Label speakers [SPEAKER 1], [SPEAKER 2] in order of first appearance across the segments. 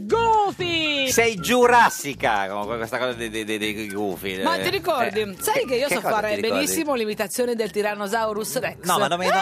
[SPEAKER 1] Goofy!
[SPEAKER 2] Sei giurassica con questa cosa dei, dei, dei, dei gufi.
[SPEAKER 1] Ma ti ricordi?
[SPEAKER 2] Eh,
[SPEAKER 1] sai che io so
[SPEAKER 2] cosa ti
[SPEAKER 1] fare
[SPEAKER 2] ricordi?
[SPEAKER 1] benissimo l'imitazione del Tyrannosaurus Rex.
[SPEAKER 2] No, ma non mi. No, no,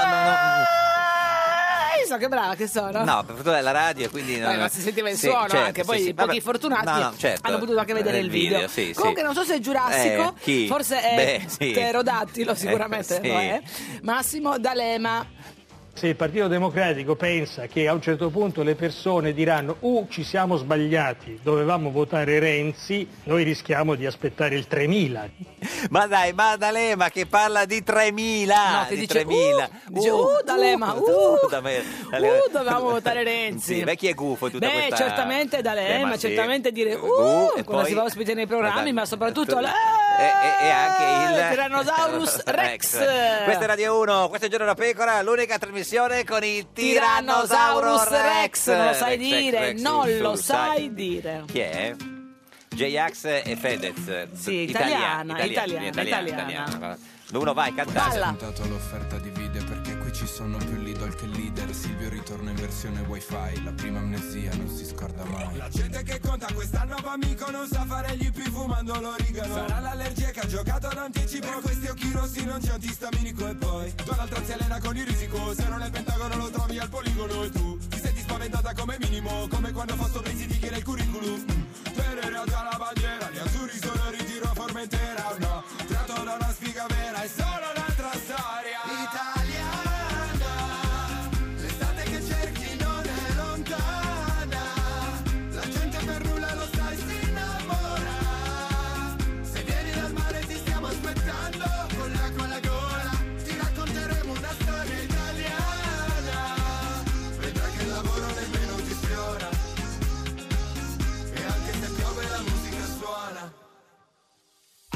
[SPEAKER 1] Eh, so che brava che
[SPEAKER 2] no,
[SPEAKER 1] sono.
[SPEAKER 2] no, per fortuna è la radio, quindi.
[SPEAKER 1] Beh, ma si sentiva il suono
[SPEAKER 2] certo,
[SPEAKER 1] anche,
[SPEAKER 2] sì,
[SPEAKER 1] poi
[SPEAKER 2] sì.
[SPEAKER 1] i pochi
[SPEAKER 2] Vabbè,
[SPEAKER 1] fortunati
[SPEAKER 2] no, no, certo.
[SPEAKER 1] hanno potuto anche vedere
[SPEAKER 2] Eh,
[SPEAKER 1] il video.
[SPEAKER 2] sì, sì.
[SPEAKER 1] Comunque non so se è giurassico,
[SPEAKER 2] Eh, chi?
[SPEAKER 1] forse è
[SPEAKER 2] Beh, sì.
[SPEAKER 1] pterodattilo, sicuramente
[SPEAKER 2] Eh, sì.
[SPEAKER 1] lo è. Massimo D'Alema.
[SPEAKER 3] Se il Partito Democratico pensa che a un certo punto le persone diranno uh ci siamo sbagliati, dovevamo votare Renzi, noi rischiamo di aspettare il 3000.
[SPEAKER 2] Ma dai, Maddalema che parla di 3.000.
[SPEAKER 1] No, ti
[SPEAKER 2] di
[SPEAKER 1] dice,
[SPEAKER 2] 3.000.
[SPEAKER 1] uh, dice, uh, D'Alema, uh,
[SPEAKER 2] D'Alema.
[SPEAKER 1] uh, dovevamo votare Renzi.
[SPEAKER 2] Sì, beh, chi è gufo in tutta
[SPEAKER 1] Beh,
[SPEAKER 2] questa...
[SPEAKER 1] certamente
[SPEAKER 2] Eh,
[SPEAKER 1] D'Alema,
[SPEAKER 2] ma sì.
[SPEAKER 1] certamente dire uh,
[SPEAKER 2] Uh, e
[SPEAKER 1] quando
[SPEAKER 2] poi-
[SPEAKER 1] si va ospite nei programmi,
[SPEAKER 2] Eh,
[SPEAKER 1] ma soprattutto
[SPEAKER 2] eh,
[SPEAKER 1] là,
[SPEAKER 2] e, e- e anche il
[SPEAKER 1] Eh, Tyrannosaurus Rex.
[SPEAKER 2] Questa è Radio 1, questo è Giorno da Pecora, l'unica trasmissione con il Tyrannosaurus
[SPEAKER 1] Tyrannosaurus
[SPEAKER 2] Rex.
[SPEAKER 1] Rex, non lo sai
[SPEAKER 2] Rex, Rex,
[SPEAKER 1] dire,
[SPEAKER 2] Rex,
[SPEAKER 1] non
[SPEAKER 2] sul-
[SPEAKER 1] lo
[SPEAKER 2] sul-
[SPEAKER 1] sai dire.
[SPEAKER 2] Chi è? J-Ax e Fedez.
[SPEAKER 1] Sì,
[SPEAKER 2] Italiana,
[SPEAKER 1] italiana,
[SPEAKER 2] italiana,
[SPEAKER 1] italiana,
[SPEAKER 2] italiana. Uno vai, cantate.
[SPEAKER 1] Balla.
[SPEAKER 4] Ho dato l'offerta di video perché qui ci sono più Lidl che leader Silvio ritorna in versione wifi La prima amnesia non si scorda mai La gente che conta questa nuovo amico non sa fare gli IPV fumando l'origano Sarà l'allergia che ha giocato d'anticipo Per questi occhi rossi non c'è antistaminico e poi Donald Trump si allena con il risico Se non è il pentagono lo trovi al poligono E tu ti senti spaventata come minimo Come quando Fausto Brisi che nel curriculum Mm. Terrera dalla bandiera Gli azzurri sono ritiro a Formentera No, tratto da una sfiga vera È solo un'altra storia Italiana L'estate che cerchi non è lontana La gente per nulla lo sai si innamora Se vieni dal mare ti stiamo aspettando Con l'acqua alla gola Ti racconteremo una storia italiana Vedrai che il lavoro nemmeno ti sfiora e anche se piove la musica suona.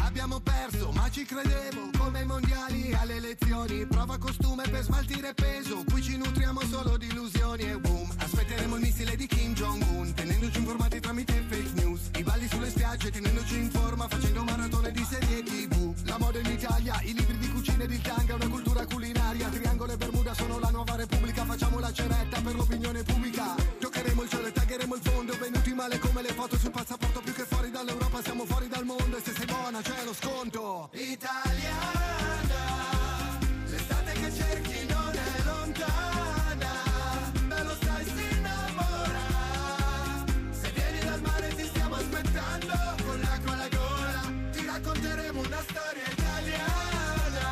[SPEAKER 4] Abbiamo perso, ma ci credevo, come ai mondiali alle elezioni. Prova costume per smaltire peso, qui ci nutriamo solo di illusioni e boom. Aspetteremo il missile di Kim Jong-un, tenendoci informati tramite fake news. I balli sulle spiagge, tenendoci in forma, facendo maratone di serie tv. La moda in Italia, i libri di cucina ed il tanga, una cultura culinaria. Triangolo e Bermuda sono la nuova repubblica, facciamo la ceretta per l'opinione pubblica. Giocheremo il cielo e tagheremo il fondo, venuti male come le foto sul passaporto, più che fuori dall'Europa siamo fuori dal mondo e se sei buona c'è lo sconto. Italiana, l'estate che cerchi non è lontana, me lo sai si innamora. Se vieni dal mare ti stiamo aspettando, con l'acqua alla gola ti racconteremo una storia italiana.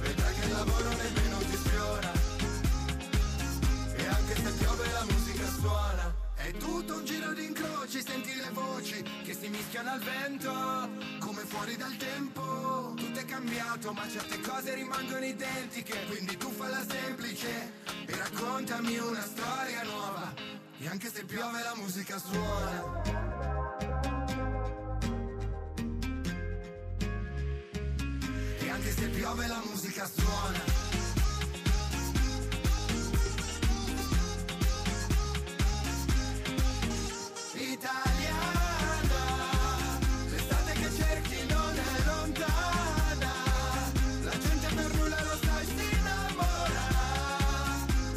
[SPEAKER 4] Vedrai che il lavoro nemmeno ti sfiora. E anche se piove la musica suona È tutto un giro di incroci Senti le voci che si mischiano al vento Come fuori dal tempo Tutto è cambiato ma certe cose rimangono identiche Quindi tu falla semplice E raccontami una storia nuova E anche se piove la musica suona E anche se piove la musica suona italiana. L'estate che cerchi non è lontana. La gente per nulla lo sai si innamora.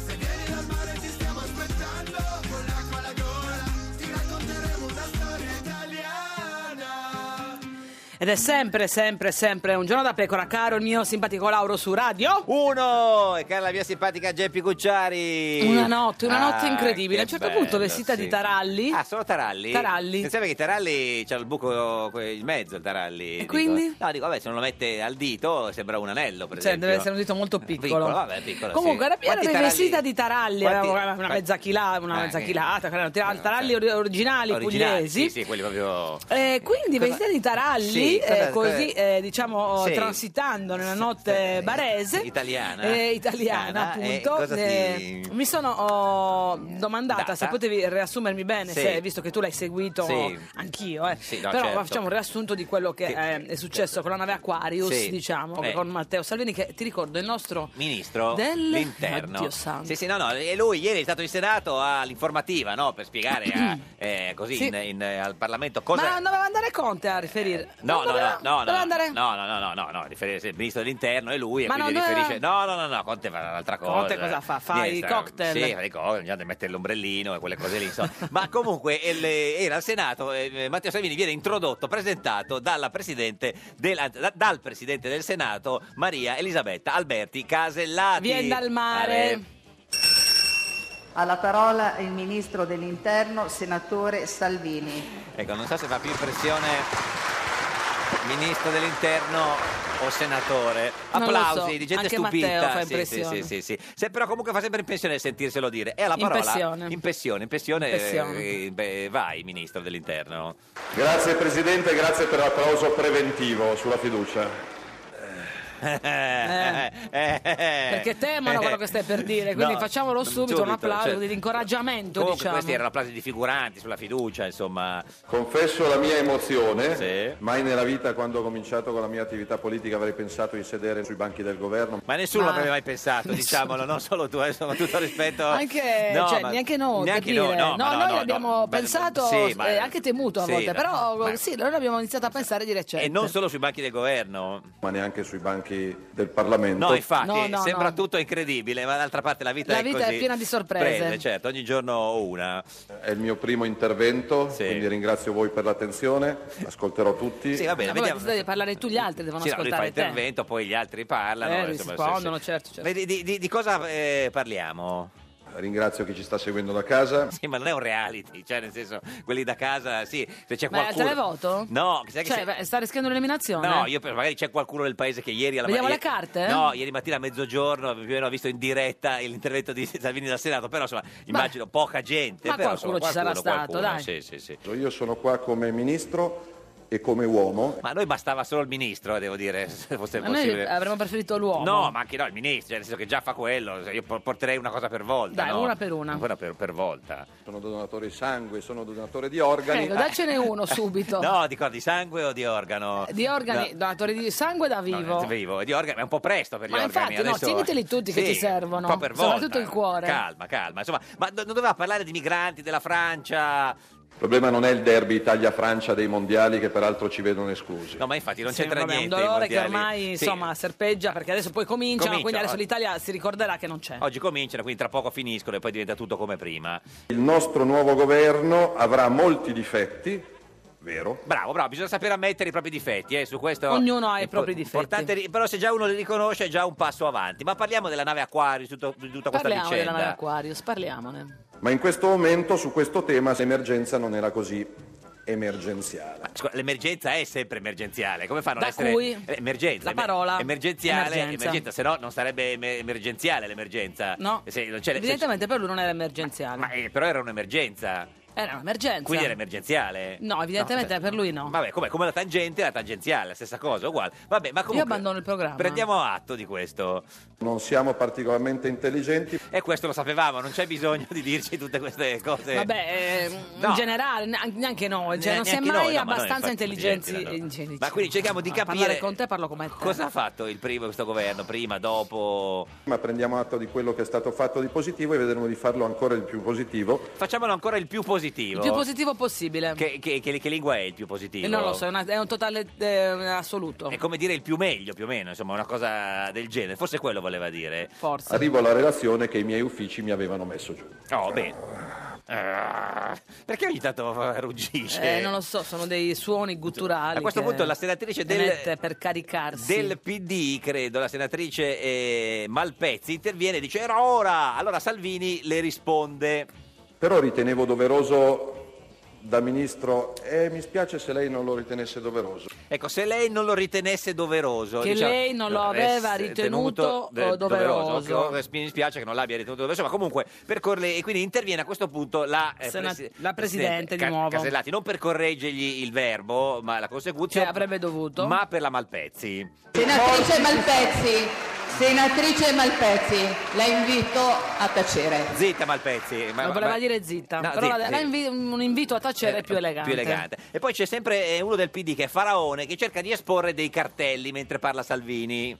[SPEAKER 4] Se vieni dal mare ti stiamo aspettando. Con l'acqua alla gola ti racconteremo una storia italiana.
[SPEAKER 1] Ed è sempre, sempre, sempre un giorno da pecora, caro il mio simpatico Lauro su radio.
[SPEAKER 2] Uno! E cara la mia simpatica Geppi Cucciari.
[SPEAKER 1] Una notte, una notte
[SPEAKER 2] Ah,
[SPEAKER 1] incredibile.
[SPEAKER 2] che
[SPEAKER 1] A un certo
[SPEAKER 2] bello,
[SPEAKER 1] punto vestita
[SPEAKER 2] sì.
[SPEAKER 1] di taralli.
[SPEAKER 2] Ah, sono taralli?
[SPEAKER 1] Taralli.
[SPEAKER 2] Pensavo che i taralli c'ha il buco que- in mezzo, il taralli. dico.
[SPEAKER 1] quindi?
[SPEAKER 2] No, dico, vabbè, se non lo mette al dito sembra un anello, per
[SPEAKER 1] Cioè,
[SPEAKER 2] esempio. Eh,
[SPEAKER 1] deve essere un dito molto piccolo.
[SPEAKER 2] Piccolo, vabbè, piccolo,
[SPEAKER 1] Comunque,
[SPEAKER 2] sì.
[SPEAKER 1] era piena
[SPEAKER 2] Quanti
[SPEAKER 1] di
[SPEAKER 2] taralli?
[SPEAKER 1] vestita di taralli,
[SPEAKER 2] Quanti-
[SPEAKER 1] avevamo una
[SPEAKER 2] quanti-
[SPEAKER 1] mezza chilata, una
[SPEAKER 2] Ah,
[SPEAKER 1] mezza
[SPEAKER 2] che- Ah,
[SPEAKER 1] chilata, erano tar- taralli ori- originali,
[SPEAKER 2] Originali, Sì,
[SPEAKER 1] pugliesi.
[SPEAKER 2] sì, quelli proprio...
[SPEAKER 1] Eh, quindi
[SPEAKER 2] Cosa-
[SPEAKER 1] vestita di taralli,
[SPEAKER 2] Sì,
[SPEAKER 1] così,
[SPEAKER 2] Sì, quella-
[SPEAKER 1] eh, così, eh, diciamo
[SPEAKER 2] Sì. Eh,
[SPEAKER 1] transitando nella notte barese
[SPEAKER 2] Italiana.
[SPEAKER 1] eh, italiana,
[SPEAKER 2] Italiana, eh,
[SPEAKER 1] appunto
[SPEAKER 2] cosa ti-
[SPEAKER 1] eh, mi sono oh, domandata
[SPEAKER 2] Data?
[SPEAKER 1] se potevi riassumermi bene
[SPEAKER 2] Sì.
[SPEAKER 1] se- visto che tu l'hai seguito
[SPEAKER 2] Sì.
[SPEAKER 1] anch'io eh.
[SPEAKER 2] Sì, no,
[SPEAKER 1] però
[SPEAKER 2] certo.
[SPEAKER 1] facciamo un riassunto di quello che,
[SPEAKER 2] Che-
[SPEAKER 1] eh, è successo con la nave Aquarius
[SPEAKER 2] Sì.
[SPEAKER 1] diciamo
[SPEAKER 2] Eh.
[SPEAKER 1] con Matteo Salvini che ti ricordo è il nostro
[SPEAKER 2] Ministro
[SPEAKER 1] Del-
[SPEAKER 2] dell'Interno.
[SPEAKER 1] Oddio santo.
[SPEAKER 2] Sì, sì, no, no, e lui ieri è stato in Senato all'informativa, no, per spiegare a- eh, così
[SPEAKER 1] Sì.
[SPEAKER 2] in- in- al Parlamento cosa
[SPEAKER 1] ma doveva andare Conte a riferire
[SPEAKER 2] No,
[SPEAKER 1] Non
[SPEAKER 2] no,
[SPEAKER 1] doveva-
[SPEAKER 2] no, no,
[SPEAKER 1] doveva
[SPEAKER 2] no,
[SPEAKER 1] andare
[SPEAKER 2] no, no, no, no, no, no, riferirsi al ministro dell'interno è lui e
[SPEAKER 1] Ma
[SPEAKER 2] quindi
[SPEAKER 1] non doveva-
[SPEAKER 2] riferisce... No, no, no, no, Conte fa un'altra cosa.
[SPEAKER 1] Conte cosa fa? Fa i
[SPEAKER 2] sta-
[SPEAKER 1] cocktail.
[SPEAKER 2] Sì, fa i cocktail, bisogna mettere l'ombrellino e quelle cose lì, insomma. Ma comunque il- era al Senato, eh, Matteo Salvini viene introdotto, presentato dalla presidente del, anzi, da- dal presidente del Senato, Maria Elisabetta Alberti Casellati.
[SPEAKER 1] Vien dal
[SPEAKER 2] Mare.
[SPEAKER 1] mare
[SPEAKER 5] Ha la parola il ministro dell'Interno, senatore Salvini.
[SPEAKER 2] Ecco, non so se fa più impressione ministro dell'interno o senatore.
[SPEAKER 1] Non lo
[SPEAKER 2] Applausi
[SPEAKER 1] so,
[SPEAKER 2] di gente
[SPEAKER 1] anche
[SPEAKER 2] stupita.
[SPEAKER 1] Matteo fa
[SPEAKER 2] Sì, sì,
[SPEAKER 1] impressione.
[SPEAKER 2] sì, sì, sì. Se però comunque fa sempre impressione sentirselo dire. E alla parola
[SPEAKER 1] Impressione.
[SPEAKER 2] impressione, impressione,
[SPEAKER 1] Impressione.
[SPEAKER 2] eh, beh, vai ministro dell'interno.
[SPEAKER 6] Grazie Presidente, grazie per l'applauso preventivo sulla fiducia.
[SPEAKER 1] perché
[SPEAKER 2] Perché
[SPEAKER 1] temono Eh. quello che stai per dire quindi facciamolo subito, un applauso di incoraggiamento
[SPEAKER 2] cioè, Comunque
[SPEAKER 1] diciamo
[SPEAKER 2] questi erano applausi di figuranti sulla fiducia, insomma.
[SPEAKER 6] Confesso la mia emozione,
[SPEAKER 2] Sì.
[SPEAKER 6] mai nella vita quando ho cominciato con la mia attività politica avrei pensato di sedere sui banchi del governo.
[SPEAKER 2] Ma nessuno
[SPEAKER 1] Ma-
[SPEAKER 2] avrebbe mai pensato, diciamolo, non solo tu, eh, con tutto rispetto.
[SPEAKER 1] Anche, cioè,
[SPEAKER 2] ma-
[SPEAKER 1] neanche noi, per
[SPEAKER 2] neanche
[SPEAKER 1] dire.
[SPEAKER 2] noi, no, ma no,
[SPEAKER 1] noi
[SPEAKER 2] no,
[SPEAKER 1] abbiamo
[SPEAKER 2] no. Ma-
[SPEAKER 1] pensato
[SPEAKER 2] sì, ma-
[SPEAKER 1] e anche temuto a
[SPEAKER 2] sì, no,
[SPEAKER 1] volte, però cioè,
[SPEAKER 2] ma-
[SPEAKER 1] sì, noi abbiamo iniziato a pensare di recente.
[SPEAKER 2] E non solo sui banchi del governo.
[SPEAKER 6] Ma neanche sui banchi del Parlamento.
[SPEAKER 2] No, infatti,
[SPEAKER 1] No, no,
[SPEAKER 2] sembra
[SPEAKER 1] no.
[SPEAKER 2] tutto incredibile, ma d'altra parte la vita
[SPEAKER 1] La
[SPEAKER 2] è
[SPEAKER 1] vita è
[SPEAKER 2] così.
[SPEAKER 1] piena di sorprese.
[SPEAKER 2] Prende, certo, ogni giorno una.
[SPEAKER 6] È il mio primo intervento,
[SPEAKER 2] Sì.
[SPEAKER 6] quindi ringrazio voi per l'attenzione, ascolterò tutti.
[SPEAKER 2] Sì, va
[SPEAKER 1] Ma
[SPEAKER 2] bene,
[SPEAKER 1] poi
[SPEAKER 2] vediamo.
[SPEAKER 1] devi parlare tu, gli altri devono
[SPEAKER 2] Sì, no, lui fa
[SPEAKER 1] ascoltare te.
[SPEAKER 2] intervento, poi gli altri parlano.
[SPEAKER 1] Eh,
[SPEAKER 2] insomma,
[SPEAKER 1] rispondono, certo, certo.
[SPEAKER 2] Vedi, Di, di- di cosa eh, parliamo?
[SPEAKER 6] Ringrazio chi ci sta seguendo da casa.
[SPEAKER 2] Sì, ma non è un reality, cioè nel senso, quelli da casa, sì, se c'è
[SPEAKER 1] Ma è al
[SPEAKER 2] qualcuno...
[SPEAKER 1] televoto?
[SPEAKER 2] No, sai che
[SPEAKER 1] Cioè,
[SPEAKER 2] se-
[SPEAKER 1] beh, sta rischiando l'eliminazione?
[SPEAKER 2] No, io per- magari c'è qualcuno del paese che ieri alla
[SPEAKER 1] Vediamo
[SPEAKER 2] ieri-
[SPEAKER 1] le carte, eh?
[SPEAKER 2] No, ieri mattina a mezzogiorno più o meno ha visto in diretta l'intervento di Salvini dal Senato, però insomma, immagino poca gente,
[SPEAKER 1] ma
[SPEAKER 2] però, insomma,
[SPEAKER 1] qualcuno ci sarà
[SPEAKER 2] qualcuno,
[SPEAKER 1] stato,
[SPEAKER 2] qualcuno,
[SPEAKER 1] dai.
[SPEAKER 2] Sì, sì, sì.
[SPEAKER 6] Io sono qua come ministro e come uomo.
[SPEAKER 2] Ma a noi bastava solo il ministro, eh, devo dire, se fosse
[SPEAKER 1] Ma noi
[SPEAKER 2] possibile.
[SPEAKER 1] avremmo preferito l'uomo.
[SPEAKER 2] No, ma anche no, il ministro, cioè, nel senso che già fa quello, cioè, io por- porterei una cosa per volta,
[SPEAKER 1] Dai,
[SPEAKER 2] no?
[SPEAKER 1] una per una.
[SPEAKER 2] per, per volta.
[SPEAKER 6] Sono donatore di sangue, sono donatore di organi.
[SPEAKER 1] Prego, daccene uno subito.
[SPEAKER 2] No, di, cosa, di sangue o di organo?
[SPEAKER 1] Di organi,
[SPEAKER 2] No.
[SPEAKER 1] donatori di sangue da
[SPEAKER 2] No, eh,
[SPEAKER 1] vivo.
[SPEAKER 2] vivo, di organi, è un po' presto per gli
[SPEAKER 1] Ma
[SPEAKER 2] organi.
[SPEAKER 1] infatti, no,
[SPEAKER 2] adesso-
[SPEAKER 1] tieniteli tutti che
[SPEAKER 2] Sì,
[SPEAKER 1] ci servono,
[SPEAKER 2] Un po' per volta.
[SPEAKER 1] soprattutto il cuore.
[SPEAKER 2] Calma, calma. Insomma, ma do- non doveva parlare di migranti, della Francia.
[SPEAKER 6] Il problema non è il derby Italia-Francia dei mondiali che peraltà ci vedono esclusi.
[SPEAKER 2] No, ma infatti non
[SPEAKER 1] Sì,
[SPEAKER 2] c'entra
[SPEAKER 1] vabbè,
[SPEAKER 2] niente.
[SPEAKER 1] È un dolore
[SPEAKER 2] i
[SPEAKER 1] che
[SPEAKER 2] mondiali.
[SPEAKER 1] ormai
[SPEAKER 2] Sì,
[SPEAKER 1] insomma serpeggia perché adesso poi cominciano,
[SPEAKER 2] Comincia,
[SPEAKER 1] quindi adesso
[SPEAKER 2] oggi.
[SPEAKER 1] l'Italia si ricorderà che non c'è.
[SPEAKER 2] Oggi cominciano, quindi tra poco finiscono e poi diventa tutto come prima.
[SPEAKER 6] Il nostro nuovo governo avrà molti difetti, vero?
[SPEAKER 2] Bravo, bravo, bisogna sapere ammettere i propri difetti, eh, su questo
[SPEAKER 1] Ognuno ha i
[SPEAKER 2] è po-
[SPEAKER 1] propri difetti.
[SPEAKER 2] importante ri- però se già uno li riconosce è già un passo avanti. Ma parliamo della nave Aquarius, tutto- di tutta questa
[SPEAKER 1] Parliamo della
[SPEAKER 2] vicenda.
[SPEAKER 1] nave Aquarius, parliamone.
[SPEAKER 6] Ma in questo momento su questo tema l'emergenza non era così emergenziale.
[SPEAKER 2] Ma, scusa, L'emergenza è sempre emergenziale, come fanno
[SPEAKER 1] Da
[SPEAKER 2] ad essere
[SPEAKER 1] cui
[SPEAKER 2] eh, emergenza?
[SPEAKER 1] la
[SPEAKER 2] emer-
[SPEAKER 1] parola
[SPEAKER 2] emergenziale,
[SPEAKER 1] emergenza.
[SPEAKER 2] emergenza, se no non sarebbe em- emergenziale l'emergenza. Eh,
[SPEAKER 1] No,
[SPEAKER 2] Se non c'è- se-
[SPEAKER 1] evidentemente per lui non era emergenziale.
[SPEAKER 2] ma, eh, però era un'emergenza,
[SPEAKER 1] Era un'emergenza.
[SPEAKER 2] quindi era emergenziale.
[SPEAKER 1] No, evidentemente
[SPEAKER 2] cioè-
[SPEAKER 1] per lui no.
[SPEAKER 2] Vabbè, come, come la tangente e la tangenziale, la stessa cosa, uguale. Vabbè, ma comunque,
[SPEAKER 1] abbandono il programma.
[SPEAKER 2] Prendiamo atto di questo.
[SPEAKER 6] Non siamo particolarmente intelligenti,
[SPEAKER 2] E questo lo sapevamo, non c'è bisogno di dirci tutte queste cose.
[SPEAKER 1] Vabbè, eh,
[SPEAKER 2] No.
[SPEAKER 1] in generale, ne- neanche noi, cioè,
[SPEAKER 2] Ne-
[SPEAKER 1] non si è
[SPEAKER 2] neanche
[SPEAKER 1] mai
[SPEAKER 2] noi, no, ma noi
[SPEAKER 1] abbastanza
[SPEAKER 2] infatti
[SPEAKER 1] intelligenti.
[SPEAKER 2] intelligenti, no, no.
[SPEAKER 1] intelligenti.
[SPEAKER 2] Ma quindi cerchiamo di
[SPEAKER 1] No,
[SPEAKER 2] capire-
[SPEAKER 1] Parlare con te parlo come te.
[SPEAKER 2] Cosa ha fatto il primo questo governo? Prima, dopo?
[SPEAKER 6] ma prendiamo atto di quello che è stato fatto di positivo e vedremo di farlo ancora di più positivo.
[SPEAKER 2] Facciamolo ancora il più positivo.
[SPEAKER 1] Il più positivo possibile.
[SPEAKER 2] Che, che- che- che lingua è il più
[SPEAKER 1] E
[SPEAKER 2] positivo?
[SPEAKER 1] non lo so, è, una- è un totale eh, assoluto.
[SPEAKER 2] È come dire il più meglio, più o meno, insomma, una cosa del genere. Forse quello voleva dire.
[SPEAKER 1] Forza.
[SPEAKER 6] Arrivo alla relazione che i miei uffici mi avevano messo giù.
[SPEAKER 2] Oh, beh. Ah, Perché ogni tanto eh, ruggisce?
[SPEAKER 1] Eh, non lo so, sono dei suoni gutturali.
[SPEAKER 2] A questo
[SPEAKER 1] che
[SPEAKER 2] punto la senatrice del-
[SPEAKER 1] emette per caricarsi.
[SPEAKER 2] Del PD, credo, la senatrice eh, Malpezzi interviene e dice era ora. Allora Salvini le risponde.
[SPEAKER 6] Però ritenevo doveroso da ministro e mi spiace se lei non lo ritenesse doveroso.
[SPEAKER 2] Ecco, se lei non lo ritenesse doveroso...
[SPEAKER 1] Che
[SPEAKER 2] diciamo,
[SPEAKER 1] lei non lo
[SPEAKER 2] no,
[SPEAKER 1] aveva
[SPEAKER 2] es-
[SPEAKER 1] ritenuto,
[SPEAKER 2] de-
[SPEAKER 1] eh, doveroso.
[SPEAKER 2] Che- che- Mi dispiace che non l'abbia ritenuto doveroso, ma comunque percorre... E quindi interviene a questo punto la, eh,
[SPEAKER 1] Sena-
[SPEAKER 2] presi-
[SPEAKER 1] la presidente di
[SPEAKER 2] Ca-
[SPEAKER 1] nuovo.
[SPEAKER 2] Casellati, non per correggergli il verbo, ma la consecuzione...
[SPEAKER 1] Cioè, avrebbe dovuto.
[SPEAKER 2] Ma per la Malpezzi.
[SPEAKER 5] Senatrice Malpezzi, senatrice Malpezzi, la invito a tacere.
[SPEAKER 2] Zitta Malpezzi. Ma,
[SPEAKER 1] non
[SPEAKER 2] ma-
[SPEAKER 1] voleva
[SPEAKER 2] ma-
[SPEAKER 1] dire zitta,
[SPEAKER 2] No,
[SPEAKER 1] però
[SPEAKER 2] zitta,
[SPEAKER 1] la-
[SPEAKER 2] zitta.
[SPEAKER 1] la invi- un invito a tacere è più elegante.
[SPEAKER 2] più elegante. E poi c'è sempre eh, uno del PD che è Faraone che cerca di esporre dei cartelli mentre parla Salvini.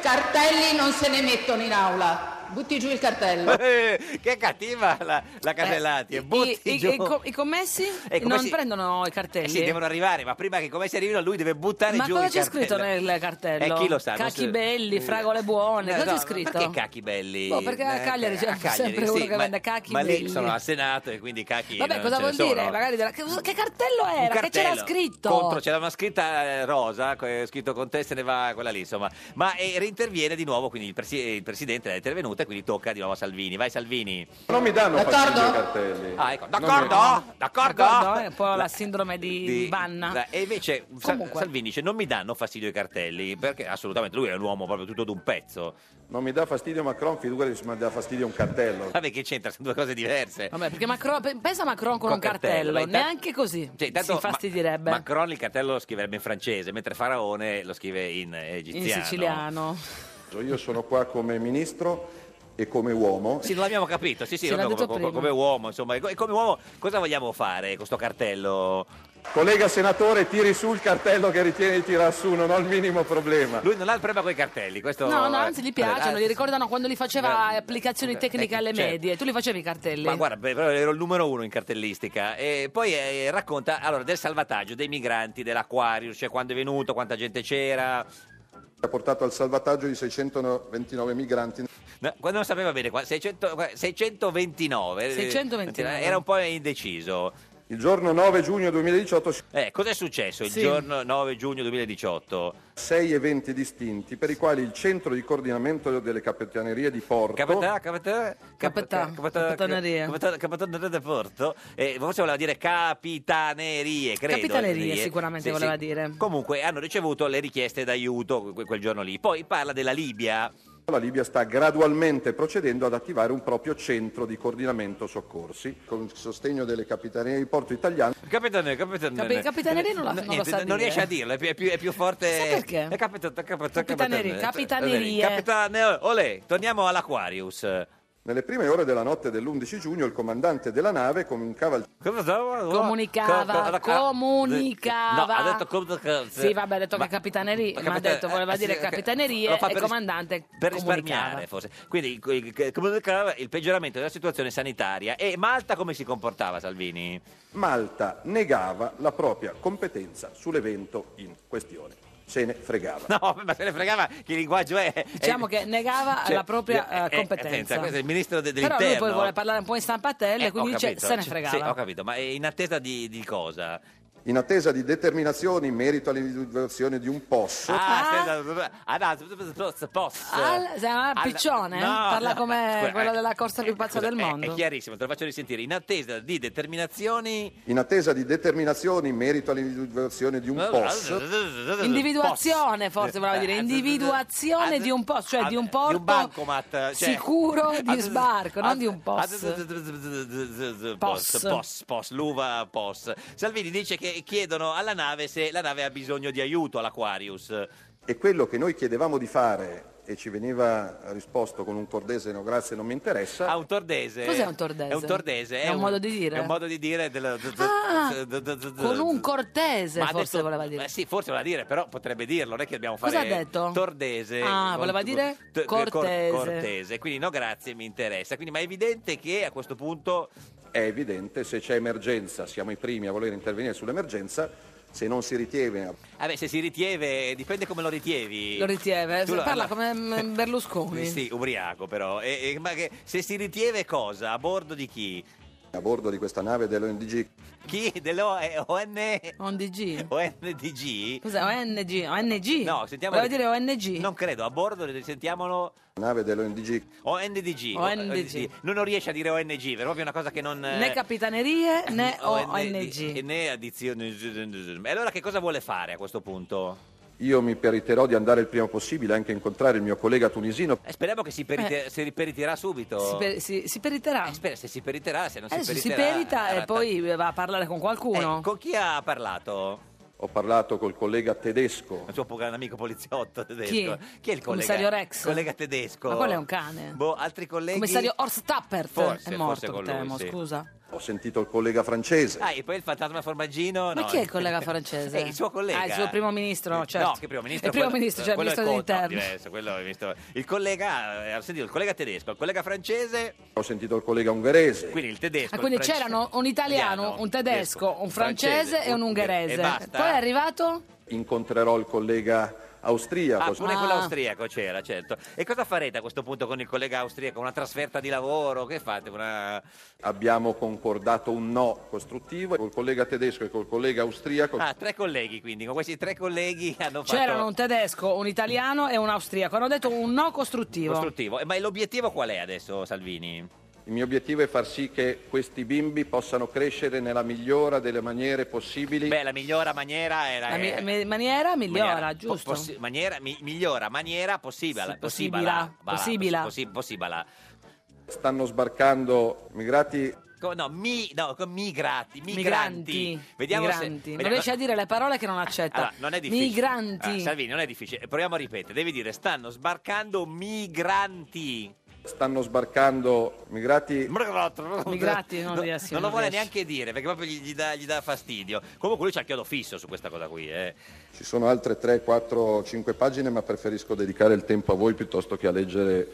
[SPEAKER 5] Cartelli non se ne mettono in aula. Butti giù il cartello.
[SPEAKER 2] Eh, che cattiva la, la Casellati. e
[SPEAKER 1] I,
[SPEAKER 2] butti
[SPEAKER 1] Eh, i-
[SPEAKER 2] giù.
[SPEAKER 1] i co- i commessi
[SPEAKER 2] Eh, come
[SPEAKER 1] non
[SPEAKER 2] si-
[SPEAKER 1] prendono i
[SPEAKER 2] Eh
[SPEAKER 1] cartelli?
[SPEAKER 2] sì, devono arrivare, ma prima che come si arrivino lui deve buttare
[SPEAKER 1] Ma
[SPEAKER 2] giù
[SPEAKER 1] cosa
[SPEAKER 2] i
[SPEAKER 1] c'è
[SPEAKER 2] cartelli.
[SPEAKER 1] scritto nel cartello?
[SPEAKER 2] Eh, chi lo sa? non
[SPEAKER 1] Cacchi
[SPEAKER 2] so-
[SPEAKER 1] belli, fragole buone,
[SPEAKER 2] No,
[SPEAKER 1] cosa
[SPEAKER 2] no,
[SPEAKER 1] c'è scritto?
[SPEAKER 2] Perché cacchi belli?
[SPEAKER 1] Boh, perché a
[SPEAKER 2] Eh,
[SPEAKER 1] Cagliari c'è
[SPEAKER 2] a
[SPEAKER 1] sempre uno
[SPEAKER 2] sì,
[SPEAKER 1] che
[SPEAKER 2] ma-
[SPEAKER 1] vende cacchi
[SPEAKER 2] Ma lì
[SPEAKER 1] belli.
[SPEAKER 2] sono al Senato e quindi cacchi
[SPEAKER 1] Vabbè,
[SPEAKER 2] non
[SPEAKER 1] cosa
[SPEAKER 2] ce ne
[SPEAKER 1] vuol dire?
[SPEAKER 2] sono.
[SPEAKER 1] Magari della- Che, che cartello
[SPEAKER 2] Un
[SPEAKER 1] era? Che c'era
[SPEAKER 2] cartello.
[SPEAKER 1] scritto?
[SPEAKER 2] Contro c'era una scritta eh, rosa, que- scritto con te se ne va quella lì, insomma. Ma eh, reinterviene di nuovo, quindi il, presi- eh, il presidente è intervenuto e quindi tocca di nuovo a Salvini. Vai Salvini.
[SPEAKER 6] Non mi danno
[SPEAKER 2] D'accordo?
[SPEAKER 6] fastidio i cartelli.
[SPEAKER 2] Ah, ecco,
[SPEAKER 6] Non mi-
[SPEAKER 2] d'accordo? D'accordo?
[SPEAKER 1] D'accordo, è eh, un po' la sindrome di, di Vanna.
[SPEAKER 2] La- E invece Sa-
[SPEAKER 1] Comunque.
[SPEAKER 2] Salvini dice non mi danno fastidio i cartelli, perché assolutamente lui è un uomo proprio tutto d'un pezzo.
[SPEAKER 6] Non mi dà fastidio Macron, figurati se mi dà fastidio un cartello.
[SPEAKER 2] Vabbè che c'entra, sono due cose diverse.
[SPEAKER 1] Vabbè, perché Macron, pe- pensa a Macron con
[SPEAKER 2] Con
[SPEAKER 1] un cartello,
[SPEAKER 2] cartello, intanto-
[SPEAKER 1] neanche così
[SPEAKER 2] Cioè, intanto
[SPEAKER 1] si infastidirebbe.
[SPEAKER 2] Ma- Macron il cartello lo scriverebbe in francese, mentre Faraone lo scrive in eh,
[SPEAKER 1] in
[SPEAKER 2] egiziano.
[SPEAKER 1] siciliano.
[SPEAKER 6] Io sono qua come ministro e come uomo.
[SPEAKER 2] Sì, non l'abbiamo capito, sì, sì,
[SPEAKER 1] Sì, l'ha
[SPEAKER 2] vabbè,
[SPEAKER 1] detto
[SPEAKER 2] come,
[SPEAKER 1] prima.
[SPEAKER 2] come uomo, insomma, e co- e come uomo cosa vogliamo fare con questo cartello?
[SPEAKER 6] Collega senatore, tiri su il cartello che ritiene di tirar su, non ho il minimo problema.
[SPEAKER 2] Lui non ha il problema con i cartelli, questo...
[SPEAKER 1] No, no, anzi gli piacciono,
[SPEAKER 2] eh,
[SPEAKER 1] gli ricordano quando li faceva
[SPEAKER 2] eh,
[SPEAKER 1] applicazioni tecniche
[SPEAKER 2] eh,
[SPEAKER 1] alle
[SPEAKER 2] certo.
[SPEAKER 1] medie, tu li facevi i cartelli.
[SPEAKER 2] Ma guarda, beh, però ero il numero uno in cartellistica e poi eh, racconta allora, del salvataggio dei migranti dell'Aquarius, cioè quando è venuto, quanta gente c'era,
[SPEAKER 6] Ha portato al salvataggio di 629 migranti.
[SPEAKER 2] No, quando non sapeva bene, qua- 600 qua- 629, eh,
[SPEAKER 1] 629.
[SPEAKER 2] era un po' indeciso.
[SPEAKER 6] Il giorno 9 giugno 2018
[SPEAKER 2] Eh, cosa è successo il
[SPEAKER 1] Sì.
[SPEAKER 2] giorno 9 giugno 2018?
[SPEAKER 6] sei eventi distinti per i quali il centro di coordinamento delle capitanerie di Porto
[SPEAKER 2] Capità, capità, Eh,
[SPEAKER 1] Capità, Ah, capitaneria.
[SPEAKER 2] Capitaneria del Porto. Eh, forse voleva dire capitanerie, credo.
[SPEAKER 1] Capitanerie
[SPEAKER 2] eh,
[SPEAKER 1] sicuramente voleva dire.
[SPEAKER 2] Comunque hanno ricevuto le richieste d'aiuto que- quel giorno lì. Poi parla della Libia.
[SPEAKER 6] la Libia sta gradualmente procedendo ad attivare un proprio centro di coordinamento soccorsi con il sostegno delle capitanerie di Porto italiane.
[SPEAKER 2] Capitaneria, capitaneria.
[SPEAKER 1] Capi- capitaneria non la- non lo
[SPEAKER 2] niente,
[SPEAKER 1] sa dire.
[SPEAKER 2] riesce a dirlo, è più, è più- è più forte.
[SPEAKER 1] Sai perché?
[SPEAKER 2] È capita- capita- eh,
[SPEAKER 1] Capitanerie, capitanerie.
[SPEAKER 2] Capitane- oh, olè, torniamo all'Aquarius.
[SPEAKER 6] Nelle prime ore della notte dell'11 giugno il comandante della nave comunicava al
[SPEAKER 1] Comunicava, comunicava.
[SPEAKER 2] No, ha detto comunicava.
[SPEAKER 1] Sì, vabbè, ha detto
[SPEAKER 2] Ma-
[SPEAKER 1] che capitanerie, ma ha
[SPEAKER 2] capita-
[SPEAKER 1] detto voleva
[SPEAKER 2] eh, sì,
[SPEAKER 1] dire
[SPEAKER 2] che-
[SPEAKER 1] capitanerie
[SPEAKER 2] lo fa
[SPEAKER 1] e
[SPEAKER 2] per-
[SPEAKER 1] comandante
[SPEAKER 2] per
[SPEAKER 1] comunicava.
[SPEAKER 2] risparmiare forse quindi il- il, il- comunicava il peggioramento della situazione sanitaria e Malta come si comportava Salvini?
[SPEAKER 6] Malta negava la propria competenza sull'evento in questione. Se ne fregava.
[SPEAKER 2] no ma se ne fregava che linguaggio è
[SPEAKER 1] Diciamo
[SPEAKER 2] Eh,
[SPEAKER 1] che negava
[SPEAKER 2] cioè,
[SPEAKER 1] la propria eh,
[SPEAKER 2] eh, eh,
[SPEAKER 1] competenza.
[SPEAKER 2] attenza, questo è il ministro de-
[SPEAKER 1] Però
[SPEAKER 2] dell'interno
[SPEAKER 1] lui poi vuole parlare un po' in stampatelle,
[SPEAKER 2] Eh,
[SPEAKER 1] quindi
[SPEAKER 2] ho
[SPEAKER 1] dice
[SPEAKER 2] capito.
[SPEAKER 1] se ne
[SPEAKER 2] Sì, Sì, ho
[SPEAKER 1] fregava.
[SPEAKER 2] capito, ma è in attesa di, di cosa?
[SPEAKER 6] In attesa di determinazioni in merito all'individuazione di un POS,
[SPEAKER 2] Ah, aspetta, ah, no, posso.
[SPEAKER 1] Al- se- ah,
[SPEAKER 2] Al-
[SPEAKER 1] piccione?
[SPEAKER 2] no,
[SPEAKER 1] Parla
[SPEAKER 2] no,
[SPEAKER 1] come
[SPEAKER 2] scusa,
[SPEAKER 1] quella
[SPEAKER 2] eh,
[SPEAKER 1] della corsa più pazza
[SPEAKER 2] scusa,
[SPEAKER 1] del
[SPEAKER 2] è-
[SPEAKER 1] mondo.
[SPEAKER 2] È chiarissimo, te lo faccio risentire. In attesa di determinazioni...
[SPEAKER 6] in attesa di determinazioni in merito all'individuazione di un POS,
[SPEAKER 1] Individuazione, forse voleva dire, individuazione di un posto, cioè di un porto
[SPEAKER 2] di un bancomat, cioè-
[SPEAKER 1] sicuro di sbarco, non di un posto.
[SPEAKER 2] Pos,
[SPEAKER 1] Pos.
[SPEAKER 2] pos, pos, l'uva pos. Salvini dice che chiedono alla nave se la nave ha bisogno di aiuto all'Aquarius.
[SPEAKER 6] E quello che noi chiedevamo di fare e ci veniva risposto con un cordese no grazie non mi interessa,
[SPEAKER 2] Ah, un tordese.
[SPEAKER 1] Cos'è un tordese?
[SPEAKER 2] È un tordese.
[SPEAKER 1] È un modo di dire?
[SPEAKER 2] È un modo di dire del...
[SPEAKER 1] Ah, con un cortese
[SPEAKER 2] Ma ha
[SPEAKER 1] forse
[SPEAKER 2] detto-
[SPEAKER 1] voleva dire.
[SPEAKER 2] ma sì, forse voleva dire, però potrebbe dirlo, non è che dobbiamo fare...
[SPEAKER 1] Cosa ha detto?
[SPEAKER 2] Tordese.
[SPEAKER 1] Ah,
[SPEAKER 2] Con-
[SPEAKER 1] voleva dire
[SPEAKER 2] t- cor-
[SPEAKER 1] cortese.
[SPEAKER 2] cortese. Quindi no grazie, mi interessa. Quindi ma è evidente che a questo punto...
[SPEAKER 6] è evidente se c'è emergenza, siamo i primi a voler intervenire sull'emergenza, se non si ritiene
[SPEAKER 2] Vabbè, ah, se si ritieve, dipende come lo ritievi.
[SPEAKER 1] Lo ritiene,
[SPEAKER 2] Tu lo-
[SPEAKER 1] parla
[SPEAKER 2] no.
[SPEAKER 1] come mm, Berlusconi.
[SPEAKER 2] Sì, ubriaco però. E- e- ma che- se si ritieve cosa? A bordo di chi?
[SPEAKER 6] A bordo di questa nave dell'ONG
[SPEAKER 2] Chi? eh, Dell'ONG?
[SPEAKER 1] ONDG?
[SPEAKER 2] ONDG?
[SPEAKER 1] Cos'è? ONG? ONG?
[SPEAKER 2] No, sentiamo...
[SPEAKER 1] Volevo dire ONG.
[SPEAKER 2] Non credo, a bordo, risentiamolo...
[SPEAKER 6] nave dell'ONG
[SPEAKER 2] ONDG.
[SPEAKER 1] ONDG.
[SPEAKER 2] Non, non riesce a dire ONG, per proprio una cosa che non... eh,
[SPEAKER 1] Né capitanerie né
[SPEAKER 2] E
[SPEAKER 1] ONG.
[SPEAKER 2] né addizione... E allora che cosa vuole fare a questo punto?
[SPEAKER 6] Io mi periterò di andare il prima possibile anche a incontrare il mio collega tunisino.
[SPEAKER 2] Eh, speriamo che si, perite- si periterà subito.
[SPEAKER 1] Si, per- si- si periterà.
[SPEAKER 2] Spera, se Eh, si periterà, se non si
[SPEAKER 1] Adesso si
[SPEAKER 2] periterà... eh,
[SPEAKER 1] perita e
[SPEAKER 2] allora,
[SPEAKER 1] poi va a parlare con qualcuno.
[SPEAKER 2] eh, con chi ha parlato?
[SPEAKER 6] Ho parlato col collega tedesco.
[SPEAKER 2] Il suo po- un amico poliziotto tedesco.
[SPEAKER 1] Chi?
[SPEAKER 2] Chi è il collega?
[SPEAKER 1] Commissario Rex?
[SPEAKER 2] Collega tedesco.
[SPEAKER 1] Ma quello è un cane.
[SPEAKER 2] Boh, altri colleghi.
[SPEAKER 1] Commissario Horst Tappert
[SPEAKER 2] Forse, forse
[SPEAKER 1] è morto,
[SPEAKER 2] con lui,
[SPEAKER 1] temo,
[SPEAKER 2] sì.
[SPEAKER 1] scusa.
[SPEAKER 6] Ho sentito il collega francese.
[SPEAKER 2] Ah, e poi il fantasma formaggino.
[SPEAKER 1] Ma
[SPEAKER 2] no.
[SPEAKER 1] chi è il collega francese?
[SPEAKER 2] Eh, il suo collega.
[SPEAKER 1] Ah, il suo primo ministro,
[SPEAKER 2] Eh,
[SPEAKER 1] certo.
[SPEAKER 2] No, che primo ministro.
[SPEAKER 1] Il primo
[SPEAKER 2] quello-
[SPEAKER 1] ministro, cioè il
[SPEAKER 2] quello è
[SPEAKER 1] ministro
[SPEAKER 2] Conte, no,
[SPEAKER 1] dell'interno.
[SPEAKER 2] diverso, quello è il ministro- Il collega, eh, ho sentito, il collega tedesco, il collega francese,
[SPEAKER 6] Ho sentito il collega ungherese.
[SPEAKER 2] quindi il tedesco.
[SPEAKER 1] Ah,
[SPEAKER 2] il
[SPEAKER 1] quindi
[SPEAKER 2] francese-
[SPEAKER 1] c'erano un italiano, un tedesco, un francese e un
[SPEAKER 2] E
[SPEAKER 1] ungherese.
[SPEAKER 2] basta.
[SPEAKER 1] Poi è arrivato?
[SPEAKER 6] Incontrerò il collega
[SPEAKER 2] Ah,
[SPEAKER 6] austriaco.
[SPEAKER 2] pure
[SPEAKER 1] Ah.
[SPEAKER 2] quello austriaco c'era, certo. E cosa farete a questo punto con il collega austriaco? Una trasferta di lavoro? Che fate? Una...
[SPEAKER 6] Abbiamo concordato un no costruttivo col collega tedesco e col collega austriaco.
[SPEAKER 2] Ah, tre colleghi quindi, con questi tre colleghi hanno fatto...
[SPEAKER 1] C'erano un tedesco, un italiano e un austriaco. Hanno detto un no costruttivo.
[SPEAKER 2] costruttivo. Eh, Ma l'obiettivo qual è adesso, Salvini?
[SPEAKER 6] Il mio obiettivo è far sì che questi bimbi possano crescere nella migliore delle maniere possibili.
[SPEAKER 2] Beh, la migliore maniera era...
[SPEAKER 1] La mi-
[SPEAKER 2] eh,
[SPEAKER 1] mi- maniera migliora,
[SPEAKER 2] maniera-
[SPEAKER 1] giusto?
[SPEAKER 2] po- possi- maniera, mi- migliora, maniera possibile.
[SPEAKER 1] Sì, possibila,
[SPEAKER 2] Bala,
[SPEAKER 1] possibila.
[SPEAKER 2] possi- possibila.
[SPEAKER 6] Stanno sbarcando migrati
[SPEAKER 2] Co- no, mi, no, co- migrati, migranti.
[SPEAKER 1] Migranti.
[SPEAKER 2] Vediamo se-
[SPEAKER 1] Migranti. Non
[SPEAKER 2] vediamo-
[SPEAKER 1] riesce a dire le parole che non accetta.
[SPEAKER 2] Allora, non è difficile.
[SPEAKER 1] Migranti.
[SPEAKER 2] Ah, Salvini, non è difficile. Proviamo a ripetere. Devi dire, stanno sbarcando migranti.
[SPEAKER 6] stanno sbarcando migrati
[SPEAKER 1] Migrati, non riesci,
[SPEAKER 2] Non lo
[SPEAKER 1] non
[SPEAKER 2] vuole
[SPEAKER 1] riesci.
[SPEAKER 2] neanche dire, perché proprio gli, gli dà, gli dà fastidio. Comunque lui c'ha il chiodo fisso su questa cosa qui, eh.
[SPEAKER 6] Ci sono altre 3, 4, 5 pagine, ma preferisco dedicare il tempo a voi piuttosto che a leggere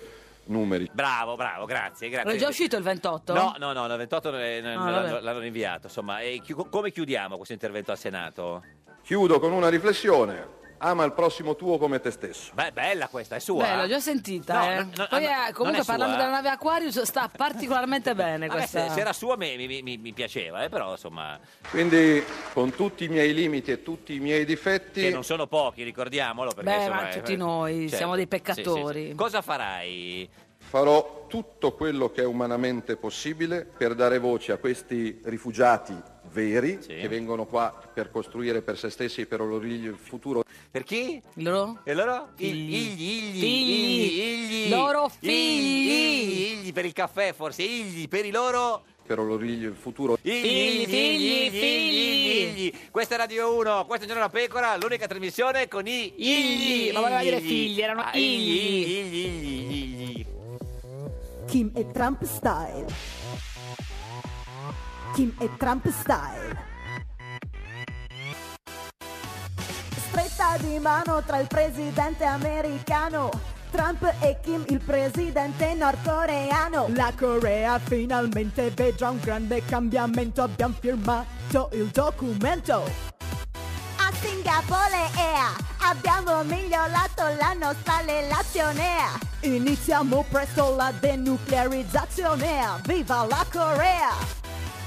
[SPEAKER 6] numeri.
[SPEAKER 2] Bravo, bravo, grazie, grazie.
[SPEAKER 1] Era già uscito il 28?
[SPEAKER 2] No, no, no, il 28 ne- ne-
[SPEAKER 1] Ah,
[SPEAKER 2] ne-
[SPEAKER 1] vabbè.
[SPEAKER 2] l'hanno inviato. Insomma, E chi- come chiudiamo questo intervento al Senato?
[SPEAKER 6] Chiudo con una riflessione. Ama il prossimo tuo come te stesso.
[SPEAKER 2] Beh, bella questa, è sua.
[SPEAKER 1] Beh, l'ho già sentita.
[SPEAKER 2] No,
[SPEAKER 1] eh.
[SPEAKER 2] no, no,
[SPEAKER 1] Poi,
[SPEAKER 2] no,
[SPEAKER 1] eh,
[SPEAKER 2] non
[SPEAKER 1] comunque,
[SPEAKER 2] è sua.
[SPEAKER 1] parlando della nave Aquarius, sta particolarmente bene
[SPEAKER 2] Vabbè,
[SPEAKER 1] questa.
[SPEAKER 2] se, se era sua mi, mi- mi- mi piaceva, eh, però insomma,
[SPEAKER 6] Quindi con tutti i miei limiti e tutti i miei difetti,
[SPEAKER 2] che non sono pochi, ricordiamolo. Perché,
[SPEAKER 1] Beh,
[SPEAKER 2] insomma,
[SPEAKER 1] ma
[SPEAKER 2] eh,
[SPEAKER 1] tutti noi
[SPEAKER 2] certo.
[SPEAKER 1] siamo dei
[SPEAKER 2] Sì, sì, sì.
[SPEAKER 1] peccatori.
[SPEAKER 2] Cosa farai?
[SPEAKER 6] farò tutto quello che è umanamente possibile per dare voce a questi rifugiati veri
[SPEAKER 2] Sì.
[SPEAKER 6] che vengono qua per costruire per se stessi e per loro il futuro.
[SPEAKER 2] Per chi?
[SPEAKER 1] Loro?
[SPEAKER 2] E loro? I-
[SPEAKER 1] Figli.
[SPEAKER 2] Igli, igli,
[SPEAKER 1] Figli.
[SPEAKER 2] igli, igli.
[SPEAKER 1] Loro
[SPEAKER 2] Igli,
[SPEAKER 1] figli.
[SPEAKER 2] Igli, igli per il caffè forse, igli per i loro...
[SPEAKER 6] Per loro il futuro.
[SPEAKER 2] Igli,
[SPEAKER 1] Figli, figli, figli.
[SPEAKER 2] igli. Questa è Radio 1, questa è Giorno della Pecora, l'unica trasmissione con i...
[SPEAKER 1] Igli. Ma voleva dire figli, erano
[SPEAKER 2] Ah, igli,
[SPEAKER 1] igli.
[SPEAKER 2] igli, igli, igli, igli.
[SPEAKER 7] Kim e Trump Style. Kim e Trump Style. Stretta di mano tra il presidente americano. Trump e Kim, il presidente nordcoreano. La Corea finalmente vedrà un grande cambiamento. Abbiamo firmato il documento. A Singapore EA abbiamo migliorato la nostra relazione. Iniziamo presto la denuclearizzazione. Viva la Corea!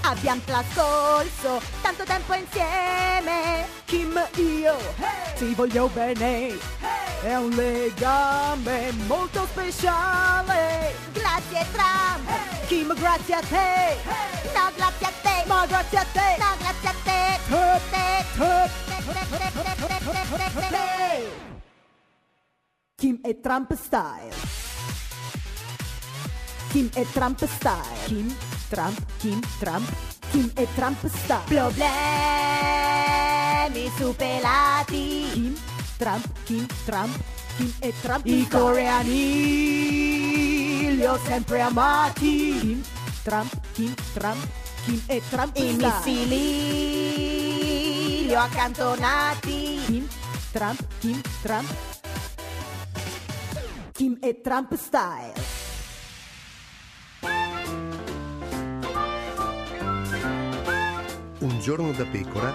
[SPEAKER 7] Abbiamo trascorso tanto tempo insieme. Kim, io ti voglio bene. È un legame molto speciale. Grazie Trump. Kim, grazie a te. No, grazie a te. Ma grazie a te. No, grazie a te. te. Kim e Trump Style. Kim e Trump Style. Kim, Trump, Kim, Trump. Kim e Trump Style. Problemi superati. Kim, Trump, Kim, Trump. Kim e Trump I coreani li ho sempre amati. Kim, Trump, Kim, Trump. Kim e Trump I missili li ho accantonati. Kim, Trump, Kim, Trump. Kim e Trump Style.
[SPEAKER 8] Un giorno da pecora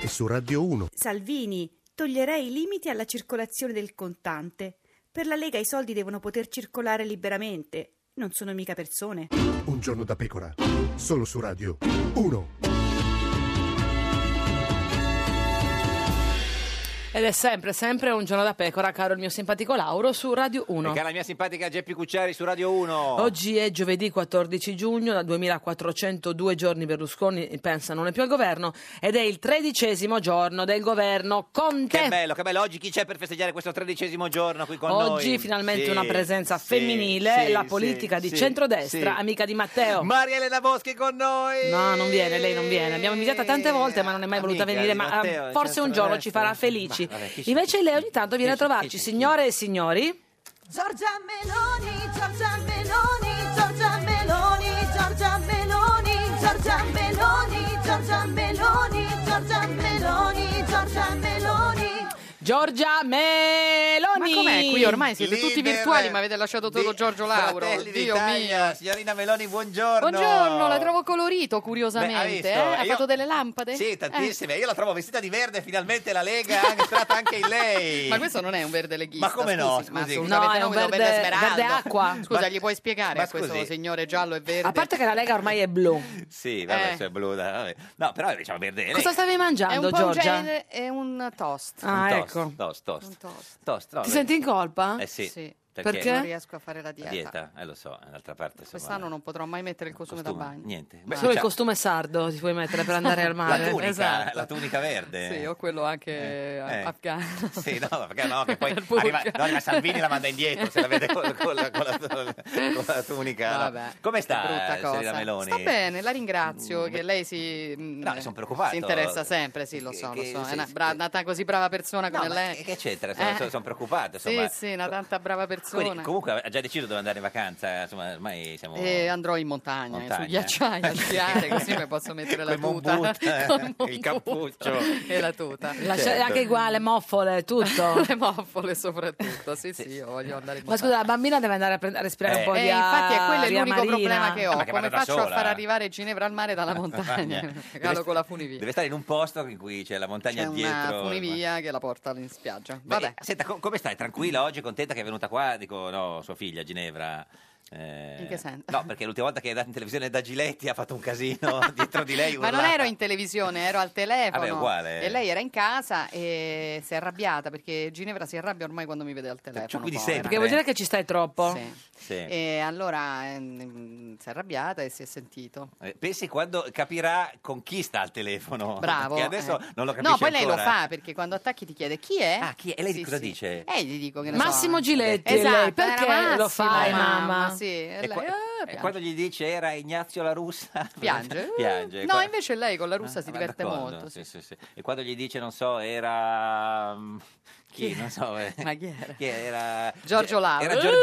[SPEAKER 8] e su Radio 1.
[SPEAKER 9] Salvini, toglierei i limiti alla circolazione del contante. Per la Lega i soldi devono poter circolare liberamente. Non sono mica persone.
[SPEAKER 10] Un giorno da pecora, solo su Radio 1.
[SPEAKER 1] Ed è sempre, sempre un giorno da pecora, caro il mio simpatico Lauro, su Radio 1.
[SPEAKER 2] E cara mia simpatica Geppi Cucciari su Radio 1.
[SPEAKER 1] Oggi è giovedì 14 giugno, da 2402 giorni Berlusconi pensa non è più al governo ed è il tredicesimo giorno del governo Conte.
[SPEAKER 2] Che bello, che bello. Oggi chi c'è per festeggiare questo tredicesimo giorno qui con noi?
[SPEAKER 1] Oggi finalmente
[SPEAKER 2] Sì,
[SPEAKER 1] una presenza
[SPEAKER 2] sì,
[SPEAKER 1] femminile,
[SPEAKER 2] sì,
[SPEAKER 1] la
[SPEAKER 2] sì,
[SPEAKER 1] politica di
[SPEAKER 2] sì,
[SPEAKER 1] centrodestra,
[SPEAKER 2] sì.
[SPEAKER 1] amica di Matteo.
[SPEAKER 2] Maria Elena Boschi con noi.
[SPEAKER 1] No, non viene, lei non viene. Abbiamo invitata tante volte, ma non è mai voluta
[SPEAKER 2] Amica
[SPEAKER 1] venire.
[SPEAKER 2] di
[SPEAKER 1] Ma
[SPEAKER 2] Matteo,
[SPEAKER 1] ah,
[SPEAKER 2] è
[SPEAKER 1] forse un giorno ci farà felici.
[SPEAKER 2] Ma vabbè, chi c'è?
[SPEAKER 1] Invece lei ogni tanto viene a trovarci, signore e signori.
[SPEAKER 7] Giorgia Meloni, Giorgia Meloni, Giorgia Meloni, Giorgia Meloni, Giorgia Meloni, Giorgia Meloni, Giorgia Meloni, Giorgia Meloni.
[SPEAKER 1] Giorgia Meloni.
[SPEAKER 11] Ma com'è qui? Ormai siete
[SPEAKER 2] Leader
[SPEAKER 11] tutti virtuali, ma avete lasciato solo Giorgio Lauro.
[SPEAKER 2] Fratelli
[SPEAKER 11] Dio
[SPEAKER 2] d'Italia.
[SPEAKER 11] mio.
[SPEAKER 2] Signorina Meloni, buongiorno.
[SPEAKER 11] Buongiorno, la trovo colorito curiosamente.
[SPEAKER 2] Beh,
[SPEAKER 11] eh?
[SPEAKER 2] ha visto?
[SPEAKER 11] Ha
[SPEAKER 2] Io-
[SPEAKER 11] fatto delle lampade? Eh.
[SPEAKER 2] Sì, tantissime.
[SPEAKER 1] Eh.
[SPEAKER 2] Io la trovo vestita di verde, finalmente la Lega è entrata anche in
[SPEAKER 11] Eh.
[SPEAKER 2] lei.
[SPEAKER 11] Ma questo non è un verde leghista.
[SPEAKER 2] Ma come no?
[SPEAKER 11] scusi, ma
[SPEAKER 2] Scusi.
[SPEAKER 11] assolutamente
[SPEAKER 2] No, è
[SPEAKER 11] no,
[SPEAKER 2] un
[SPEAKER 11] questo
[SPEAKER 2] verde-
[SPEAKER 11] smeraldo.
[SPEAKER 2] verde acqua.
[SPEAKER 11] Scusa,
[SPEAKER 2] Ma-
[SPEAKER 11] gli puoi spiegare
[SPEAKER 2] ma
[SPEAKER 11] a questo
[SPEAKER 2] scusi.
[SPEAKER 11] signore giallo e verde?
[SPEAKER 1] A parte che la Lega ormai è blu.
[SPEAKER 2] Sì, vabbè,
[SPEAKER 11] Eh.
[SPEAKER 2] cioè blu, dai, vabbè. No, però diciamo verde. lei-
[SPEAKER 1] Cosa stavi
[SPEAKER 11] è
[SPEAKER 1] mangiando,
[SPEAKER 11] un po' un
[SPEAKER 1] Giorgia?
[SPEAKER 11] genere e un toast.
[SPEAKER 1] Ah,
[SPEAKER 2] Un
[SPEAKER 1] ecco.
[SPEAKER 2] Toast, toast,
[SPEAKER 11] Un toast.
[SPEAKER 2] toast, no,
[SPEAKER 1] Ti
[SPEAKER 2] beh,
[SPEAKER 1] senti in colpa?
[SPEAKER 2] Eh sì.
[SPEAKER 1] Perché?
[SPEAKER 11] Non riesco a fare la
[SPEAKER 2] La
[SPEAKER 11] dieta.
[SPEAKER 2] dieta, eh, lo so, d'altra parte insomma,
[SPEAKER 11] Quest'anno non potrò mai mettere il costume,
[SPEAKER 2] costume,
[SPEAKER 11] da bagno.
[SPEAKER 2] Niente. Beh,
[SPEAKER 1] Solo il
[SPEAKER 2] cioè,
[SPEAKER 1] costume sardo ti puoi mettere per andare al mare.
[SPEAKER 2] La tunica,
[SPEAKER 1] Esatto.
[SPEAKER 2] la tunica verde.
[SPEAKER 11] Sì, ho quello anche
[SPEAKER 2] eh.
[SPEAKER 11] afghano.
[SPEAKER 2] Sì, no, perché no, che poi
[SPEAKER 11] Al burka.
[SPEAKER 2] arriva, no, arriva Salvini la manda indietro se la vede con, con la, con, la, con la tunica. no.
[SPEAKER 11] Vabbè,
[SPEAKER 2] Come sta
[SPEAKER 11] Brutta
[SPEAKER 2] eh, signorina
[SPEAKER 11] cosa.
[SPEAKER 2] Meloni?
[SPEAKER 11] Sta bene, la ringrazio che lei si,
[SPEAKER 2] Mm.
[SPEAKER 11] mm,
[SPEAKER 2] No, sono preoccupato.
[SPEAKER 11] si interessa sempre, sì, lo so,
[SPEAKER 2] Che- che-
[SPEAKER 11] lo so.
[SPEAKER 2] sì,
[SPEAKER 11] è una,
[SPEAKER 2] sì.
[SPEAKER 11] bra- una ta- così brava persona
[SPEAKER 2] No,
[SPEAKER 11] come
[SPEAKER 2] ma
[SPEAKER 11] lei.
[SPEAKER 2] che- Che c'entra? Sono,
[SPEAKER 11] Eh.
[SPEAKER 2] sono- sono preoccupato.
[SPEAKER 11] Sì,
[SPEAKER 2] Insomma.
[SPEAKER 11] sì, una tanta brava persona.
[SPEAKER 2] Quindi, comunque ha già deciso dove andare in vacanza. Insomma, ormai siamo.
[SPEAKER 11] E andrò in montagna, eh,
[SPEAKER 2] Montagna.
[SPEAKER 11] sugli acciai a sciare, così mi posso mettere la
[SPEAKER 2] Col Mont
[SPEAKER 11] tuta,
[SPEAKER 2] Blanc, eh,
[SPEAKER 11] Col
[SPEAKER 2] il
[SPEAKER 11] Mont
[SPEAKER 2] cappuccio. Certo.
[SPEAKER 11] Blanc e la tuta.
[SPEAKER 1] La scia- è Anche uguale, moffole, tutto.
[SPEAKER 11] le moffole soprattutto. Sì, sì, io voglio andare in
[SPEAKER 1] Ma
[SPEAKER 11] montagna.
[SPEAKER 1] scusa, la bambina deve andare a, prend- a respirare un po'
[SPEAKER 11] Eh,
[SPEAKER 1] di
[SPEAKER 11] infatti è quello è
[SPEAKER 1] aria
[SPEAKER 11] l'unico
[SPEAKER 1] marina.
[SPEAKER 11] problema che ho.
[SPEAKER 2] Ah, ma che
[SPEAKER 11] Come
[SPEAKER 2] vado da
[SPEAKER 11] faccio a
[SPEAKER 2] sola?
[SPEAKER 11] far arrivare Ginevra al mare dalla montagna? Regalo
[SPEAKER 2] Deve-
[SPEAKER 11] con la funivia.
[SPEAKER 2] Deve stare in un posto in cui c'è la montagna
[SPEAKER 11] C'è una
[SPEAKER 2] dietro. eh,
[SPEAKER 11] funivia che la porta in spiaggia.
[SPEAKER 2] Beh,
[SPEAKER 11] Vabbè.
[SPEAKER 2] eh, senta, co- come stai? Tranquilla oggi? Contenta che è venuta qua? Dico, no, sua figlia, Ginevra. Eh,
[SPEAKER 11] In che senso?
[SPEAKER 2] No, perché l'ultima volta che è andata in televisione da Giletti ha fatto un casino dietro di lei.
[SPEAKER 11] Ma non
[SPEAKER 2] urlava.
[SPEAKER 11] ero in televisione, ero al telefono.
[SPEAKER 2] Vabbè, uguale.
[SPEAKER 11] E lei era in casa e si è arrabbiata perché Ginevra si arrabbia ormai quando mi vede al telefono.
[SPEAKER 2] Cioè, quindi
[SPEAKER 11] povera.
[SPEAKER 2] sempre. Eh.
[SPEAKER 1] Perché vuol dire che ci stai troppo?
[SPEAKER 2] Sì.
[SPEAKER 11] E allora ehm, si è arrabbiata e si è sentito.
[SPEAKER 2] Eh, Pensi quando capirà con chi sta al telefono.
[SPEAKER 11] Bravo.
[SPEAKER 2] Oh, Perché adesso
[SPEAKER 11] eh.
[SPEAKER 2] non lo capisce
[SPEAKER 11] No, poi lei lo
[SPEAKER 2] ancora.
[SPEAKER 11] fa perché quando attacchi ti chiede chi è.
[SPEAKER 2] Ah, chi è? E lei
[SPEAKER 11] Sì,
[SPEAKER 2] cosa
[SPEAKER 11] sì.
[SPEAKER 2] dice?
[SPEAKER 11] Eh, gli dico che ne
[SPEAKER 1] Massimo
[SPEAKER 11] so.
[SPEAKER 1] Giletti,
[SPEAKER 11] Esatto,
[SPEAKER 1] lei, perché
[SPEAKER 11] era
[SPEAKER 1] lo fai,
[SPEAKER 11] Massimo,
[SPEAKER 1] mamma?
[SPEAKER 11] Sì, e
[SPEAKER 2] E,
[SPEAKER 11] lei,
[SPEAKER 2] qua- eh,
[SPEAKER 11] ah,
[SPEAKER 2] e
[SPEAKER 11] piange.
[SPEAKER 2] quando gli dice era Ignazio la russa,
[SPEAKER 11] Piange.
[SPEAKER 2] piange. cioè,
[SPEAKER 11] No,
[SPEAKER 2] Qua-
[SPEAKER 11] invece lei con la russa
[SPEAKER 2] Ah,
[SPEAKER 11] si
[SPEAKER 2] ma
[SPEAKER 11] diverte
[SPEAKER 2] d'accordo,
[SPEAKER 11] molto.
[SPEAKER 2] sì, sì, sì. E quando gli dice, non so, era. mm, Chi? Non so. eh.
[SPEAKER 11] Ma chi era?
[SPEAKER 2] Chi era?
[SPEAKER 11] Giorgio Lauro.
[SPEAKER 2] Era, Giorgi-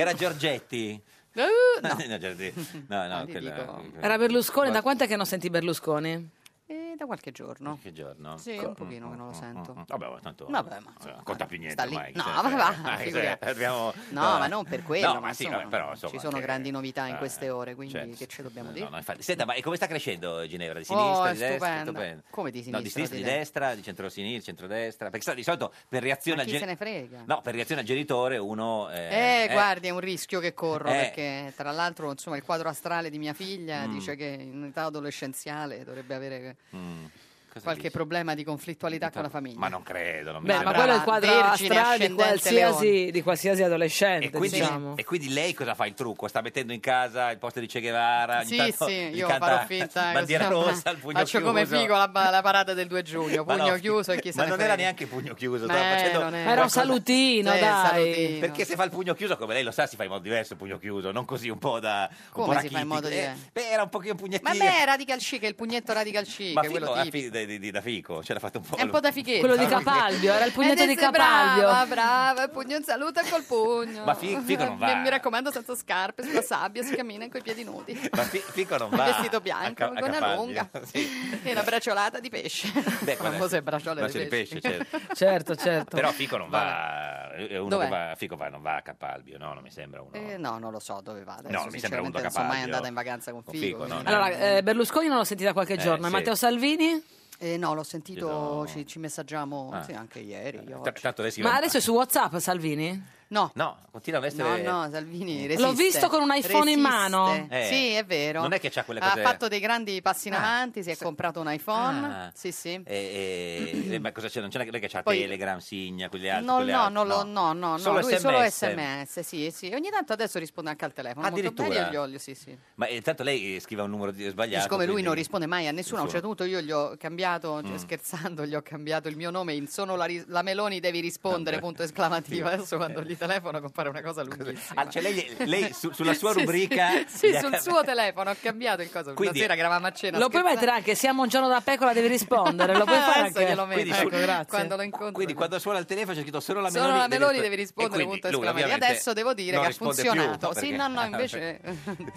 [SPEAKER 2] era Giorgetti.
[SPEAKER 11] Uh, no.
[SPEAKER 2] No, Giorgetti. no, no,
[SPEAKER 11] gli
[SPEAKER 2] quella-
[SPEAKER 11] dico-
[SPEAKER 1] Era Berlusconi, da quant'è che non senti Berlusconi?
[SPEAKER 11] Eh, da qualche giorno.
[SPEAKER 2] Che giorno?
[SPEAKER 11] Sì,
[SPEAKER 2] Co- mm,
[SPEAKER 11] un pochino che non lo sento.
[SPEAKER 2] Vabbè, ma tanto
[SPEAKER 11] Vabbè, ma insomma,
[SPEAKER 2] eh, conta più niente
[SPEAKER 11] sta lì.
[SPEAKER 2] ormai.
[SPEAKER 11] No,
[SPEAKER 2] cioè,
[SPEAKER 11] va,
[SPEAKER 2] cioè,
[SPEAKER 11] va,
[SPEAKER 2] eh,
[SPEAKER 11] figuriamoci.
[SPEAKER 2] cioè, abbiamo-
[SPEAKER 11] No, ma non per quello,
[SPEAKER 2] No,
[SPEAKER 11] ma
[SPEAKER 2] ma sì,
[SPEAKER 11] insomma,
[SPEAKER 2] vabbè, però insomma,
[SPEAKER 11] ci sono
[SPEAKER 2] che-
[SPEAKER 11] grandi novità in
[SPEAKER 2] eh,
[SPEAKER 11] queste ore, quindi
[SPEAKER 2] certo.
[SPEAKER 11] che ce dobbiamo
[SPEAKER 2] No,
[SPEAKER 11] dire?
[SPEAKER 2] no, infatti. Senta, ma e come sta crescendo Ginevra? Di
[SPEAKER 11] Oh,
[SPEAKER 2] sinistra,
[SPEAKER 11] è
[SPEAKER 2] di destra?
[SPEAKER 11] stupenda. Come di
[SPEAKER 2] No, di
[SPEAKER 11] sinistra,
[SPEAKER 2] sinistra, di
[SPEAKER 11] di destra?
[SPEAKER 2] destra, di centrosinistra, centrodestra. Perché sa, di solito per reazione
[SPEAKER 11] Ma
[SPEAKER 2] al
[SPEAKER 11] chi
[SPEAKER 2] gen-
[SPEAKER 11] se ne frega?
[SPEAKER 2] No, per reazione al genitore uno...
[SPEAKER 11] Eh, guardi, è un rischio che corro
[SPEAKER 2] eh.
[SPEAKER 11] perché tra l'altro insomma, il quadro astrale di mia figlia
[SPEAKER 2] Mm.
[SPEAKER 11] dice che in età adolescenziale dovrebbe avere
[SPEAKER 2] mm, cosa
[SPEAKER 11] qualche
[SPEAKER 2] dici?
[SPEAKER 11] problema di conflittualità con la famiglia.
[SPEAKER 2] Ma non credo, non mi
[SPEAKER 1] Beh, ma
[SPEAKER 2] sembra.
[SPEAKER 1] quello è il quadro
[SPEAKER 11] Vergine
[SPEAKER 1] astrale di
[SPEAKER 11] ascendente
[SPEAKER 1] qualsiasi, di qualsiasi
[SPEAKER 2] E
[SPEAKER 1] adolescente,
[SPEAKER 2] quindi,
[SPEAKER 1] diciamo.
[SPEAKER 2] e quindi lei cosa fa il trucco? Sta mettendo in casa il posto di Che Guevara? ogni
[SPEAKER 11] Sì,
[SPEAKER 2] tanto
[SPEAKER 11] sì,
[SPEAKER 2] gli
[SPEAKER 11] io
[SPEAKER 2] canta
[SPEAKER 11] farò finta eh,
[SPEAKER 2] Bandiera
[SPEAKER 11] così,
[SPEAKER 2] rossa, il pugno
[SPEAKER 11] Faccio come
[SPEAKER 2] chiuso.
[SPEAKER 11] figo la, ba- la parata del 2 giugno,
[SPEAKER 2] Ma no,
[SPEAKER 11] pugno chiuso e chi se
[SPEAKER 2] Ma
[SPEAKER 11] ne
[SPEAKER 2] non
[SPEAKER 11] frega.
[SPEAKER 2] era neanche il pugno chiuso,
[SPEAKER 11] Ma
[SPEAKER 2] stava
[SPEAKER 11] eh,
[SPEAKER 2] facendo
[SPEAKER 11] non era.
[SPEAKER 1] Ma era un salutino, dai.
[SPEAKER 11] Sì, Eh, salutino.
[SPEAKER 2] Perché se fa il pugno chiuso, come lei lo sa, si fa in modo diverso il pugno chiuso, non così un po' da un
[SPEAKER 11] Come
[SPEAKER 2] po'
[SPEAKER 11] si fa in
[SPEAKER 2] rachitico.
[SPEAKER 11] modo
[SPEAKER 2] Eh,
[SPEAKER 11] diverso?
[SPEAKER 2] beh, era un pochino pugnettino.
[SPEAKER 11] Ma me è radical chic, è il pugnetto radical chic,
[SPEAKER 2] Ma
[SPEAKER 11] quello
[SPEAKER 2] Fico, ah,
[SPEAKER 11] tipico.
[SPEAKER 2] fi- di, di- di- da Fico, ce l'ha fatto un po'.
[SPEAKER 11] È un
[SPEAKER 2] lui.
[SPEAKER 11] po' da fighetto.
[SPEAKER 1] Quello di Capalbio, era il pugnetto
[SPEAKER 11] Ed
[SPEAKER 1] di
[SPEAKER 11] è se-
[SPEAKER 1] Capalbio.
[SPEAKER 11] Brava, brava, il pugno in salute col pugno.
[SPEAKER 2] Ma fi- figo non va.
[SPEAKER 11] Mi, mi raccomando, senza scarpe, sulla sabbia, si cammina con i piedi nudi.
[SPEAKER 2] Ma Fi- Fico non
[SPEAKER 11] Un
[SPEAKER 2] va.
[SPEAKER 11] vestito
[SPEAKER 2] a
[SPEAKER 11] bianco,
[SPEAKER 2] ca- a
[SPEAKER 11] con una
[SPEAKER 2] Capalbio.
[SPEAKER 11] lunga
[SPEAKER 2] Sì.
[SPEAKER 11] e una braciolata di pesce.
[SPEAKER 2] Beh, guarda,
[SPEAKER 11] Ma cos'è braciola
[SPEAKER 2] braccio di pesce, certo.
[SPEAKER 1] Certo, certo.
[SPEAKER 2] Però Fico non va, è uno
[SPEAKER 11] Dov'è?
[SPEAKER 2] che va, Fico va, non va a Capalbio, no? Non mi sembra uno.
[SPEAKER 11] Eh, no, non lo so dove va adesso.
[SPEAKER 2] No, mi sembra un
[SPEAKER 11] sinceramente non sono mai
[SPEAKER 2] Capalbio.
[SPEAKER 11] andata in vacanza con
[SPEAKER 2] Con
[SPEAKER 11] Figo.
[SPEAKER 2] Figo, no,
[SPEAKER 11] quindi-
[SPEAKER 2] no.
[SPEAKER 1] Allora, eh, Berlusconi non l'ho sentita qualche
[SPEAKER 2] Eh,
[SPEAKER 1] giorno, e
[SPEAKER 2] sì.
[SPEAKER 1] Matteo Salvini?
[SPEAKER 11] Eh, no, l'ho sentito,
[SPEAKER 2] Io so-
[SPEAKER 11] ci, ci messaggiamo
[SPEAKER 2] Ah.
[SPEAKER 11] sì, anche ieri. io
[SPEAKER 2] T-
[SPEAKER 11] oggi.
[SPEAKER 2] Tanto lei si
[SPEAKER 1] Ma
[SPEAKER 2] va-
[SPEAKER 1] adesso è su WhatsApp Salvini?
[SPEAKER 11] No.
[SPEAKER 2] No, continuano ad
[SPEAKER 11] No,
[SPEAKER 2] essere... Mm.
[SPEAKER 11] no, Salvini resiste.
[SPEAKER 1] L'ho visto con un iPhone in
[SPEAKER 11] Resiste.
[SPEAKER 1] mano.
[SPEAKER 2] Eh,
[SPEAKER 11] sì, è vero.
[SPEAKER 2] non è che c'ha quelle cose- Ah,
[SPEAKER 11] Ha fatto dei grandi passi in avanti, si è comprato un iPhone. Sì, sì.
[SPEAKER 2] Eh, eh, eh, ma cosa c'è? Non c'è non è che c'ha
[SPEAKER 11] Poi-
[SPEAKER 2] Telegram, Signa, quegli altri?
[SPEAKER 11] No,
[SPEAKER 2] quelle
[SPEAKER 11] no,
[SPEAKER 2] altre?
[SPEAKER 11] no, no, no, no,
[SPEAKER 2] Solo
[SPEAKER 11] lui solo
[SPEAKER 2] SMS.
[SPEAKER 11] sms, sì, sì. Ogni tanto adesso risponde anche al telefono, molto
[SPEAKER 2] Addirittura.
[SPEAKER 11] bene, io gli olio, sì, sì.
[SPEAKER 2] Ma eh, tanto lei eh, scrive un numero di- sbagliato.
[SPEAKER 11] Siccome lui
[SPEAKER 2] quindi-
[SPEAKER 11] non risponde mai a nessuno, a un
[SPEAKER 2] Nessuno.
[SPEAKER 11] certo punto io gli ho cambiato, cioè,
[SPEAKER 2] Mm.
[SPEAKER 11] scherzando, gli ho cambiato il mio nome in sono la, ri- la Meloni devi rispondere, punto esclamativo. Adesso
[SPEAKER 2] Eh.
[SPEAKER 11] quando gli telefono compare una cosa lunghissima.
[SPEAKER 2] Ah, cioè lei, lei su- sulla sua
[SPEAKER 11] Sì, sì.
[SPEAKER 2] rubrica...
[SPEAKER 11] Sì,
[SPEAKER 2] gli ha-
[SPEAKER 11] sul suo telefono ho cambiato il coso.
[SPEAKER 2] Quindi-
[SPEAKER 11] Una sera che eravamo a cena.
[SPEAKER 1] Lo puoi
[SPEAKER 11] scherzando.
[SPEAKER 1] mettere anche, siamo un giorno da pecora, devi rispondere. Lo puoi fare
[SPEAKER 11] Ah, Adesso
[SPEAKER 1] anche.
[SPEAKER 11] glielo metto,
[SPEAKER 2] su-
[SPEAKER 11] ecco, grazie. Quando lo incontro.
[SPEAKER 2] Quindi quando suona il telefono c'è scritto solo la
[SPEAKER 11] Solo
[SPEAKER 2] Meloni.
[SPEAKER 11] la Meloni devi
[SPEAKER 2] E
[SPEAKER 11] rispondere,
[SPEAKER 2] quindi
[SPEAKER 11] punto
[SPEAKER 2] lui
[SPEAKER 11] esclamativo.
[SPEAKER 2] ovviamente
[SPEAKER 11] Adesso devo dire
[SPEAKER 2] non
[SPEAKER 11] che ha
[SPEAKER 2] risponde più,
[SPEAKER 11] funzionato.
[SPEAKER 2] perché- Eh,
[SPEAKER 11] Sì, no, no, invece...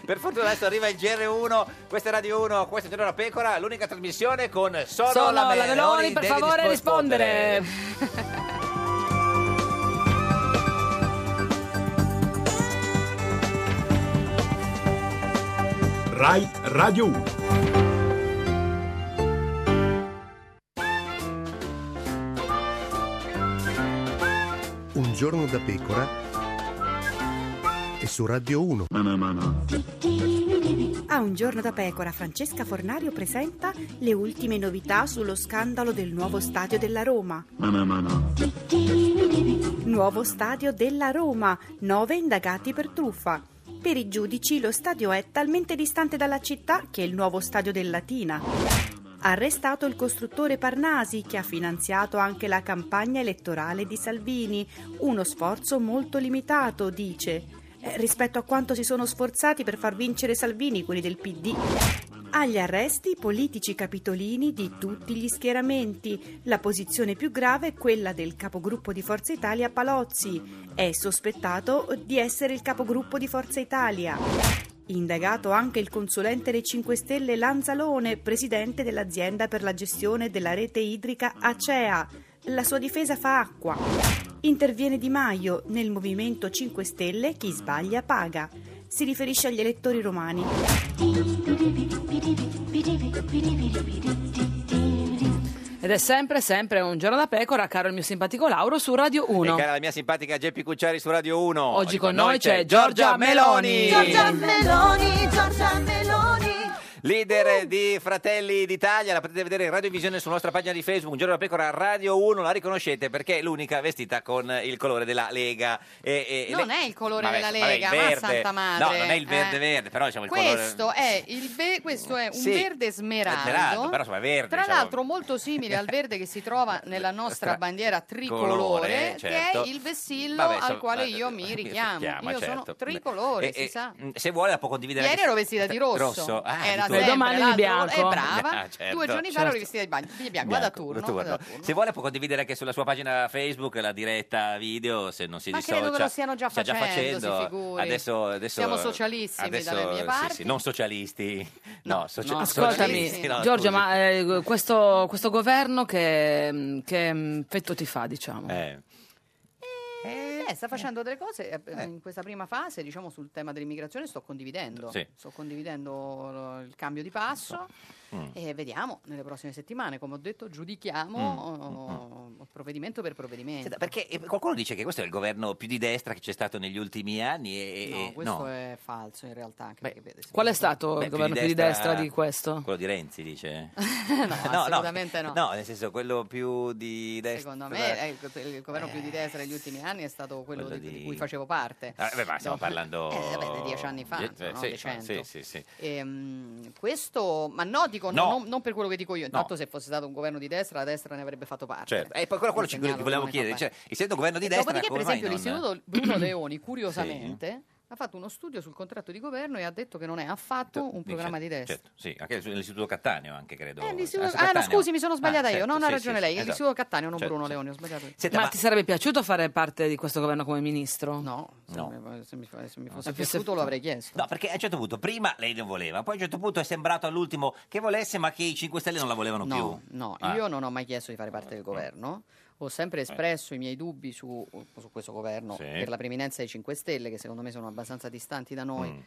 [SPEAKER 2] Per fortuna adesso arriva il GR1, questa è Radio 1, questa è Giorno da Pecora, l'unica trasmissione con solo,
[SPEAKER 1] Solo
[SPEAKER 2] la
[SPEAKER 1] la
[SPEAKER 2] Meloni.
[SPEAKER 1] Meloni, per
[SPEAKER 2] devi
[SPEAKER 1] favore, rispondere.
[SPEAKER 12] Rai Radio 1.
[SPEAKER 10] Un giorno da pecora e su Radio 1.
[SPEAKER 9] A un giorno da pecora, Francesca Fornario presenta le ultime novità sullo scandalo del nuovo stadio della Roma. Nuovo stadio della Roma, nove indagati per truffa. Per i giudici lo stadio è talmente distante dalla città che è il nuovo stadio del Latina. Arrestato il costruttore Parnasi che ha finanziato anche la campagna elettorale di Salvini. Uno sforzo molto limitato, dice. Eh, rispetto a quanto si sono sforzati per far vincere Salvini, quelli del PD. Agli arresti politici capitolini di tutti gli schieramenti. La posizione più grave è quella del capogruppo di Forza Italia Palozzi. È sospettato di essere il capogruppo di Forza Italia. Indagato anche il consulente dei 5 Stelle Lanzalone, presidente dell'azienda per la gestione della rete idrica Acea. La sua difesa fa acqua. Interviene Di Maio, nel Movimento 5 Stelle chi sbaglia paga. Si riferisce agli elettori romani.
[SPEAKER 1] Ed è sempre, sempre un giorno da pecora, caro il mio simpatico Lauro, su Radio 1.
[SPEAKER 2] E cara la mia simpatica Geppi Cucciari su Radio 1.
[SPEAKER 1] Oggi con noi c'è Giorgia Meloni.
[SPEAKER 4] Giorgia Meloni, Giorgia Meloni.
[SPEAKER 11] Uh!
[SPEAKER 2] Leader di Fratelli d'Italia, la potete vedere in radiovisione sulla nostra pagina di Facebook, Un giorno da pecora Radio 1, la riconoscete perché è l'unica vestita con il colore della Lega. E- e-
[SPEAKER 11] Non
[SPEAKER 2] lei-
[SPEAKER 11] è il colore
[SPEAKER 2] Vabbè,
[SPEAKER 11] della
[SPEAKER 2] vabbè, il
[SPEAKER 11] Lega, ma
[SPEAKER 2] verde.
[SPEAKER 11] santa madre.
[SPEAKER 2] No, non è il verde
[SPEAKER 11] eh.
[SPEAKER 2] verde, però diciamo il colore...
[SPEAKER 11] Questo è, il ve- questo è un
[SPEAKER 2] Sì,
[SPEAKER 11] verde smeraldo,
[SPEAKER 2] smeraldo, però, insomma, è verde,
[SPEAKER 11] tra
[SPEAKER 2] diciamo.
[SPEAKER 11] l'altro molto simile al verde che si trova nella nostra
[SPEAKER 2] Stra-
[SPEAKER 11] bandiera tricolore,
[SPEAKER 2] colore, certo.
[SPEAKER 11] che è il vessillo
[SPEAKER 2] Vabbè, insomma,
[SPEAKER 11] al quale
[SPEAKER 2] eh,
[SPEAKER 11] io mi richiamo.
[SPEAKER 2] richiama,
[SPEAKER 11] io
[SPEAKER 2] certo.
[SPEAKER 11] sono tricolore,
[SPEAKER 2] E-
[SPEAKER 11] si
[SPEAKER 2] e-
[SPEAKER 11] sa.
[SPEAKER 2] mh, Se vuole la può condividere...
[SPEAKER 11] Ieri
[SPEAKER 2] anche-
[SPEAKER 11] ero vestita di rosso,
[SPEAKER 2] Ah,
[SPEAKER 11] era
[SPEAKER 2] addirittura.
[SPEAKER 11] sempre l'altro- eh, brava.
[SPEAKER 2] Ah, certo,
[SPEAKER 11] Due giorni fa
[SPEAKER 2] certo.
[SPEAKER 11] ero vestita di bagno, di bianco, vado a
[SPEAKER 2] Bianco,
[SPEAKER 11] turno.
[SPEAKER 2] turno.
[SPEAKER 11] vado a turno.
[SPEAKER 2] Se vuole può condividere anche sulla sua pagina Facebook la diretta video, se non si
[SPEAKER 11] Ma
[SPEAKER 2] dissocia.
[SPEAKER 11] credo che lo stiano già
[SPEAKER 2] Sta
[SPEAKER 11] facendo, si
[SPEAKER 2] facendo.
[SPEAKER 11] figuri.
[SPEAKER 2] Adesso, adesso-
[SPEAKER 11] Siamo socialissimi
[SPEAKER 2] adesso-
[SPEAKER 11] dalle mie
[SPEAKER 2] sì,
[SPEAKER 11] parti.
[SPEAKER 2] sì, non socialisti. No, socia-
[SPEAKER 1] Ascoltami,
[SPEAKER 2] socialisti, no, scusi.
[SPEAKER 1] Giorgia, ma eh, questo, questo governo che, che, mm, fetto ti fa, diciamo?
[SPEAKER 11] Eh, sta facendo delle cose eh, in questa prima fase, diciamo sul tema dell'immigrazione sto condividendo,
[SPEAKER 1] Sì.
[SPEAKER 11] sto condividendo eh, il cambio di passo
[SPEAKER 1] Mm.
[SPEAKER 11] e vediamo nelle prossime settimane, come ho detto, giudichiamo
[SPEAKER 1] Mm.
[SPEAKER 11] oh, provvedimento per provvedimento.
[SPEAKER 2] Senta, perché eh, qualcuno dice che questo è il governo più di destra che c'è stato negli ultimi anni e, e-
[SPEAKER 11] No,
[SPEAKER 2] e-
[SPEAKER 11] questo
[SPEAKER 2] no.
[SPEAKER 11] è falso in realtà, anche perché vede,
[SPEAKER 1] eh, Qual è stato
[SPEAKER 2] Beh,
[SPEAKER 1] il governo più di destra di questo?
[SPEAKER 2] Quello di Renzi, dice.
[SPEAKER 11] no, assolutamente no.
[SPEAKER 2] No, nel senso quello più di destra.
[SPEAKER 11] Secondo me eh, il- il governo più di destra negli ultimi anni è stato quello,
[SPEAKER 2] quello
[SPEAKER 11] di,
[SPEAKER 2] di-
[SPEAKER 11] di cui facevo parte.
[SPEAKER 2] Ah, beh, ma stiamo
[SPEAKER 11] No.
[SPEAKER 2] parlando...
[SPEAKER 11] Eh, vabbè, di dieci anni fa,
[SPEAKER 2] Die-
[SPEAKER 11] insomma,
[SPEAKER 2] eh,
[SPEAKER 11] no?
[SPEAKER 2] sì,
[SPEAKER 11] Di cento.
[SPEAKER 2] sì, sì, sì.
[SPEAKER 11] Ehm, questo, ma no, dico, no,
[SPEAKER 2] No.
[SPEAKER 11] non, non per quello che dico io.
[SPEAKER 2] No.
[SPEAKER 11] Intanto, se fosse stato un governo di destra, la destra ne avrebbe fatto parte. Eh,
[SPEAKER 2] Certo. E poi quello, quello ci- quello che volevamo chiedere, cioè, essendo governo di
[SPEAKER 11] E
[SPEAKER 2] destra...
[SPEAKER 11] Eh, dopodiché, per
[SPEAKER 2] come mai
[SPEAKER 11] esempio,
[SPEAKER 2] non-
[SPEAKER 11] l'Istituto Bruno Leoni, curiosamente, ha fatto uno studio sul contratto di governo e ha detto che non è affatto un
[SPEAKER 2] Dice-
[SPEAKER 11] programma di destra.
[SPEAKER 2] Certo, sì, anche nell'istituto Cattaneo, anche credo.
[SPEAKER 11] Eh, l'Istituto-
[SPEAKER 2] Anzi,
[SPEAKER 11] Ah, no,
[SPEAKER 2] Cattaneo.
[SPEAKER 11] scusi, mi sono sbagliata
[SPEAKER 2] Ah,
[SPEAKER 11] io.
[SPEAKER 2] certo,
[SPEAKER 11] Non ha
[SPEAKER 2] sì,
[SPEAKER 11] ragione
[SPEAKER 2] sì,
[SPEAKER 11] lei.
[SPEAKER 2] esatto.
[SPEAKER 11] L'Istituto Cattaneo, non
[SPEAKER 2] Certo,
[SPEAKER 11] Bruno
[SPEAKER 2] sì.
[SPEAKER 11] Leoni, ho sbagliato. io.
[SPEAKER 2] Senta,
[SPEAKER 1] ma,
[SPEAKER 2] ma-
[SPEAKER 1] ti sarebbe piaciuto fare parte di questo governo come ministro? Eh,
[SPEAKER 11] No,
[SPEAKER 2] No.
[SPEAKER 11] eh, Se mi, fa- se mi
[SPEAKER 2] No.
[SPEAKER 11] fosse
[SPEAKER 2] Se fosse-
[SPEAKER 11] piaciuto lo avrei chiesto.
[SPEAKER 2] No, perché a un certo punto prima lei non voleva, poi a un certo punto è sembrato all'ultimo che volesse, ma che i 5 Stelle non la volevano
[SPEAKER 11] No,
[SPEAKER 2] più.
[SPEAKER 11] no,
[SPEAKER 2] Ah. Mm. Eh.
[SPEAKER 11] io non ho mai chiesto di fare parte del governo. Ho sempre espresso i miei dubbi su, su questo governo
[SPEAKER 13] Sì.
[SPEAKER 11] per la preminenza dei 5 Stelle,
[SPEAKER 2] Mm.
[SPEAKER 11] che secondo me sono abbastanza distanti da noi
[SPEAKER 13] Mm.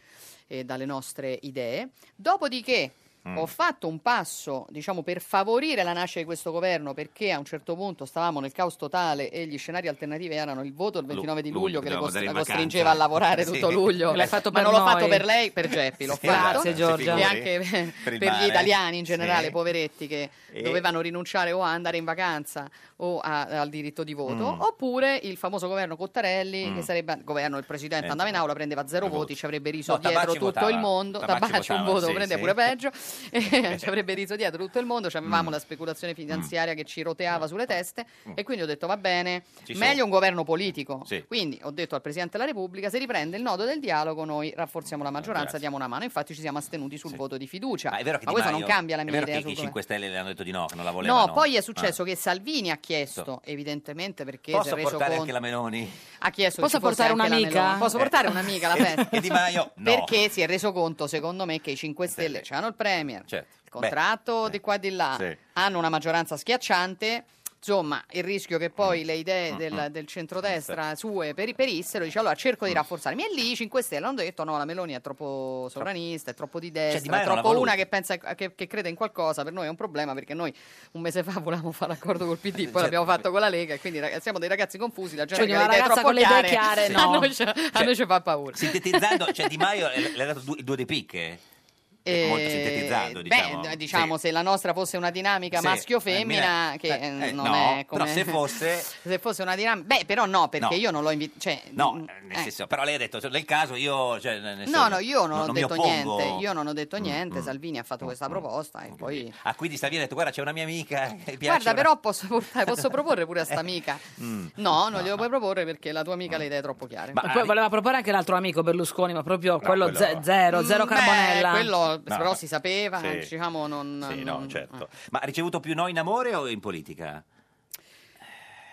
[SPEAKER 11] e dalle nostre idee. Dopodiché,
[SPEAKER 2] Mm.
[SPEAKER 11] Ho fatto un passo, diciamo, per favorire la nascita di questo governo, perché a un certo punto stavamo nel caos totale e gli scenari alternativi erano il voto il 29 di
[SPEAKER 2] Lu-
[SPEAKER 11] luglio che
[SPEAKER 2] luglio,
[SPEAKER 11] le cos-
[SPEAKER 2] andare
[SPEAKER 11] la
[SPEAKER 2] in
[SPEAKER 11] costringeva a
[SPEAKER 2] vacanza.
[SPEAKER 11] lavorare
[SPEAKER 2] Sì.
[SPEAKER 11] tutto luglio.
[SPEAKER 2] L'hai fatto
[SPEAKER 11] Ma
[SPEAKER 2] per
[SPEAKER 11] non l'ho
[SPEAKER 2] noi.
[SPEAKER 11] fatto per lei, per Geppi, l'ho
[SPEAKER 2] Sì,
[SPEAKER 11] fatto.
[SPEAKER 2] grazie, Giorgia.
[SPEAKER 11] E anche
[SPEAKER 2] Per il
[SPEAKER 11] per gli
[SPEAKER 2] mare.
[SPEAKER 11] italiani in generale,
[SPEAKER 2] Sì.
[SPEAKER 11] poveretti, che
[SPEAKER 2] E-
[SPEAKER 11] dovevano rinunciare o a andare in vacanza o a- al diritto di voto,
[SPEAKER 2] Mm.
[SPEAKER 11] oppure il famoso governo Cottarelli,
[SPEAKER 2] Mm.
[SPEAKER 11] che sarebbe il governo, il presidente
[SPEAKER 2] Eh.
[SPEAKER 11] andava in aula, prendeva zero voti, ci avrebbe riso
[SPEAKER 2] No,
[SPEAKER 11] dietro
[SPEAKER 2] Tabacci
[SPEAKER 11] tutto
[SPEAKER 2] votava.
[SPEAKER 11] il mondo.
[SPEAKER 2] Tabacci
[SPEAKER 11] Tabacci un
[SPEAKER 2] votava,
[SPEAKER 11] voto,
[SPEAKER 2] sì,
[SPEAKER 11] prendeva
[SPEAKER 2] sì.
[SPEAKER 11] pure peggio, e ci avrebbe riso dietro tutto il mondo.
[SPEAKER 2] Mm.
[SPEAKER 11] Avevamo la speculazione finanziaria che ci roteava sulle teste, e quindi ho detto va bene,
[SPEAKER 2] Ci sono.
[SPEAKER 11] meglio un governo politico.
[SPEAKER 2] Sì.
[SPEAKER 11] Quindi ho detto al presidente della Repubblica: se riprende il nodo del dialogo, noi rafforziamo la maggioranza,
[SPEAKER 2] grazie.
[SPEAKER 11] diamo una mano. Infatti, ci siamo astenuti sul voto di fiducia.
[SPEAKER 2] Ma è vero che Di
[SPEAKER 11] questo
[SPEAKER 2] Maio-
[SPEAKER 11] non cambia la
[SPEAKER 2] è
[SPEAKER 11] mia
[SPEAKER 2] vero
[SPEAKER 11] idea
[SPEAKER 2] che
[SPEAKER 11] sul
[SPEAKER 2] i
[SPEAKER 11] governo.
[SPEAKER 2] 5 Stelle le hanno detto di no, Ah. che non la volevano.
[SPEAKER 11] No, poi è successo che Salvini ha
[SPEAKER 2] So.
[SPEAKER 11] chiesto, evidentemente perché
[SPEAKER 2] Posso
[SPEAKER 11] si è reso
[SPEAKER 2] portare
[SPEAKER 11] conto.
[SPEAKER 2] anche la Meloni?
[SPEAKER 11] Ha chiesto che
[SPEAKER 1] Posso
[SPEAKER 11] ci fosse
[SPEAKER 1] portare
[SPEAKER 11] anche la
[SPEAKER 1] un'amica?
[SPEAKER 11] Meloni. Posso
[SPEAKER 1] Eh.
[SPEAKER 11] portare un'amica alla festa?
[SPEAKER 2] E Di Maio? No.
[SPEAKER 11] Perché si è reso conto, secondo me, che i 5 Stelle c'hanno il Premier,
[SPEAKER 2] Certo.
[SPEAKER 11] il contratto di qua e di là,
[SPEAKER 2] Sì.
[SPEAKER 11] hanno una maggioranza schiacciante. Insomma, il rischio che poi le
[SPEAKER 2] Mm,
[SPEAKER 11] idee del, del centrodestra sue peri- perissero, dice allora cerco di
[SPEAKER 2] Mm.
[SPEAKER 11] rafforzarmi. E lì i 5 Stelle hanno detto no, la Meloni è troppo sovranista, è troppo di
[SPEAKER 2] Cioè, Di
[SPEAKER 11] destra,
[SPEAKER 2] Maio
[SPEAKER 11] è
[SPEAKER 2] non l'ha
[SPEAKER 11] troppo una
[SPEAKER 2] voluta.
[SPEAKER 11] che, pensa, che, che crede in qualcosa, per noi è un problema perché noi un mese fa volevamo fare l'accordo col PD, poi
[SPEAKER 2] Certo.
[SPEAKER 11] l'abbiamo fatto con la Lega e quindi rag- siamo dei ragazzi confusi, la gente
[SPEAKER 1] Cioè,
[SPEAKER 11] che ha
[SPEAKER 1] una
[SPEAKER 11] le idee
[SPEAKER 1] ragazza
[SPEAKER 11] troppo
[SPEAKER 1] con le idee
[SPEAKER 11] chiare,
[SPEAKER 1] chiare,
[SPEAKER 11] a
[SPEAKER 1] no. Cioè,
[SPEAKER 11] noi ci- a noi ci fa paura.
[SPEAKER 2] Sintetizzando, cioè Di Maio eh, le ha dato due, due dei picche?
[SPEAKER 11] Eh,
[SPEAKER 2] Molto sintetizzando,
[SPEAKER 11] beh,
[SPEAKER 2] diciamo.
[SPEAKER 11] d- diciamo, se la nostra fosse una dinamica
[SPEAKER 2] Sì,
[SPEAKER 11] maschio-femmina,
[SPEAKER 2] eh,
[SPEAKER 11] che
[SPEAKER 2] eh,
[SPEAKER 11] eh,
[SPEAKER 2] eh,
[SPEAKER 11] non
[SPEAKER 2] no,
[SPEAKER 11] è come...
[SPEAKER 2] però se fosse-
[SPEAKER 11] se fosse una dinamica... Beh, però no, perché
[SPEAKER 2] No.
[SPEAKER 11] io non l'ho invitato... Cioè,
[SPEAKER 2] No,
[SPEAKER 11] mm,
[SPEAKER 2] eh, nel
[SPEAKER 11] eh.
[SPEAKER 2] senso, però lei ha detto, cioè, nel caso io... cioè, nel
[SPEAKER 11] No,
[SPEAKER 2] senso,
[SPEAKER 11] no, io non, ho
[SPEAKER 2] mi
[SPEAKER 11] detto
[SPEAKER 2] oppongo. Mm,
[SPEAKER 11] niente, io non ho detto niente, Salvini ha fatto questa proposta e poi...
[SPEAKER 2] Ah, quindi Salvini ha detto, guarda, c'è una mia amica che piace...
[SPEAKER 11] Guarda,
[SPEAKER 2] una-
[SPEAKER 11] però posso, portare- posso proporre pure a sta amica.
[SPEAKER 2] Mm.
[SPEAKER 11] No, non glielo puoi proporre perché la tua amica le idee troppo chiare.
[SPEAKER 1] Ma poi voleva proporre anche l'altro amico Berlusconi, ma proprio quello,
[SPEAKER 2] quello-
[SPEAKER 1] ze- zero, zero
[SPEAKER 11] Mm,
[SPEAKER 1] carbonella.
[SPEAKER 11] beh, quello
[SPEAKER 2] No.
[SPEAKER 11] però si sapeva,
[SPEAKER 2] Sì.
[SPEAKER 11] diciamo, non...
[SPEAKER 2] Sì,
[SPEAKER 11] non-
[SPEAKER 2] no, certo.
[SPEAKER 11] mm.
[SPEAKER 2] Ma ha ricevuto più no in amore o in politica?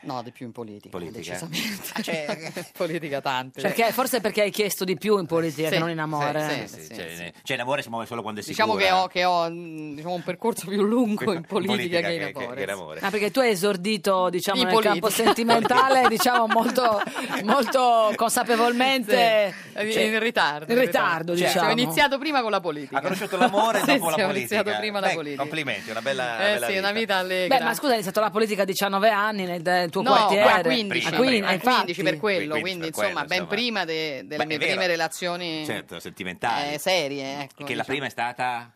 [SPEAKER 11] No, di più in politica.
[SPEAKER 2] Politica.
[SPEAKER 11] Decisamente. politica tante.
[SPEAKER 1] Perché- forse perché hai chiesto di più in politica
[SPEAKER 11] Sì,
[SPEAKER 1] che Cioè, non in amore.
[SPEAKER 11] sì,
[SPEAKER 2] Sì, cioè, ne- cioè, in amore si muove solo quando è
[SPEAKER 11] Diciamo che
[SPEAKER 2] sicura.
[SPEAKER 11] ho, che ho, mh, diciamo, un percorso più lungo in politica, che in
[SPEAKER 2] che-
[SPEAKER 11] amore.
[SPEAKER 2] che in amore.
[SPEAKER 1] Ah, perché tu hai esordito, diciamo,
[SPEAKER 11] In
[SPEAKER 1] nel
[SPEAKER 11] politica.
[SPEAKER 1] campo sentimentale, diciamo, molto, molto consapevolmente
[SPEAKER 11] Sì,
[SPEAKER 1] cioè,
[SPEAKER 11] in ritardo.
[SPEAKER 1] in ritardo,
[SPEAKER 11] Cioè,
[SPEAKER 1] diciamo.
[SPEAKER 11] Ho iniziato prima con la politica.
[SPEAKER 2] Ha conosciuto l'amore
[SPEAKER 11] Sì,
[SPEAKER 2] dopo
[SPEAKER 11] sì,
[SPEAKER 2] la
[SPEAKER 11] ho
[SPEAKER 2] politica.
[SPEAKER 11] iniziato prima la
[SPEAKER 2] Beh,
[SPEAKER 11] politica.
[SPEAKER 2] Complimenti, una bella,
[SPEAKER 11] Eh
[SPEAKER 2] bella
[SPEAKER 11] sì,
[SPEAKER 2] vita.
[SPEAKER 11] una vita allegra.
[SPEAKER 1] Beh, ma scusa, hai iniziato la politica a 19 anni nel, eh, nel tuo
[SPEAKER 11] No,
[SPEAKER 1] quartiere.
[SPEAKER 11] a 15,
[SPEAKER 1] Ah,
[SPEAKER 2] Prima,
[SPEAKER 1] quindi,
[SPEAKER 2] prima.
[SPEAKER 1] eh,
[SPEAKER 11] a 15 per
[SPEAKER 1] infatti.
[SPEAKER 11] quello,
[SPEAKER 2] 15 per
[SPEAKER 11] quindi
[SPEAKER 2] quello,
[SPEAKER 11] insomma, ben
[SPEAKER 2] insomma.
[SPEAKER 11] prima de- delle
[SPEAKER 2] Beh,
[SPEAKER 11] mie
[SPEAKER 2] è vero.
[SPEAKER 11] prime relazioni
[SPEAKER 2] Certo, sentimentali.
[SPEAKER 11] eh, serie, ecco,
[SPEAKER 2] che la
[SPEAKER 11] diciamo,
[SPEAKER 2] prima è stata...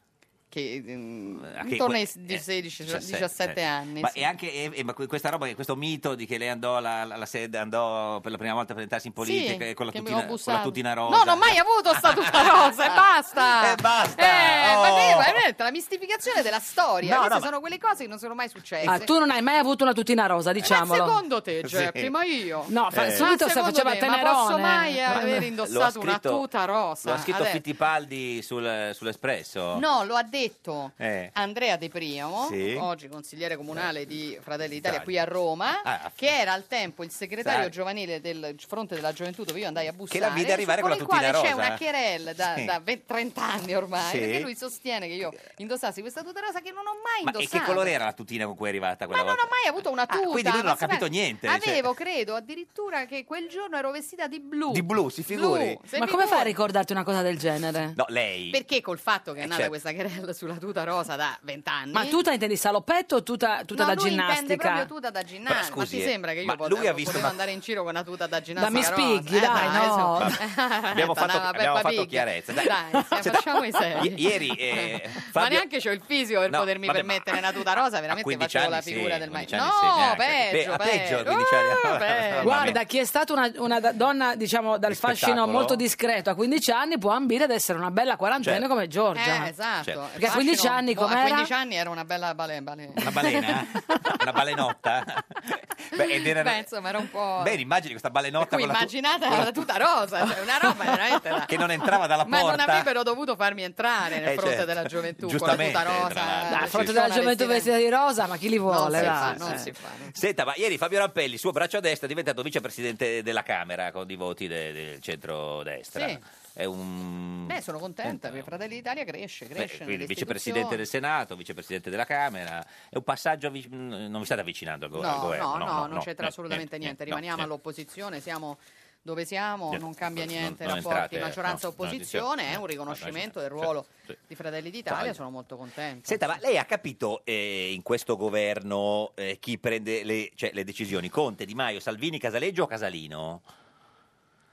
[SPEAKER 11] che, mm,
[SPEAKER 2] Ah, che
[SPEAKER 11] intorno
[SPEAKER 2] que-
[SPEAKER 11] ai
[SPEAKER 2] eh,
[SPEAKER 11] 16,
[SPEAKER 2] 17.
[SPEAKER 11] 17 anni.
[SPEAKER 2] Ma
[SPEAKER 11] sì.
[SPEAKER 2] e anche e- e- ma que- questa roba, questo mito di che lei andò alla, alla sede, andò per la prima volta a presentarsi in politica
[SPEAKER 11] Sì,
[SPEAKER 2] e con, la
[SPEAKER 11] che mi
[SPEAKER 2] tutina,
[SPEAKER 11] ho
[SPEAKER 2] con
[SPEAKER 11] bussato.
[SPEAKER 2] la tutina rosa.
[SPEAKER 11] No, non ho mai avuto sta tuta rosa e basta.
[SPEAKER 2] E basta.
[SPEAKER 11] Eh, ma
[SPEAKER 2] Oh.
[SPEAKER 11] te- ma veramente, la mistificazione della storia.
[SPEAKER 2] No,
[SPEAKER 11] Queste
[SPEAKER 2] no, ma-
[SPEAKER 11] sono quelle cose che non sono mai successe.
[SPEAKER 1] Ah, tu non hai mai avuto una tutina rosa,
[SPEAKER 11] Ma
[SPEAKER 1] diciamolo.
[SPEAKER 11] Eh, secondo te,
[SPEAKER 1] Sì.
[SPEAKER 11] Geppi, ma io?
[SPEAKER 1] No, fa-
[SPEAKER 11] Ma
[SPEAKER 2] Eh.
[SPEAKER 1] subito se
[SPEAKER 11] secondo
[SPEAKER 1] faceva
[SPEAKER 11] te, Ma posso
[SPEAKER 1] tenerone?
[SPEAKER 11] mai
[SPEAKER 1] Ma-
[SPEAKER 11] aver
[SPEAKER 2] Lo ha
[SPEAKER 11] indossato una
[SPEAKER 2] scritto-
[SPEAKER 11] tuta rosa?
[SPEAKER 2] Lo ha scritto
[SPEAKER 11] Adesso-
[SPEAKER 2] Fittipaldi sul- sull'Espresso.
[SPEAKER 11] No, lo ha detto
[SPEAKER 2] Eh.
[SPEAKER 11] Andrea De Priamo,
[SPEAKER 2] Sì. Eh.
[SPEAKER 11] oggi consigliere comunale di Fratelli d'Italia
[SPEAKER 2] Italia.
[SPEAKER 11] qui a Roma,
[SPEAKER 2] Ah.
[SPEAKER 11] che era al tempo il segretario
[SPEAKER 2] Sai.
[SPEAKER 11] giovanile del Fronte della Gioventù dove io andai a bussare.
[SPEAKER 2] la vide arrivare
[SPEAKER 11] con
[SPEAKER 2] con
[SPEAKER 11] il
[SPEAKER 2] la tutina
[SPEAKER 11] quale c'è
[SPEAKER 2] rosa.
[SPEAKER 11] una querel da,
[SPEAKER 2] Sì.
[SPEAKER 11] da 20 30 anni ormai,
[SPEAKER 2] Sì. Eh.
[SPEAKER 11] perché lui sostiene che io indossassi questa tuta rosa che non ho mai
[SPEAKER 2] Ma
[SPEAKER 11] indossato.
[SPEAKER 2] e che colore era la tutina con cui è arrivata quella
[SPEAKER 11] Ma non
[SPEAKER 2] volta? Ah,
[SPEAKER 11] ho mai avuto una tuta.
[SPEAKER 2] quindi lui non
[SPEAKER 11] ma
[SPEAKER 2] ha capito
[SPEAKER 11] sai-
[SPEAKER 2] niente, cioè-
[SPEAKER 11] Avevo, credo, addirittura che quel giorno ero vestita di blu.
[SPEAKER 2] Di blu, si figuri.
[SPEAKER 11] Blu, se
[SPEAKER 1] Ma
[SPEAKER 11] mi
[SPEAKER 1] come fai a
[SPEAKER 11] vuoi.
[SPEAKER 1] ricordarti una cosa del genere?
[SPEAKER 2] No, lei.
[SPEAKER 11] Perché col fatto che è
[SPEAKER 2] Eh,
[SPEAKER 11] nata
[SPEAKER 2] certo.
[SPEAKER 11] questa querella sulla tuta rosa da vent'anni.
[SPEAKER 1] Ma tuta intendi salopetto o tuta, tuta da
[SPEAKER 11] no, lui intende
[SPEAKER 1] ginnastica?
[SPEAKER 11] proprio tuta da
[SPEAKER 2] Però,
[SPEAKER 11] ginnastica. Ma
[SPEAKER 2] scusi,
[SPEAKER 11] ti sembra che
[SPEAKER 2] ma
[SPEAKER 11] io
[SPEAKER 2] lui
[SPEAKER 11] potevo,
[SPEAKER 2] ha visto
[SPEAKER 11] potevo
[SPEAKER 2] una-
[SPEAKER 11] andare in giro con una tuta da ginnastica?
[SPEAKER 1] Miss
[SPEAKER 11] rosa?
[SPEAKER 1] Piggy,
[SPEAKER 11] Eh,
[SPEAKER 1] dai, no.
[SPEAKER 11] adesso-
[SPEAKER 2] Abbiamo
[SPEAKER 11] Dai,
[SPEAKER 2] fatto,
[SPEAKER 11] una Peppa
[SPEAKER 2] abbiamo fatto
[SPEAKER 11] Pig.
[SPEAKER 2] chiarezza. Dai.
[SPEAKER 11] Dai, se facciamo i seri.
[SPEAKER 2] I- ieri, eh,
[SPEAKER 11] Ma
[SPEAKER 2] Fabio-
[SPEAKER 11] neanche c'ho il fisico per
[SPEAKER 2] No,
[SPEAKER 11] potermi
[SPEAKER 2] vabbè, ma-
[SPEAKER 11] permettere una tuta rosa,
[SPEAKER 2] a
[SPEAKER 11] veramente
[SPEAKER 2] 15
[SPEAKER 11] facevo la
[SPEAKER 2] anni
[SPEAKER 11] figura
[SPEAKER 2] sì,
[SPEAKER 11] del
[SPEAKER 2] 15
[SPEAKER 11] maestro.
[SPEAKER 2] anni sì,
[SPEAKER 11] No,
[SPEAKER 2] neanche. Pe-
[SPEAKER 11] peggio,
[SPEAKER 2] a peggio,
[SPEAKER 11] peggio.
[SPEAKER 2] 15 anni.
[SPEAKER 11] Ah, peggio.
[SPEAKER 1] Guarda, chi è stata una, una da- donna, diciamo, dal
[SPEAKER 2] Di
[SPEAKER 1] fascino
[SPEAKER 2] spettacolo.
[SPEAKER 1] molto discreto a 15 anni può ambire ad essere una bella quarantenne
[SPEAKER 2] Certo.
[SPEAKER 1] come Giorgia.
[SPEAKER 11] Eh, esatto.
[SPEAKER 2] Certo.
[SPEAKER 1] Perché a
[SPEAKER 11] Fascino-
[SPEAKER 1] 15 anni
[SPEAKER 11] boh, A
[SPEAKER 1] com'era?
[SPEAKER 11] 15 anni era una bella bale, bale-
[SPEAKER 2] Una balena? eh? Una balenotta? eh? Beh, ed era...
[SPEAKER 11] Beh, insomma, era un po'...
[SPEAKER 2] Bene, immagini questa balenotta
[SPEAKER 11] Qui
[SPEAKER 2] con la tu-
[SPEAKER 11] immaginata
[SPEAKER 2] con la
[SPEAKER 11] la tuta rosa, cioè una roba veramente da-
[SPEAKER 2] che non entrava dalla
[SPEAKER 11] Ma non
[SPEAKER 2] porta.
[SPEAKER 11] avrebbero dovuto farmi entrare nel
[SPEAKER 2] Eh,
[SPEAKER 11] fronte
[SPEAKER 2] certo.
[SPEAKER 11] della gioventù con la
[SPEAKER 2] Giustamente,
[SPEAKER 11] tuta rosa. eh,
[SPEAKER 2] tra l'altro,
[SPEAKER 1] Dai, a
[SPEAKER 2] sì.
[SPEAKER 1] fronte della
[SPEAKER 11] persona
[SPEAKER 1] gioventù vestita di rosa, ma chi li
[SPEAKER 11] Non
[SPEAKER 1] vuole?
[SPEAKER 11] si
[SPEAKER 1] dai,
[SPEAKER 11] fa, non
[SPEAKER 1] eh.
[SPEAKER 11] si fa. non si
[SPEAKER 2] Senta, ma ieri Fabio Rampelli, suo braccio a destra, è diventato vicepresidente della Camera con i voti de- del centrodestra.
[SPEAKER 11] Sì.
[SPEAKER 2] È un...
[SPEAKER 11] fa. Beh, sono contenta perché Fratelli d'Italia cresce,
[SPEAKER 2] Beh,
[SPEAKER 11] cresce.
[SPEAKER 2] quindi
[SPEAKER 11] nelle
[SPEAKER 2] vicepresidente del
[SPEAKER 11] istituzioni.
[SPEAKER 2] Senato, vicepresidente della Camera, è un passaggio, vic- mm, non vi state avvicinando al, go- al
[SPEAKER 11] No,
[SPEAKER 2] governo?
[SPEAKER 11] no, no, non c'entra
[SPEAKER 2] eh,
[SPEAKER 11] assolutamente niente.
[SPEAKER 2] no,
[SPEAKER 11] Rimaniamo
[SPEAKER 2] niente.
[SPEAKER 11] all'opposizione, siamo dove siamo,
[SPEAKER 2] Sì.
[SPEAKER 11] non cambia
[SPEAKER 2] Non-
[SPEAKER 11] niente i
[SPEAKER 2] non
[SPEAKER 11] rapporti
[SPEAKER 2] entrate, eh, no, no,
[SPEAKER 11] maggioranza-opposizione,
[SPEAKER 2] sì,
[SPEAKER 11] è
[SPEAKER 2] no,
[SPEAKER 11] un
[SPEAKER 2] no,
[SPEAKER 11] riconoscimento
[SPEAKER 2] no,
[SPEAKER 11] del
[SPEAKER 2] sì,
[SPEAKER 11] ruolo
[SPEAKER 2] sì.
[SPEAKER 11] di Fratelli d'Italia,
[SPEAKER 2] Italia.
[SPEAKER 11] sono molto contenta.
[SPEAKER 2] Senta, ma lei ha capito eh, in questo governo eh, chi prende le, cioè, le decisioni? Conte, Di Maio, Salvini, Casaleggio o Casalino?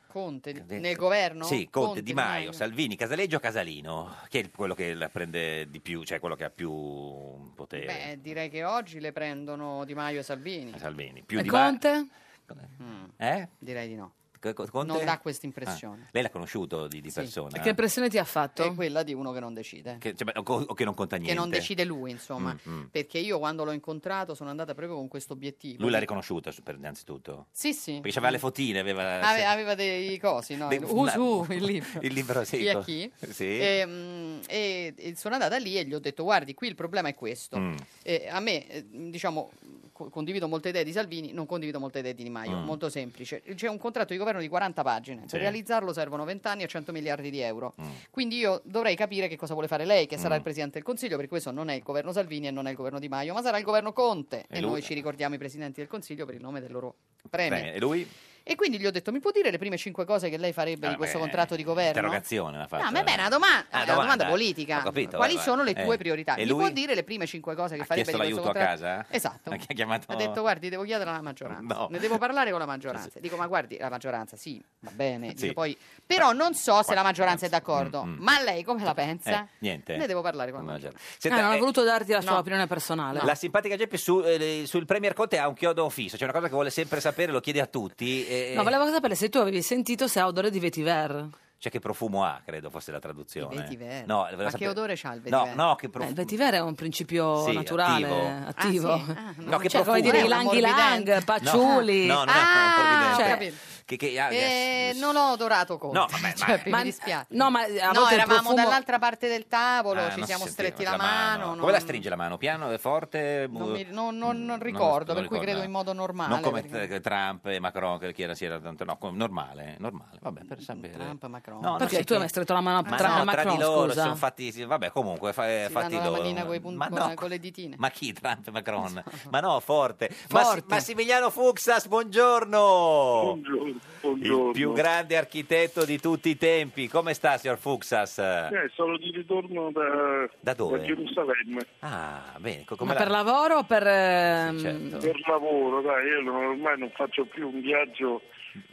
[SPEAKER 11] Conte di-
[SPEAKER 2] Detto-
[SPEAKER 11] nel governo?
[SPEAKER 2] Sì, Conte, Di Maio, Salvini, Casaleggio o Casalino? Che è quello che la prende di più, cioè quello che ha più potere.
[SPEAKER 11] Beh, direi che oggi le prendono Di Maio e Salvini.
[SPEAKER 2] Salvini, più
[SPEAKER 11] E
[SPEAKER 2] Di
[SPEAKER 11] eh, Conte?
[SPEAKER 2] Ma- eh?
[SPEAKER 11] Direi di no.
[SPEAKER 2] Co- co- Conte?
[SPEAKER 11] Non dà questa impressione.
[SPEAKER 2] Ah, lei l'ha conosciuto di, di persona?
[SPEAKER 1] Che impressione ti ha fatto?
[SPEAKER 11] È quella di uno che non decide.
[SPEAKER 2] Che- cioè, beh, o, o che non conta niente?
[SPEAKER 11] Che non decide lui, insomma.
[SPEAKER 2] Mm, mm.
[SPEAKER 11] Perché io quando l'ho incontrato sono andata proprio con questo obiettivo.
[SPEAKER 2] Lui l'ha riconosciuta, su- per- innanzitutto?
[SPEAKER 11] Sì, sì.
[SPEAKER 2] Perché aveva le eh, fotine, aveva...
[SPEAKER 11] Ave- aveva dei cosi, no?
[SPEAKER 2] Dei-
[SPEAKER 11] Il- Usu, il libro.
[SPEAKER 2] Il libro, sì.
[SPEAKER 11] Chi è
[SPEAKER 2] co-
[SPEAKER 11] chi?
[SPEAKER 2] Sì.
[SPEAKER 11] E, mm, e- e sono andata lì e gli ho detto: Guardi, qui il problema è questo.
[SPEAKER 2] Mm.
[SPEAKER 11] E a me, eh, diciamo, co- condivido molte idee di Salvini, non condivido molte idee di Di Maio.
[SPEAKER 2] Mm.
[SPEAKER 11] Molto semplice. C'è un contratto di governo di 40 pagine. Per
[SPEAKER 2] Sì.
[SPEAKER 11] realizzarlo servono 20 anni e 100 miliardi di euro. Quindi io dovrei capire che cosa vuole fare lei, che sarà
[SPEAKER 2] Mm.
[SPEAKER 11] il presidente del Consiglio, perché questo non è il governo Salvini e non è il governo Di Maio, ma sarà il governo Conte.
[SPEAKER 2] E
[SPEAKER 11] E,
[SPEAKER 2] lui-
[SPEAKER 11] noi ci ricordiamo i presidenti del Consiglio per il nome del loro
[SPEAKER 2] Bene,
[SPEAKER 11] premio.
[SPEAKER 2] E lui?
[SPEAKER 11] E quindi gli ho detto: mi può dire le prime cinque cose che lei farebbe
[SPEAKER 2] Ah,
[SPEAKER 11] di questo
[SPEAKER 2] beh,
[SPEAKER 11] contratto di governo?
[SPEAKER 2] Interrogazione l'ha fatta.
[SPEAKER 11] No, ma è beh, una domanda,
[SPEAKER 2] Ah,
[SPEAKER 11] è una domanda
[SPEAKER 2] domanda.
[SPEAKER 11] politica.
[SPEAKER 2] Ho capito,
[SPEAKER 11] Quali
[SPEAKER 2] eh,
[SPEAKER 11] sono le
[SPEAKER 2] eh.
[SPEAKER 11] tue priorità?
[SPEAKER 2] E
[SPEAKER 11] Mi
[SPEAKER 2] lui?
[SPEAKER 11] può dire le prime cinque cose che
[SPEAKER 2] Ha
[SPEAKER 11] farebbe
[SPEAKER 2] chiesto
[SPEAKER 11] di questo
[SPEAKER 2] l'aiuto a
[SPEAKER 11] contratto?
[SPEAKER 2] casa?
[SPEAKER 11] Esatto.
[SPEAKER 2] Ma chi ha chiamato?
[SPEAKER 11] Ho detto, guardi, devo chiedere alla maggioranza.
[SPEAKER 2] No.
[SPEAKER 11] Ne devo parlare con la maggioranza. Dico, ma guardi, la maggioranza sì, va bene.
[SPEAKER 2] Sì.
[SPEAKER 11] Dico, poi, però non so se la maggioranza è d'accordo. Ma lei come la pensa?
[SPEAKER 2] Mm, Eh, niente.
[SPEAKER 11] Ne devo parlare con la
[SPEAKER 2] Immagino.
[SPEAKER 11] maggioranza.
[SPEAKER 2] Senta,
[SPEAKER 1] Ah, non ho
[SPEAKER 2] eh,
[SPEAKER 1] voluto darti la sua opinione personale.
[SPEAKER 2] La simpatica Geppi su, eh, le- sul Premier Conte ha un chiodo fisso, c'è una cosa che vuole sempre sapere, lo chiede a tutti. eh,
[SPEAKER 1] No, volevo sapere se tu avevi sentito se ha odore di vetiver.
[SPEAKER 2] Cioè che profumo ha, credo fosse la traduzione.
[SPEAKER 1] Il vetiver?
[SPEAKER 2] No,
[SPEAKER 1] Ma che odore
[SPEAKER 11] c'ha il
[SPEAKER 1] vetiver?
[SPEAKER 2] No, no, che
[SPEAKER 1] Beh, Eh, il
[SPEAKER 2] profumo.
[SPEAKER 1] vetiver è un principio
[SPEAKER 2] Sì,
[SPEAKER 1] naturale, attivo.
[SPEAKER 2] attivo.
[SPEAKER 1] no,
[SPEAKER 2] No, che
[SPEAKER 1] cioè,
[SPEAKER 2] profumo.
[SPEAKER 1] come dire, i
[SPEAKER 2] Eh,
[SPEAKER 1] langhi lang,
[SPEAKER 11] ammorbidente.
[SPEAKER 1] paciuli.
[SPEAKER 2] No, no, no,
[SPEAKER 11] Ah,
[SPEAKER 2] non
[SPEAKER 11] ho
[SPEAKER 2] cioè,
[SPEAKER 11] capito.
[SPEAKER 2] che, che, ah,
[SPEAKER 11] Eh, non ho odorato Conte.
[SPEAKER 2] No, vabbè, ma-
[SPEAKER 11] Cioè, mi
[SPEAKER 1] Ma-
[SPEAKER 11] dispiace.
[SPEAKER 1] no, ma a volte
[SPEAKER 11] No,
[SPEAKER 1] il
[SPEAKER 11] eravamo
[SPEAKER 1] profumo-
[SPEAKER 11] dall'altra parte del tavolo,
[SPEAKER 2] ah, non
[SPEAKER 11] ci
[SPEAKER 2] si
[SPEAKER 11] siamo
[SPEAKER 2] sentiva
[SPEAKER 11] stretti la mano.
[SPEAKER 2] Come la
[SPEAKER 11] non-
[SPEAKER 2] stringe la mano? Piano, eh, forte?
[SPEAKER 11] Non, mi- non- non- non
[SPEAKER 2] non
[SPEAKER 11] ricordo, per cui
[SPEAKER 2] ricordo,
[SPEAKER 11] credo
[SPEAKER 2] no.
[SPEAKER 11] in modo normale.
[SPEAKER 2] non come
[SPEAKER 11] perché-
[SPEAKER 2] eh, Trump e Macron, che chi era, si era tanto, no, com- normale, normale, vabbè, per sapere.
[SPEAKER 11] Mm, Trump, Macron.
[SPEAKER 2] No, no,
[SPEAKER 1] Perché
[SPEAKER 2] sì,
[SPEAKER 1] tu hai stretto la mano a
[SPEAKER 2] Ma
[SPEAKER 1] Trump
[SPEAKER 2] no,
[SPEAKER 1] e Macron,
[SPEAKER 2] tra di loro
[SPEAKER 1] scusa.
[SPEAKER 2] sono fatti, sì, vabbè, comunque, fa- eh,
[SPEAKER 11] si
[SPEAKER 2] fatti
[SPEAKER 11] danno la
[SPEAKER 2] loro.
[SPEAKER 11] manina coi pun-
[SPEAKER 2] ma
[SPEAKER 11] con,
[SPEAKER 2] no,
[SPEAKER 11] con le ditine.
[SPEAKER 2] ma chi Trump e Macron? Ma no, forte. Massi-
[SPEAKER 11] Forte.
[SPEAKER 2] Massimiliano Fuxas, buongiorno. Il più grande architetto di tutti i tempi. Come sta, signor Fuxas?
[SPEAKER 13] Eh, sono di ritorno da,
[SPEAKER 2] Da dove?
[SPEAKER 13] da Gerusalemme
[SPEAKER 2] Ah, bene, co-
[SPEAKER 1] Ma
[SPEAKER 2] come la-
[SPEAKER 1] per lavoro o per... ehm,
[SPEAKER 2] certo.
[SPEAKER 13] per lavoro, dai, io non- ormai non faccio più un viaggio,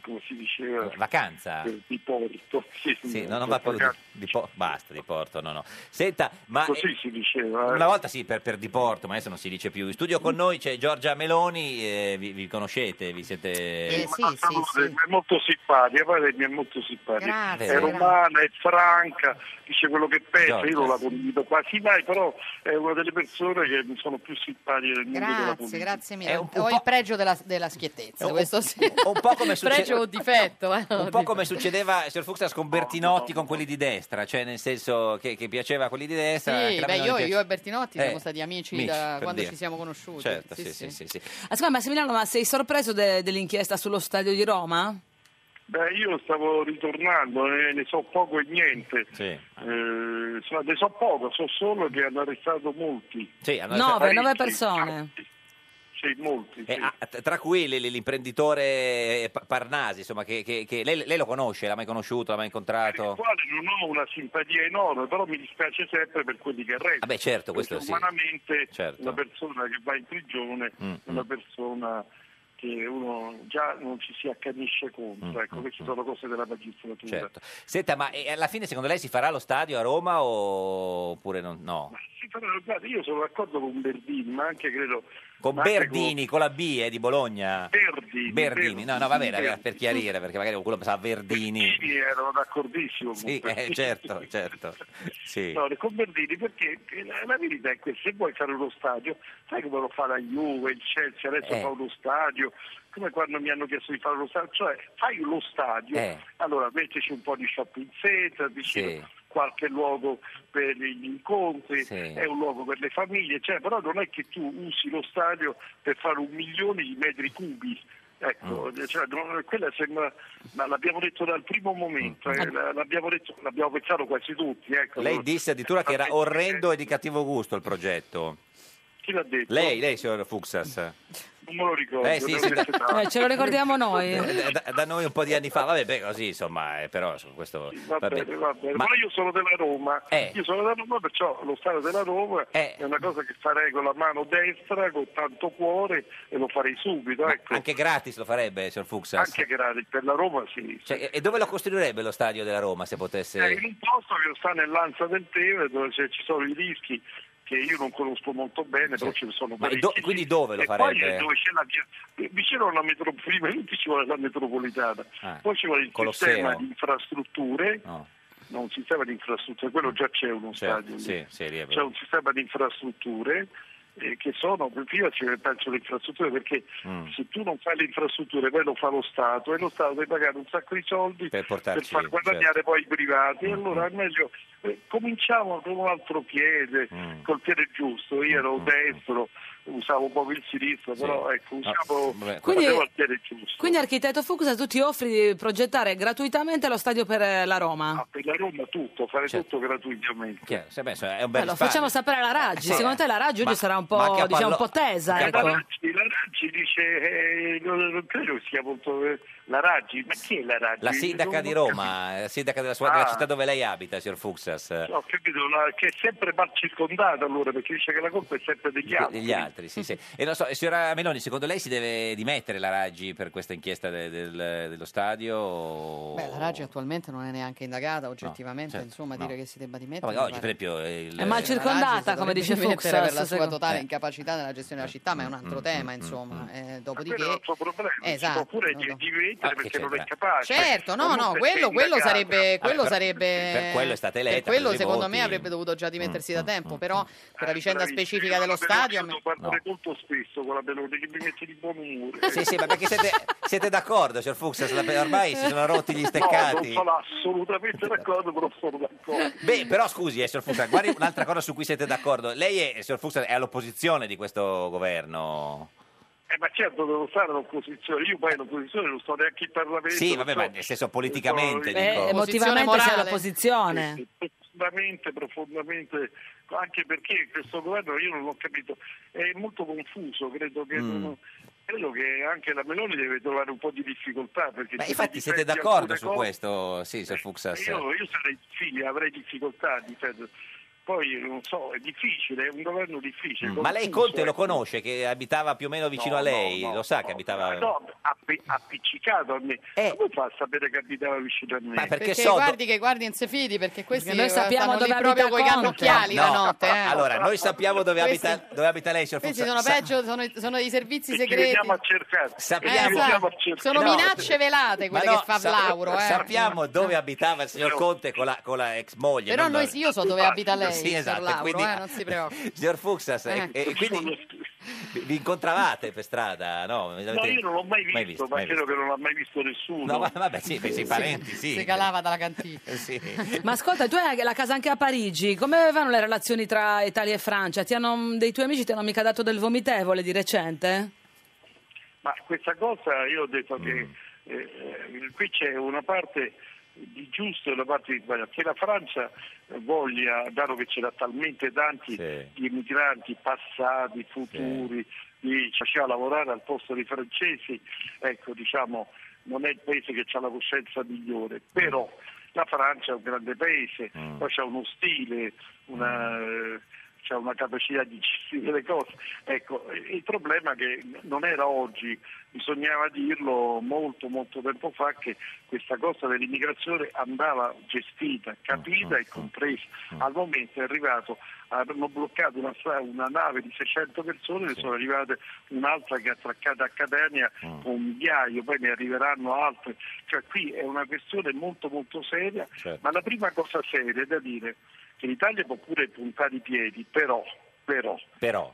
[SPEAKER 13] come si diceva,
[SPEAKER 2] Vacanza?
[SPEAKER 13] eh, di porto. Sì,
[SPEAKER 2] Sì, no, non va poi di, di po- basta di Porto, no, no. Senta, ma
[SPEAKER 13] Così si diceva. eh.
[SPEAKER 2] una volta sì per, per di Porto, ma adesso non si dice più. In studio con noi c'è Giorgia Meloni, eh, vi, vi conoscete, vi siete
[SPEAKER 11] Eh,
[SPEAKER 13] Ma salute, mi è molto simpatica, poi lei mi è molto simpatica.
[SPEAKER 2] Grazie,
[SPEAKER 13] è
[SPEAKER 2] grazie.
[SPEAKER 13] romana, è franca, dice quello che pensa, io non
[SPEAKER 2] Giorgia,
[SPEAKER 13] la
[SPEAKER 2] sì.
[SPEAKER 13] condivido quasi mai, però è una delle persone che mi sono più simpatiche del mondo della
[SPEAKER 11] Grazie,
[SPEAKER 13] politica.
[SPEAKER 11] grazie mille.
[SPEAKER 13] È un-
[SPEAKER 11] Ho il pregio della, della schiettezza. questo sì.
[SPEAKER 2] un po' come succe-
[SPEAKER 11] pregio o difetto. eh,
[SPEAKER 2] Un
[SPEAKER 11] lo
[SPEAKER 2] po'
[SPEAKER 11] dico.
[SPEAKER 2] come succedeva Sir Fuxas con Bertinotti con quelli di destra, cioè nel senso che, che piaceva a quelli di destra. che
[SPEAKER 11] Sì,
[SPEAKER 2] la
[SPEAKER 11] beh,
[SPEAKER 2] Meloni
[SPEAKER 11] io,
[SPEAKER 2] piace-
[SPEAKER 11] io e Bertinotti
[SPEAKER 2] Eh,
[SPEAKER 11] siamo stati amici
[SPEAKER 2] amici,
[SPEAKER 11] da
[SPEAKER 2] per
[SPEAKER 11] quando
[SPEAKER 2] dire.
[SPEAKER 11] ci siamo conosciuti.
[SPEAKER 2] Certo,
[SPEAKER 11] Sì,
[SPEAKER 2] sì,
[SPEAKER 11] sì.
[SPEAKER 2] sì, sì, sì.
[SPEAKER 1] Ascolta, Ah, Massimiliano, ma sei sorpreso de- dell'inchiesta sullo stadio di Roma?
[SPEAKER 13] Beh, io stavo ritornando, eh, ne so poco e niente. Eh, so- ne so poco, so solo che hanno arrestato molti.
[SPEAKER 2] Sì, hanno arrestato-
[SPEAKER 1] Nove,
[SPEAKER 2] Parecchi.
[SPEAKER 1] nove persone.
[SPEAKER 13] Sì, molti.
[SPEAKER 2] Eh, ah, t- tra cui l- l- l'imprenditore eh, Pa- Parnasi, insomma, che, che- che lei, lei lo conosce, l'ha mai conosciuto, l'ha mai incontrato?
[SPEAKER 13] Quale non ho una simpatia enorme, però mi dispiace sempre per quelli che arrestano.
[SPEAKER 2] Vabbè, certo, questo
[SPEAKER 13] Perché
[SPEAKER 2] sì.
[SPEAKER 13] Umanamente
[SPEAKER 2] Certo.
[SPEAKER 13] una persona che va in prigione
[SPEAKER 2] Mm,
[SPEAKER 13] è una persona che uno già non ci si accanisce contro. ecco, queste sono cose della magistratura.
[SPEAKER 2] Mm, Certo. Senta, ma eh, alla fine secondo lei si farà lo stadio a Roma o- oppure non- no?
[SPEAKER 13] Sì, però, guarda, io sono d'accordo con Berdini, ma anche credo...
[SPEAKER 2] Con
[SPEAKER 13] ma anche
[SPEAKER 2] Berdini, con la B eh, di Bologna?
[SPEAKER 13] Verdini,
[SPEAKER 2] Berdini, no, no, va bene, era
[SPEAKER 13] Verdini.
[SPEAKER 2] per chiarire, perché magari qualcuno pensava Verdini.
[SPEAKER 13] Berdini erano d'accordissimo con
[SPEAKER 2] Sì, eh,
[SPEAKER 13] Berdini.
[SPEAKER 2] certo, certo. Sì.
[SPEAKER 13] No, con Berdini perché eh, la, la verità è questa, se vuoi fare uno stadio, sai come lo fa la Juve, il Chelsea, adesso
[SPEAKER 2] Eh.
[SPEAKER 13] fa uno stadio, come quando mi hanno chiesto di fare uno stadio, cioè fai lo stadio,
[SPEAKER 2] Eh.
[SPEAKER 13] allora mettici un po' di shopping center, vicino qualche luogo per gli incontri, è un luogo per le famiglie, cioè, però non è che tu usi lo stadio per fare un milione di metri cubi. Ecco,
[SPEAKER 2] Mm.
[SPEAKER 13] cioè, non- quella sembra, ma l'abbiamo detto dal primo momento,
[SPEAKER 2] Mm.
[SPEAKER 13] eh, la- l'abbiamo, detto- l'abbiamo pensato quasi tutti. Ecco.
[SPEAKER 2] Lei disse addirittura che era orrendo e di cattivo gusto il progetto.
[SPEAKER 13] eh. Chi l'ha detto?
[SPEAKER 2] Lei, lei, signor Fuxas.
[SPEAKER 13] Non me lo ricordo.
[SPEAKER 2] Eh, sì, sì.
[SPEAKER 13] onestamente.
[SPEAKER 1] Eh, ce lo ricordiamo noi.
[SPEAKER 2] Eh, Da, da noi un po' di anni fa, vabbè, beh, così insomma, eh, però su questo...
[SPEAKER 13] Va
[SPEAKER 2] vabbè.
[SPEAKER 13] bene, va bene.
[SPEAKER 2] Ma- Eh.
[SPEAKER 13] Ma... io sono della Roma, io sono della Roma, perciò lo stadio della Roma è una cosa che farei con la mano destra, con tanto cuore e lo farei subito. Ecco.
[SPEAKER 2] Anche gratis lo farebbe, signor Fuxas.
[SPEAKER 13] Anche gratis per la Roma, sì.
[SPEAKER 2] Cioè, e- e dove lo costruirebbe lo stadio della Roma se potesse...
[SPEAKER 13] È Eh, in un posto che sta nell'Anza del Tevere dove c'è- ci sono i rischi che io non conosco molto bene, però ci sono
[SPEAKER 2] Ma e
[SPEAKER 13] parecchi.
[SPEAKER 2] do- quindi dove lo
[SPEAKER 13] e poi
[SPEAKER 2] farebbe?
[SPEAKER 13] è dove c'è la via- vicino alla metropolitana, prima di tutto ci vuole la metropolitana,
[SPEAKER 2] Ah.
[SPEAKER 13] poi ci vuole il
[SPEAKER 2] Colosseo.
[SPEAKER 13] sistema di infrastrutture,
[SPEAKER 2] No.
[SPEAKER 13] no, un sistema di infrastrutture, quello già c'è uno stadio,
[SPEAKER 2] Certo,
[SPEAKER 13] lì.
[SPEAKER 2] sì, sì, lì è
[SPEAKER 13] c'è un sistema di infrastrutture eh, che sono, prima ci penso alle infrastrutture perché
[SPEAKER 2] Mm.
[SPEAKER 13] se tu non fai le infrastrutture poi lo fa lo Stato e lo Stato deve pagare un sacco di soldi
[SPEAKER 2] Per portarci,
[SPEAKER 13] far guadagnare
[SPEAKER 2] certo. mm.
[SPEAKER 13] poi i privati e allora è meglio eh, cominciamo con un altro piede
[SPEAKER 2] Mm.
[SPEAKER 13] col piede giusto io ero destro usavo un po' il sinistro però ecco usavo
[SPEAKER 2] vabbè.
[SPEAKER 1] Quindi-
[SPEAKER 13] facevo il piede giusto
[SPEAKER 1] Quindi, architetto Fuxas, tu ti offri di progettare gratuitamente lo stadio per eh, la
[SPEAKER 2] Ah,
[SPEAKER 1] Roma.
[SPEAKER 13] per la Roma tutto fare tutto gratuitamente
[SPEAKER 2] Certo. Chiaro, se- beh, insomma, è un bel
[SPEAKER 1] Eh, lo
[SPEAKER 2] risparmio.
[SPEAKER 1] facciamo sapere alla Raggi.
[SPEAKER 2] Sì.
[SPEAKER 1] Secondo te la Raggi oggi
[SPEAKER 2] Ma-
[SPEAKER 1] sarà un
[SPEAKER 2] ma
[SPEAKER 1] po',
[SPEAKER 2] anche a
[SPEAKER 1] diciamo, un
[SPEAKER 2] pallo-
[SPEAKER 1] po' tesa,
[SPEAKER 13] Eh, La
[SPEAKER 1] ecco.
[SPEAKER 13] Raggi, la Raggi dice, eh, non, non credo che sia molto... eh, La Raggi, ma chi è la Raggi?
[SPEAKER 2] La sindaca
[SPEAKER 13] Non-
[SPEAKER 2] di
[SPEAKER 13] non
[SPEAKER 2] Roma, la sindaca della, sua, della
[SPEAKER 13] Ah.
[SPEAKER 2] città dove lei abita, signor Fuxas.
[SPEAKER 13] Ho capito, la- che è sempre mal circondata allora, perché dice che la colpa è sempre degli altri.
[SPEAKER 2] Gli altri, sì, sì. E non so, e signora Meloni, secondo lei si deve dimettere la Raggi per questa inchiesta de- del- dello stadio? o-
[SPEAKER 11] Beh, la Raggi attualmente non è neanche indagata oggettivamente,
[SPEAKER 2] certo,
[SPEAKER 11] insomma,
[SPEAKER 2] no.
[SPEAKER 11] dire che si debba
[SPEAKER 2] No,
[SPEAKER 11] dimettere. Eh,
[SPEAKER 2] perché oggi, per esempio, il-
[SPEAKER 1] È mal
[SPEAKER 11] La Raggi
[SPEAKER 1] circondata,
[SPEAKER 11] si
[SPEAKER 1] come
[SPEAKER 11] dovrebbe
[SPEAKER 1] dice Fuxas.
[SPEAKER 11] dimettere per la sua
[SPEAKER 1] secondo-
[SPEAKER 11] totale
[SPEAKER 1] Eh.
[SPEAKER 11] incapacità nella gestione della città, ma è
[SPEAKER 2] Mm,
[SPEAKER 11] un altro tema, insomma. Eh, dopodiché,
[SPEAKER 13] Quello è un altro problema, si può
[SPEAKER 11] esatto.
[SPEAKER 13] pure di-
[SPEAKER 2] Ah,
[SPEAKER 13] dimettere perché non è capace.
[SPEAKER 11] Certo, no,
[SPEAKER 13] Ma non
[SPEAKER 11] no,
[SPEAKER 13] perché
[SPEAKER 11] quello,
[SPEAKER 13] è
[SPEAKER 11] quello
[SPEAKER 13] indagata.
[SPEAKER 11] sarebbe, quello
[SPEAKER 2] Vabbè, per-
[SPEAKER 11] sarebbe
[SPEAKER 2] per quello è stata eletta,
[SPEAKER 11] Per quello
[SPEAKER 2] per Mm, i
[SPEAKER 11] secondo
[SPEAKER 2] voti.
[SPEAKER 11] me avrebbe dovuto già dimettersi da tempo, però per la vicenda
[SPEAKER 13] bravissimo,
[SPEAKER 11] specifica dello
[SPEAKER 13] guarda,
[SPEAKER 11] stadio a me-
[SPEAKER 13] Io devo parlare molto spesso con la Meloni che mi mette di buon umore.
[SPEAKER 2] Sì, sì, ma perché siete, siete d'accordo, signor Fuxas? La- Ormai si sono rotti gli
[SPEAKER 13] No, non
[SPEAKER 2] steccati.
[SPEAKER 13] sono assolutamente d'accordo, però sono d'accordo.
[SPEAKER 2] Beh, però scusi, eh, signor Fuxas, guardi un'altra cosa su cui siete d'accordo. Lei, è, signor Fuxas, è all'opposizione di questo governo.
[SPEAKER 13] Eh, ma certo devo stare l'opposizione, io poi l'opposizione non sto neanche in Parlamento.
[SPEAKER 2] Sì, vabbè, ma
[SPEAKER 13] non so.
[SPEAKER 2] nel senso politicamente,
[SPEAKER 1] Eh,
[SPEAKER 2] dico.
[SPEAKER 1] emotivamente sei all'opposizione.
[SPEAKER 13] profondamente, profondamente, anche perché questo governo io non l'ho capito, è molto confuso, credo che,
[SPEAKER 2] Mm.
[SPEAKER 13] non- credo che anche la Meloni deve trovare un po' di difficoltà. Perché
[SPEAKER 2] Ma
[SPEAKER 13] se
[SPEAKER 2] infatti siete
[SPEAKER 13] difendi
[SPEAKER 2] d'accordo
[SPEAKER 13] alcune
[SPEAKER 2] su
[SPEAKER 13] cose-
[SPEAKER 2] questo, sì, signor Fuxas?
[SPEAKER 13] Io, io sarei figlio, avrei difficoltà a difendere. Poi non so, è difficile, è un governo difficile.
[SPEAKER 2] Mm, Ma lei
[SPEAKER 13] confuso,
[SPEAKER 2] Conte lo
[SPEAKER 13] ecco.
[SPEAKER 2] conosce, che abitava più o meno vicino
[SPEAKER 13] No,
[SPEAKER 2] a lei?
[SPEAKER 13] no, no,
[SPEAKER 2] lo sa che abitava...
[SPEAKER 13] Ah, No, app- appiccicato a me.
[SPEAKER 2] Eh.
[SPEAKER 13] Come fa a sapere che abitava vicino a me?
[SPEAKER 2] Ma perché
[SPEAKER 11] Perché
[SPEAKER 2] so-
[SPEAKER 11] guardi che guardi in Sefidi, perché questi eh,
[SPEAKER 1] Perché noi sappiamo
[SPEAKER 11] stanno lì
[SPEAKER 1] dove
[SPEAKER 11] proprio
[SPEAKER 1] abita
[SPEAKER 11] con i
[SPEAKER 1] Conte.
[SPEAKER 11] cannocchiali la
[SPEAKER 2] No,
[SPEAKER 11] notte. eh.
[SPEAKER 2] Allora, noi sappiamo dove
[SPEAKER 11] Questi-
[SPEAKER 2] abita, dove abita lei, signor
[SPEAKER 11] Questi
[SPEAKER 2] Fuxas.
[SPEAKER 11] sono
[SPEAKER 2] Sa-
[SPEAKER 11] peggio, sono, i- sono i servizi
[SPEAKER 13] Ci
[SPEAKER 11] segreti.
[SPEAKER 13] veniamo a cercare.
[SPEAKER 11] Eh,
[SPEAKER 2] Sappiamo...
[SPEAKER 11] sa- sono
[SPEAKER 2] No,
[SPEAKER 11] minacce velate
[SPEAKER 2] ma
[SPEAKER 11] quelle
[SPEAKER 2] no,
[SPEAKER 11] che fa
[SPEAKER 2] sa-
[SPEAKER 11] Lauro. Eh.
[SPEAKER 2] Sappiamo dove abitava il signor Conte con la, con la ex moglie.
[SPEAKER 11] Però
[SPEAKER 2] non
[SPEAKER 11] noi,
[SPEAKER 2] dove-
[SPEAKER 11] io so dove abita lei,
[SPEAKER 2] Sì, esatto,
[SPEAKER 11] Lauro,
[SPEAKER 2] quindi-
[SPEAKER 11] eh, non si preoccupi.
[SPEAKER 2] Signor Fuxas, e-
[SPEAKER 11] Eh.
[SPEAKER 2] e, quindi vi- vi incontravate per strada? No,
[SPEAKER 13] No, io non l'ho mai visto, ma
[SPEAKER 2] mai
[SPEAKER 13] credo
[SPEAKER 2] visto.
[SPEAKER 13] che non l'ha mai visto nessuno.
[SPEAKER 2] No, ma- vabbè, sì, per i parenti, sì. Eh,
[SPEAKER 11] Si calava dalla cantina.
[SPEAKER 2] Sì.
[SPEAKER 1] Ma ascolta, tu hai la casa anche a Parigi. Come vanno le relazioni tra Italia e Francia? Ti hanno- dei tuoi amici ti hanno mica dato del vomitevole di recente?
[SPEAKER 13] Ma questa cosa io ho detto che eh, eh, qui c'è una parte di giusto e una parte di sbagliato. Che la Francia eh, voglia, dato che c'era talmente tanti di emigranti passati, futuri, di ci faceva lavorare al posto dei francesi, ecco diciamo non è il paese che ha la coscienza migliore, però la Francia è un grande paese, poi c'è uno stile, una, c'è una capacità di gestire le cose. Ecco, e- il problema è che non era oggi, bisognava dirlo molto molto tempo fa che questa cosa dell'immigrazione andava gestita, capita e compresa. Al momento è arrivato, hanno bloccato una, stra- una nave di 600 persone, ne sono arrivate un'altra che è attraccata a Catania con un migliaio, poi ne arriveranno altre. Cioè qui è una questione molto molto seria,
[SPEAKER 14] Certo.
[SPEAKER 13] ma la prima cosa seria è da dire che l'Italia può pure puntare i piedi, però, però
[SPEAKER 2] Però,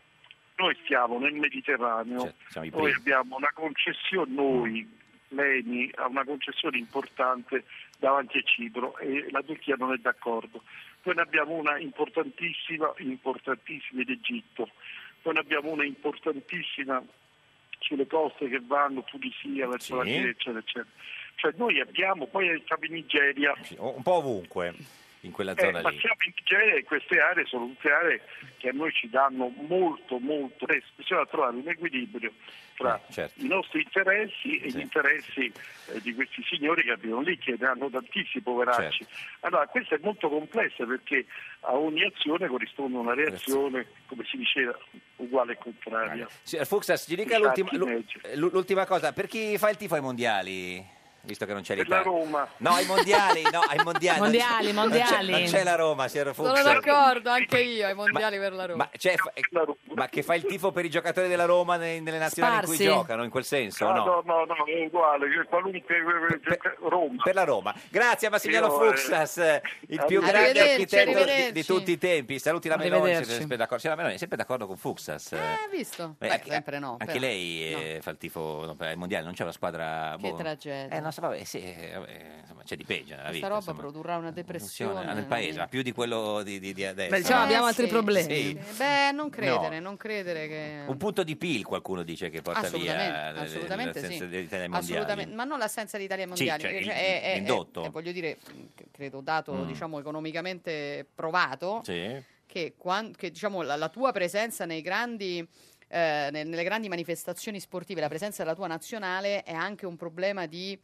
[SPEAKER 13] noi stiamo nel Mediterraneo,
[SPEAKER 2] siamo Certo, i Mm.
[SPEAKER 13] noi
[SPEAKER 2] primi.
[SPEAKER 13] abbiamo una concessione, noi, l'ENI, ha una concessione importante davanti a Cipro e la Turchia non è d'accordo. Poi ne abbiamo una importantissima, importantissima in Egitto, poi ne abbiamo una importantissima sulle coste che vanno Tunisia verso
[SPEAKER 2] Sì.
[SPEAKER 13] la Grecia, eccetera. Cioè noi abbiamo, poi è stata in Nigeria,
[SPEAKER 2] un po' ovunque. in quella
[SPEAKER 13] Eh,
[SPEAKER 2] zona
[SPEAKER 13] ma
[SPEAKER 2] lì.
[SPEAKER 13] siamo in genere, queste aree sono tutte aree che a noi ci danno molto, molto, eh, bisogna trovare un equilibrio tra
[SPEAKER 2] certo.
[SPEAKER 13] i nostri interessi e
[SPEAKER 2] Sì.
[SPEAKER 13] gli interessi eh, di questi signori che abitano lì, che ne hanno tantissimi poveracci.
[SPEAKER 2] Certo.
[SPEAKER 13] Allora, questo è molto complesso perché a ogni azione corrisponde una reazione, come si diceva, uguale e contraria.
[SPEAKER 2] Signor Fuxas, ci dica
[SPEAKER 13] Infatti,
[SPEAKER 2] l'ultima, l'u- eh, l'u- l'ultima cosa, per chi fa il tifo ai mondiali? Visto che non c'è
[SPEAKER 13] Per la
[SPEAKER 2] l'Italia.
[SPEAKER 13] Roma.
[SPEAKER 2] No, ai mondiali, no, ai mondiali. non c'è-
[SPEAKER 11] Mondiali,
[SPEAKER 2] non c'è-
[SPEAKER 11] mondiali.
[SPEAKER 2] Non c'è, la Roma, signor Fuchs.
[SPEAKER 11] Sono d'accordo, anche io ai mondiali per la Roma.
[SPEAKER 2] Ma, c'è- fa- ma che fa il tifo per i giocatori della Roma nei- nelle nazionali in
[SPEAKER 13] Sparsi.
[SPEAKER 2] cui giocano, in quel senso?
[SPEAKER 13] No,
[SPEAKER 2] no?
[SPEAKER 13] no, no, no, è uguale, qualunque Roma.
[SPEAKER 2] Per la Roma. Grazie Massimiliano
[SPEAKER 13] Io, eh,
[SPEAKER 2] Fuxas, il più
[SPEAKER 13] arrivederci,
[SPEAKER 2] grande architetto di, di
[SPEAKER 11] arrivederci.
[SPEAKER 2] tutti i tempi. Saluti la Meloni, siete
[SPEAKER 11] Arrivederci.
[SPEAKER 2] sempre d'accordo. C'è la Meloni, è sempre d'accordo con Fuxas.
[SPEAKER 11] Hai visto?
[SPEAKER 2] Beh,
[SPEAKER 11] Beh,
[SPEAKER 2] anche-
[SPEAKER 11] sempre no.
[SPEAKER 2] Anche
[SPEAKER 11] però.
[SPEAKER 2] lei eh, fa il tifo ai mondiali, non c'è una squadra...
[SPEAKER 11] Che
[SPEAKER 2] boh,
[SPEAKER 11] tragedia.
[SPEAKER 2] Eh, non so, vabbè, sì, eh, vabbè, insomma, c'è di peggio nella
[SPEAKER 11] Questa
[SPEAKER 2] vita.
[SPEAKER 11] roba
[SPEAKER 2] insomma.
[SPEAKER 11] produrrà
[SPEAKER 2] Funziona
[SPEAKER 11] una
[SPEAKER 2] eh.
[SPEAKER 11] depressione.
[SPEAKER 2] nel paese, ma più di quello di, di- di adesso.
[SPEAKER 1] Beh, diciamo,
[SPEAKER 2] no?
[SPEAKER 1] abbiamo
[SPEAKER 11] Eh,
[SPEAKER 1] altri
[SPEAKER 11] sì.
[SPEAKER 1] problemi.
[SPEAKER 2] Sì.
[SPEAKER 11] Beh, non credere, non credere che...
[SPEAKER 2] Un punto di PIL qualcuno dice che porta via le-
[SPEAKER 11] assolutamente,
[SPEAKER 2] le-
[SPEAKER 11] assolutamente
[SPEAKER 2] l'assenza
[SPEAKER 11] sì.
[SPEAKER 2] dell'Italia ai mondiali.
[SPEAKER 11] Assolutamente, ma non l'assenza d'Italia ai
[SPEAKER 2] Sì,
[SPEAKER 11] mondiali,
[SPEAKER 2] cioè,
[SPEAKER 11] perché,
[SPEAKER 2] il-
[SPEAKER 11] cioè, è, è-
[SPEAKER 2] l'indotto.
[SPEAKER 11] è- voglio dire, credo dato
[SPEAKER 2] Mm.
[SPEAKER 11] diciamo economicamente provato
[SPEAKER 2] Sì.
[SPEAKER 11] che, quan- che, diciamo, la, la tua presenza nei grandi eh, ne- nelle grandi manifestazioni sportive, la presenza della tua nazionale è anche un problema di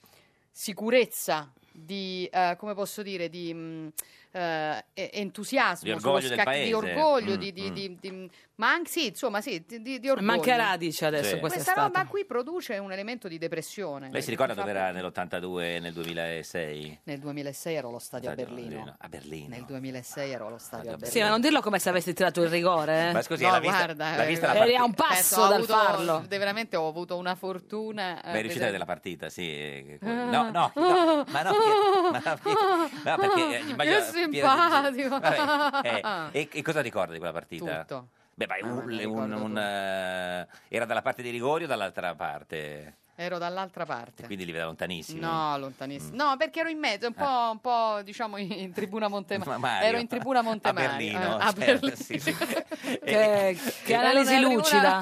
[SPEAKER 11] sicurezza di eh, come posso dire di mh, eh, e- entusiasmo
[SPEAKER 1] Di orgoglio
[SPEAKER 11] sullo
[SPEAKER 1] del
[SPEAKER 11] scacchi-
[SPEAKER 1] paese.
[SPEAKER 11] di orgoglio
[SPEAKER 1] Mm,
[SPEAKER 11] di, di-
[SPEAKER 1] mm.
[SPEAKER 11] di- di- ma anche sì insomma sì di, di- di orgoglio
[SPEAKER 1] Manca radice adesso
[SPEAKER 2] Sì.
[SPEAKER 1] questa,
[SPEAKER 11] questa
[SPEAKER 1] estate.
[SPEAKER 11] roba qui produce un elemento di depressione.
[SPEAKER 2] Lei si ricorda
[SPEAKER 11] Fa-
[SPEAKER 2] dove era nell'82 e nel 2006?
[SPEAKER 11] Nel 2006 ero allo stadio a
[SPEAKER 2] Stadio a
[SPEAKER 11] Berlino.
[SPEAKER 2] Berlino. A Berlino.
[SPEAKER 11] Nel 2006 ero allo stadio a
[SPEAKER 1] Sì, ma
[SPEAKER 11] Berlino.
[SPEAKER 1] non dirlo come se avessi tirato il rigore. eh.
[SPEAKER 2] Ma scusi, No, l'ha vista- guarda,
[SPEAKER 11] eh,
[SPEAKER 2] l'ha vista la
[SPEAKER 1] eri
[SPEAKER 2] partita?
[SPEAKER 1] a un
[SPEAKER 11] Penso,
[SPEAKER 1] passo
[SPEAKER 11] ho
[SPEAKER 1] dal
[SPEAKER 11] avuto-
[SPEAKER 1] farlo.
[SPEAKER 11] de- veramente ho avuto una fortuna. eh,
[SPEAKER 2] Beh, riuscita
[SPEAKER 11] vedete.
[SPEAKER 2] della partita, sì. eh,
[SPEAKER 11] Ah,
[SPEAKER 2] No, no,
[SPEAKER 11] ah,
[SPEAKER 2] ma no,
[SPEAKER 11] ah,
[SPEAKER 2] ma no, no, perché, eh,
[SPEAKER 11] ah,
[SPEAKER 2] immagino-
[SPEAKER 11] Che
[SPEAKER 2] Piero Di-
[SPEAKER 11] simpatico.
[SPEAKER 2] Vabbè, eh, e, e cosa ricorda di quella partita?
[SPEAKER 11] Tutto. Ah,
[SPEAKER 2] Beh, ma un-
[SPEAKER 11] me ne
[SPEAKER 2] un-
[SPEAKER 11] ricordo
[SPEAKER 2] un, eh, era dalla parte dei rigori o dall'altra parte?
[SPEAKER 11] Ero dall'altra parte.
[SPEAKER 2] Quindi li veda lontanissimi.
[SPEAKER 11] No, lontanissimo. No, perché ero in mezzo, un po', un po', diciamo in in tribuna
[SPEAKER 2] Eh. Ma
[SPEAKER 11] Montemario.
[SPEAKER 2] Mario,
[SPEAKER 11] Ero in tribuna
[SPEAKER 2] a
[SPEAKER 11] Montemario.
[SPEAKER 2] Berlino, Eh,
[SPEAKER 11] eh, a
[SPEAKER 2] certo,
[SPEAKER 11] Berlino.
[SPEAKER 2] sì, sì.
[SPEAKER 1] Che, che analisi
[SPEAKER 11] Ero in
[SPEAKER 1] lucida.
[SPEAKER 11] tribuna-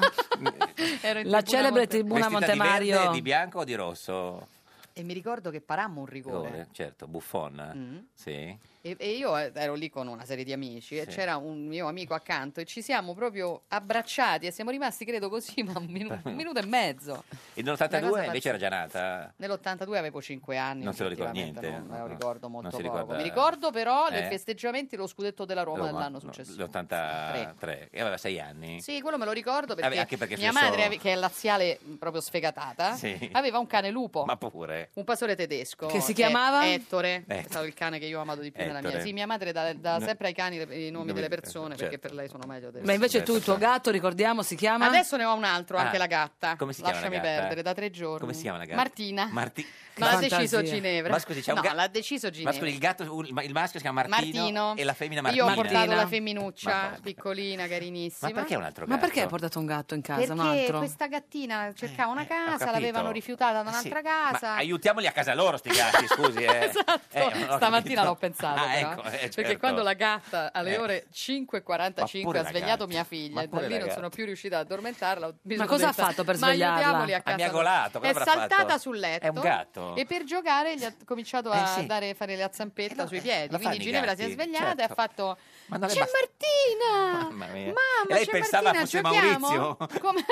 [SPEAKER 11] Ero in
[SPEAKER 1] La
[SPEAKER 11] tribuna
[SPEAKER 1] celebre
[SPEAKER 11] Monte-
[SPEAKER 1] tribuna
[SPEAKER 2] Vestita di
[SPEAKER 1] Montemario.
[SPEAKER 2] verde, di bianco o di rosso?
[SPEAKER 11] E mi ricordo che parammo un rigore.
[SPEAKER 2] Rigore, certo, buffon.
[SPEAKER 11] Mm.
[SPEAKER 2] Sì.
[SPEAKER 11] E, e io eh, ero lì con una serie di amici e
[SPEAKER 2] Sì.
[SPEAKER 11] c'era un mio amico accanto e ci siamo proprio abbracciati e siamo rimasti, credo così, ma un, minu- un minuto e mezzo.
[SPEAKER 2] E
[SPEAKER 11] Una cosa
[SPEAKER 2] nell'82 invece
[SPEAKER 11] pazzesca.
[SPEAKER 2] era già nata.
[SPEAKER 11] Nell'82 avevo 5 anni.
[SPEAKER 2] Non se lo ricorda
[SPEAKER 11] effettivamente,
[SPEAKER 2] niente.
[SPEAKER 11] Non me lo
[SPEAKER 2] No,
[SPEAKER 11] ricordo
[SPEAKER 2] non
[SPEAKER 11] molto
[SPEAKER 2] si
[SPEAKER 11] poco.
[SPEAKER 2] ricorda-
[SPEAKER 11] Mi ricordo però i
[SPEAKER 2] Eh?
[SPEAKER 11] festeggiamenti e lo scudetto della Roma, dell'anno successivo.
[SPEAKER 2] L'83 e aveva 6 anni.
[SPEAKER 11] Sì, quello me lo ricordo perché,
[SPEAKER 2] Vabbè, anche perché
[SPEAKER 11] mia
[SPEAKER 2] spesso-
[SPEAKER 11] madre, ave- che è laziale mh, proprio sfegatata,
[SPEAKER 2] Sì.
[SPEAKER 11] aveva un cane lupo.
[SPEAKER 2] Ma pure.
[SPEAKER 11] Un pastore tedesco
[SPEAKER 1] Che si chiamava?
[SPEAKER 11] E- Ettore, è
[SPEAKER 2] Ettore.
[SPEAKER 11] stato il cane che io ho amato di più nella mia.
[SPEAKER 2] Ettore.
[SPEAKER 11] Sì, mia madre dà, dà
[SPEAKER 2] No.
[SPEAKER 11] sempre ai cani le- i nomi
[SPEAKER 2] Nomi-
[SPEAKER 11] delle persone
[SPEAKER 2] certo.
[SPEAKER 11] perché per lei sono meglio. del-
[SPEAKER 1] Ma invece tu, il tuo gatto, ricordiamo, si chiama?
[SPEAKER 11] Adesso ne ho un altro, anche
[SPEAKER 1] Ah,
[SPEAKER 11] la gatta.
[SPEAKER 2] come si chiama la
[SPEAKER 11] Lasciami
[SPEAKER 2] gatta?
[SPEAKER 11] perdere, da tre giorni.
[SPEAKER 2] Come si chiama la gatta?
[SPEAKER 11] Martina.
[SPEAKER 2] Marti-
[SPEAKER 11] Ma l'ha
[SPEAKER 2] Che
[SPEAKER 11] deciso
[SPEAKER 2] fantasia.
[SPEAKER 11] Ginevra.
[SPEAKER 2] Ma scusi, c'è un
[SPEAKER 11] No,
[SPEAKER 2] ga-
[SPEAKER 11] l'ha deciso Ginevra.
[SPEAKER 2] Ma scusi, il gatto, un- il maschio si chiama Martino,
[SPEAKER 11] Martino.
[SPEAKER 2] e la femmina
[SPEAKER 11] Io
[SPEAKER 2] Martina.
[SPEAKER 11] ho portato la
[SPEAKER 2] Ma
[SPEAKER 11] femminuccia,
[SPEAKER 2] porca.
[SPEAKER 11] piccolina, carinissima.
[SPEAKER 2] Ma perché un altro
[SPEAKER 1] Ma perché hai
[SPEAKER 2] gatto? Eh,
[SPEAKER 1] portato un gatto in casa?
[SPEAKER 11] Perché
[SPEAKER 1] un altro?
[SPEAKER 11] questa gattina cercava una casa,
[SPEAKER 2] capito.
[SPEAKER 11] l'avevano rifiutata da un'altra casa.
[SPEAKER 2] Eh Ma aiutiamoli a casa loro, sti gatti, scusi. Eh.
[SPEAKER 11] Esatto,
[SPEAKER 2] Eh, non ho
[SPEAKER 11] stamattina
[SPEAKER 2] capito.
[SPEAKER 11] l'ho pensato
[SPEAKER 2] Ah,
[SPEAKER 11] però,
[SPEAKER 2] ecco, eh,
[SPEAKER 11] perché
[SPEAKER 2] certo.
[SPEAKER 11] quando la gatta alle
[SPEAKER 2] Eh.
[SPEAKER 11] ore
[SPEAKER 2] Ma
[SPEAKER 11] 5.45
[SPEAKER 2] pure
[SPEAKER 11] ha
[SPEAKER 2] la
[SPEAKER 11] svegliato
[SPEAKER 2] gatta.
[SPEAKER 11] mia figlia
[SPEAKER 2] Ma
[SPEAKER 11] e da
[SPEAKER 2] pure
[SPEAKER 11] lì
[SPEAKER 2] la
[SPEAKER 11] non
[SPEAKER 2] gatta.
[SPEAKER 11] sono più riuscita ad addormentarla mi
[SPEAKER 1] Ma
[SPEAKER 11] sono
[SPEAKER 1] cosa ha
[SPEAKER 11] detta,
[SPEAKER 1] fatto per
[SPEAKER 11] "Ma
[SPEAKER 1] svegliarla?
[SPEAKER 11] aiutiamoli a casa
[SPEAKER 2] miagolato,
[SPEAKER 11] loro".
[SPEAKER 2] cosa
[SPEAKER 11] è
[SPEAKER 2] avrà
[SPEAKER 11] saltata
[SPEAKER 2] fatto?
[SPEAKER 11] sul letto
[SPEAKER 2] È un gatto.
[SPEAKER 11] e per giocare gli ha cominciato a
[SPEAKER 2] Eh sì.
[SPEAKER 11] dare, fare la zampetta sui piedi
[SPEAKER 2] lo
[SPEAKER 11] quindi
[SPEAKER 2] fanno i
[SPEAKER 11] Ginevra si è
[SPEAKER 2] gatti,
[SPEAKER 11] svegliata e ha
[SPEAKER 2] certo.
[SPEAKER 11] fatto c'è
[SPEAKER 2] non è bast-
[SPEAKER 11] Martina
[SPEAKER 2] Mamma mia.
[SPEAKER 11] mamma
[SPEAKER 2] E lei
[SPEAKER 11] c'è
[SPEAKER 2] pensava
[SPEAKER 11] Martina
[SPEAKER 2] fosse
[SPEAKER 11] giochiamo?"
[SPEAKER 2] Maurizio?
[SPEAKER 11] Come-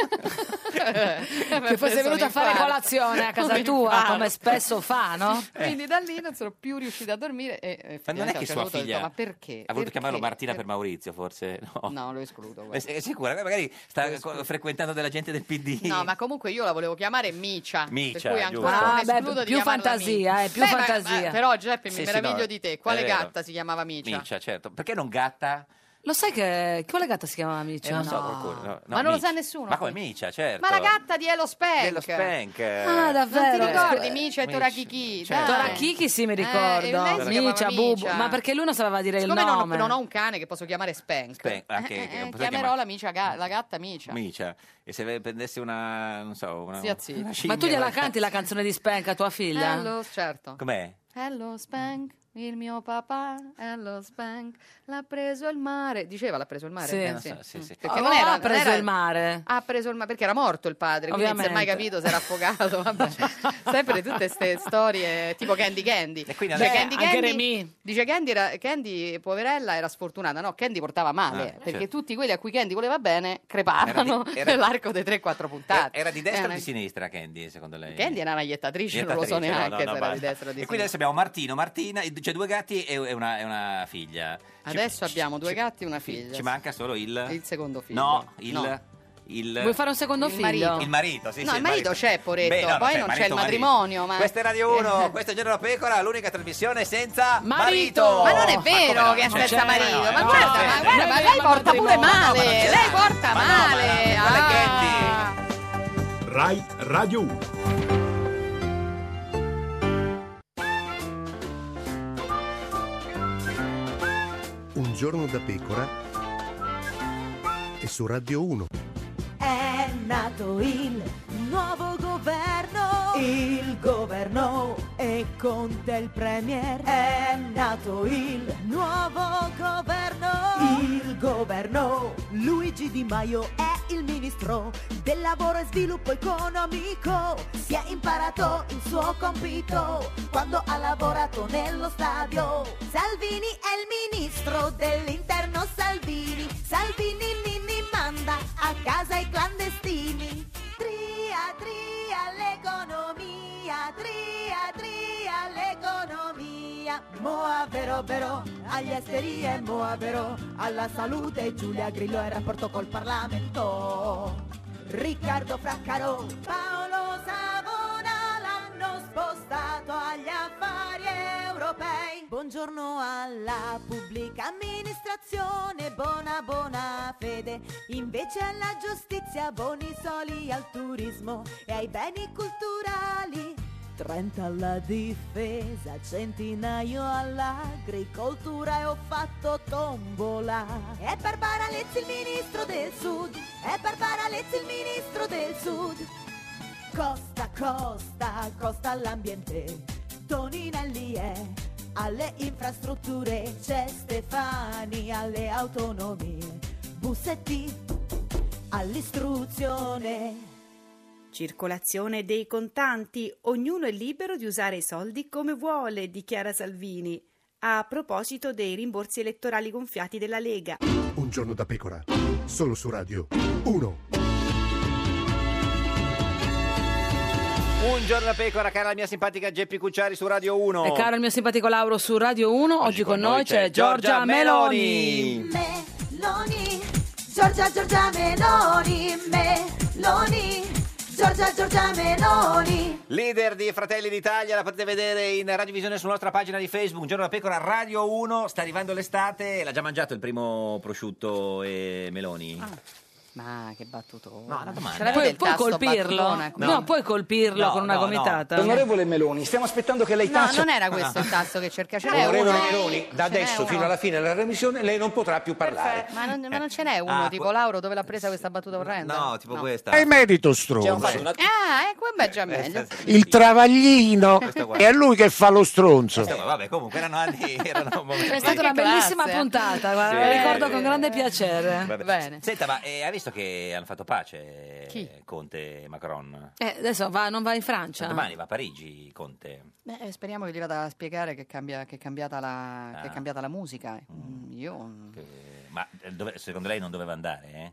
[SPEAKER 1] Che fosse venuta a fare
[SPEAKER 11] Eh, Infarto.
[SPEAKER 1] colazione a casa
[SPEAKER 11] Un
[SPEAKER 1] tua,
[SPEAKER 11] infarto. Eh,
[SPEAKER 1] come spesso fa, no?
[SPEAKER 11] Quindi da lì non sono più riuscita a dormire. E, e
[SPEAKER 2] Eh. Ma non è
[SPEAKER 11] effettivamente a un
[SPEAKER 2] che
[SPEAKER 11] certo
[SPEAKER 2] sua
[SPEAKER 11] punto ho detto,
[SPEAKER 2] figlia
[SPEAKER 11] ma perché?
[SPEAKER 2] ha voluto
[SPEAKER 11] Perché?
[SPEAKER 2] chiamarlo Martina per Maurizio, forse? No,
[SPEAKER 11] No, lo escludo. guarda.
[SPEAKER 2] Ma sei sicura? eh, Magari sta co- frequentando della gente del PD.
[SPEAKER 11] No, ma comunque io la volevo chiamare Micia.
[SPEAKER 2] Micia,
[SPEAKER 11] per cui ancora
[SPEAKER 2] giusto.
[SPEAKER 11] non
[SPEAKER 2] Ah, beh,
[SPEAKER 11] escludo di
[SPEAKER 1] più
[SPEAKER 11] chiamarla
[SPEAKER 1] fantasia,
[SPEAKER 11] Micia.
[SPEAKER 1] eh, più
[SPEAKER 11] Beh, ma- ma-
[SPEAKER 1] fantasia.
[SPEAKER 11] però Giuseppe, mi
[SPEAKER 2] Sì, sì,
[SPEAKER 11] meraviglio
[SPEAKER 2] no,
[SPEAKER 11] di te.
[SPEAKER 2] è
[SPEAKER 11] Quale
[SPEAKER 2] vero.
[SPEAKER 11] gatta si chiamava Micia?
[SPEAKER 2] Micia, certo. Perché non gatta?
[SPEAKER 1] Lo sai che quale gatta si chiamava Micia?
[SPEAKER 2] Eh, non so
[SPEAKER 1] No.
[SPEAKER 2] qualcuno. no, no,
[SPEAKER 11] Ma non lo
[SPEAKER 2] Micia.
[SPEAKER 11] sa nessuno.
[SPEAKER 2] Ma come Micia, certo.
[SPEAKER 11] Ma la gatta di Elo Spank.
[SPEAKER 2] Dello Spank.
[SPEAKER 1] Ah, davvero?
[SPEAKER 11] Non ti ricordi
[SPEAKER 1] Eh,
[SPEAKER 11] Oh, Micia e
[SPEAKER 2] Micia,
[SPEAKER 11] Torakiki?
[SPEAKER 1] Cioè,
[SPEAKER 2] certo.
[SPEAKER 11] Dai.
[SPEAKER 1] Torakiki sì, mi
[SPEAKER 11] Eh, e lei
[SPEAKER 1] ricordo.
[SPEAKER 11] si
[SPEAKER 1] Micia,
[SPEAKER 11] chiamava
[SPEAKER 1] Bubu.
[SPEAKER 11] Micia.
[SPEAKER 1] Ma perché lui non sapeva dire
[SPEAKER 11] Siccome
[SPEAKER 1] il
[SPEAKER 11] non ho,
[SPEAKER 1] nome?
[SPEAKER 11] non ho un cane che posso chiamare Spank,
[SPEAKER 2] Spank, ah, che-
[SPEAKER 11] eh, eh,
[SPEAKER 2] che potrei
[SPEAKER 11] chiamerò
[SPEAKER 2] chiamare-
[SPEAKER 11] la, Micia ga- la gatta Micia.
[SPEAKER 2] Micia. E se prendesse una, non so, una,
[SPEAKER 11] Zia, zia.
[SPEAKER 2] una
[SPEAKER 1] Ma tu
[SPEAKER 2] scimmia,
[SPEAKER 1] gliela
[SPEAKER 2] una-
[SPEAKER 1] canti la canzone di Spenca a tua figlia?
[SPEAKER 11] Hello, Eh, certo.
[SPEAKER 2] Com'è?
[SPEAKER 11] Hello Spank. Il mio papà è allo spank, l'ha preso il mare. Diceva l'ha preso il mare?
[SPEAKER 1] Sì.
[SPEAKER 11] eh,
[SPEAKER 1] Sì, sì.
[SPEAKER 11] Perché
[SPEAKER 1] Oh,
[SPEAKER 11] non era-
[SPEAKER 1] ha preso
[SPEAKER 11] non era-
[SPEAKER 1] il mare.
[SPEAKER 11] Ha preso il mare perché era morto il padre, quindi non si è mai
[SPEAKER 1] Ovviamente.
[SPEAKER 11] capito se era affogato. Vabbè. Sempre tutte queste storie tipo Candy Candy. Cioè,
[SPEAKER 1] adesso-
[SPEAKER 11] Candy
[SPEAKER 1] Beh, anche
[SPEAKER 11] Candy-
[SPEAKER 1] Remy.
[SPEAKER 11] dice Candy, era- Candy, poverella, era sfortunata. No, Candy portava male
[SPEAKER 2] Ah,
[SPEAKER 11] perché
[SPEAKER 2] certo.
[SPEAKER 11] tutti quelli a cui Candy voleva bene
[SPEAKER 2] Era
[SPEAKER 11] crepavano
[SPEAKER 2] di- era-
[SPEAKER 11] nell'arco dei 3-4 puntate.
[SPEAKER 2] Era di destra
[SPEAKER 11] Eh,
[SPEAKER 2] o di sinistra Candy, secondo lei?
[SPEAKER 11] Candy era una iettatrice, non lo so
[SPEAKER 2] Iettatrice, no,
[SPEAKER 11] neanche
[SPEAKER 2] no,
[SPEAKER 11] se
[SPEAKER 2] no,
[SPEAKER 11] era di
[SPEAKER 2] basta.
[SPEAKER 11] destra o di
[SPEAKER 2] E quindi
[SPEAKER 11] sinistra.
[SPEAKER 2] adesso abbiamo Martino, Martina, i- cioè due gatti e e una, e una figlia. Ci-
[SPEAKER 11] Adesso abbiamo due
[SPEAKER 2] ci-
[SPEAKER 11] gatti e una
[SPEAKER 2] ci-
[SPEAKER 11] figlia.
[SPEAKER 2] Ci manca solo il...
[SPEAKER 11] Il secondo figlio.
[SPEAKER 2] No, il...
[SPEAKER 11] No.
[SPEAKER 2] il-
[SPEAKER 1] Vuoi fare un secondo
[SPEAKER 11] Il
[SPEAKER 1] figlio?
[SPEAKER 11] marito.
[SPEAKER 2] Il marito, sì,
[SPEAKER 11] no,
[SPEAKER 2] sì,
[SPEAKER 11] il marito c'è, Poretto,
[SPEAKER 2] Beh, no, no,
[SPEAKER 11] poi
[SPEAKER 2] c'è
[SPEAKER 11] non c'è
[SPEAKER 2] marito,
[SPEAKER 11] il
[SPEAKER 2] marito.
[SPEAKER 11] matrimonio. Ma...
[SPEAKER 2] Questa è Radio 1, questo è Giorno della Pecora, l'unica trasmissione senza
[SPEAKER 11] Marito! Ma Cioè, non è vero che
[SPEAKER 2] Cioè,
[SPEAKER 11] è senza marito, ma guarda, ma guarda, eh, ma lei porta pure male, lei porta male. Ah.
[SPEAKER 12] Rai Radio 1.
[SPEAKER 10] Un giorno da pecora e su Radio 1.
[SPEAKER 7] È nato il nuovo governo. Il governo e Conte il premier. È nato il nuovo governo. Il governo. Luigi Di Maio è il ministro del lavoro e sviluppo economico. Si è imparato il suo compito quando ha lavorato nello stadio. Salvini è il ministro dell'interno Salvini. Salvini Nini manda a casa i clandestini. Tria, tria l'economia, tria, tria l'economia. Moa vero vero, agli esteri e Moa vero, alla salute Giulia Grillo e rapporto col Parlamento. Riccardo Fraccaro, Paolo Savona l'hanno spostato agli affari europei. Buongiorno alla pubblica amministrazione, buona buona fede. Invece alla giustizia, buoni soli al turismo e ai beni culturali. 30 alla difesa, centinaio all'agricoltura e ho fatto tombola. È Barbara Lezzi il ministro del sud, è Barbara Lezzi il ministro del sud. Costa, costa, costa all'ambiente, Toninelli è alle infrastrutture, c'è Stefani alle autonomie, Bussetti all'istruzione.
[SPEAKER 9] Circolazione dei contanti, ognuno è libero di usare i soldi come vuole, dichiara Salvini. A proposito dei rimborsi elettorali gonfiati della Lega.
[SPEAKER 2] Eh,
[SPEAKER 10] Un giorno da pecora, solo su Radio 1.
[SPEAKER 2] Un giorno da Pecora, cara la mia simpatica Geppi Cucciari su Radio 1.
[SPEAKER 1] E caro il mio simpatico Lauro su Radio 1, oggi, con noi c'è Giorgia Meloni.
[SPEAKER 7] Meloni, Giorgia Giorgia Meloni, Meloni, Giorgia Giorgia Meloni.
[SPEAKER 2] Leader di Fratelli d'Italia, la potete vedere in radiovisione sulla nostra pagina di Facebook, Giorno della Pecora, Radio 1, sta arrivando l'estate, l'ha già mangiato il primo prosciutto e meloni?
[SPEAKER 1] Ah.
[SPEAKER 11] Ma che battutone.
[SPEAKER 2] No, una domanda. ecco.
[SPEAKER 11] Ce l'avete
[SPEAKER 1] Puoi,
[SPEAKER 11] il
[SPEAKER 1] puoi
[SPEAKER 11] tasto
[SPEAKER 1] colpirlo?
[SPEAKER 11] battutone?
[SPEAKER 1] No. puoi colpirlo
[SPEAKER 14] No,
[SPEAKER 1] con una
[SPEAKER 14] no, no.
[SPEAKER 1] gomitata.
[SPEAKER 14] Onorevole Meloni, stiamo aspettando che lei
[SPEAKER 11] No,
[SPEAKER 14] taccia.
[SPEAKER 11] non era questo il tasto che cerca. Ce
[SPEAKER 1] Eh,
[SPEAKER 11] n'è uno.
[SPEAKER 14] Onorevole Meloni, da
[SPEAKER 11] Ce n'è
[SPEAKER 14] adesso
[SPEAKER 11] uno.
[SPEAKER 14] fino alla fine della remissione lei non potrà più parlare.
[SPEAKER 11] Ma non, ma non ce n'è uno,
[SPEAKER 14] Ah,
[SPEAKER 11] tipo
[SPEAKER 14] que-
[SPEAKER 11] Lauro, dove l'ha presa questa battuta orrenda?
[SPEAKER 2] No, tipo questa.
[SPEAKER 14] È merito
[SPEAKER 2] stronzo.
[SPEAKER 11] Ah, ecco, quello è
[SPEAKER 2] Eh,
[SPEAKER 11] già meglio.
[SPEAKER 14] Il travaglino
[SPEAKER 2] è
[SPEAKER 14] lui che fa lo stronzo.
[SPEAKER 11] Certo.
[SPEAKER 2] Questo- Vabbè, comunque erano anni, erano momenti.
[SPEAKER 1] È stata una bellissima puntata, guarda,
[SPEAKER 2] Sì.
[SPEAKER 1] la ricordo con grande
[SPEAKER 11] Eh,
[SPEAKER 1] piacere.
[SPEAKER 2] Vabbè. Senta, ma eh, hai visto che hanno fatto pace eh,
[SPEAKER 1] Chi?
[SPEAKER 2] Conte e Macron?
[SPEAKER 1] Eh, adesso va- non va in Francia.
[SPEAKER 2] Domani va a Parigi Conte.
[SPEAKER 11] Beh, eh, speriamo che gli vada a spiegare che, cambia- che è cambiata la, che è
[SPEAKER 2] Ah.
[SPEAKER 11] cambiata la musica. Mm, Io...
[SPEAKER 2] Che- ma eh, dove- secondo lei non doveva andare, eh?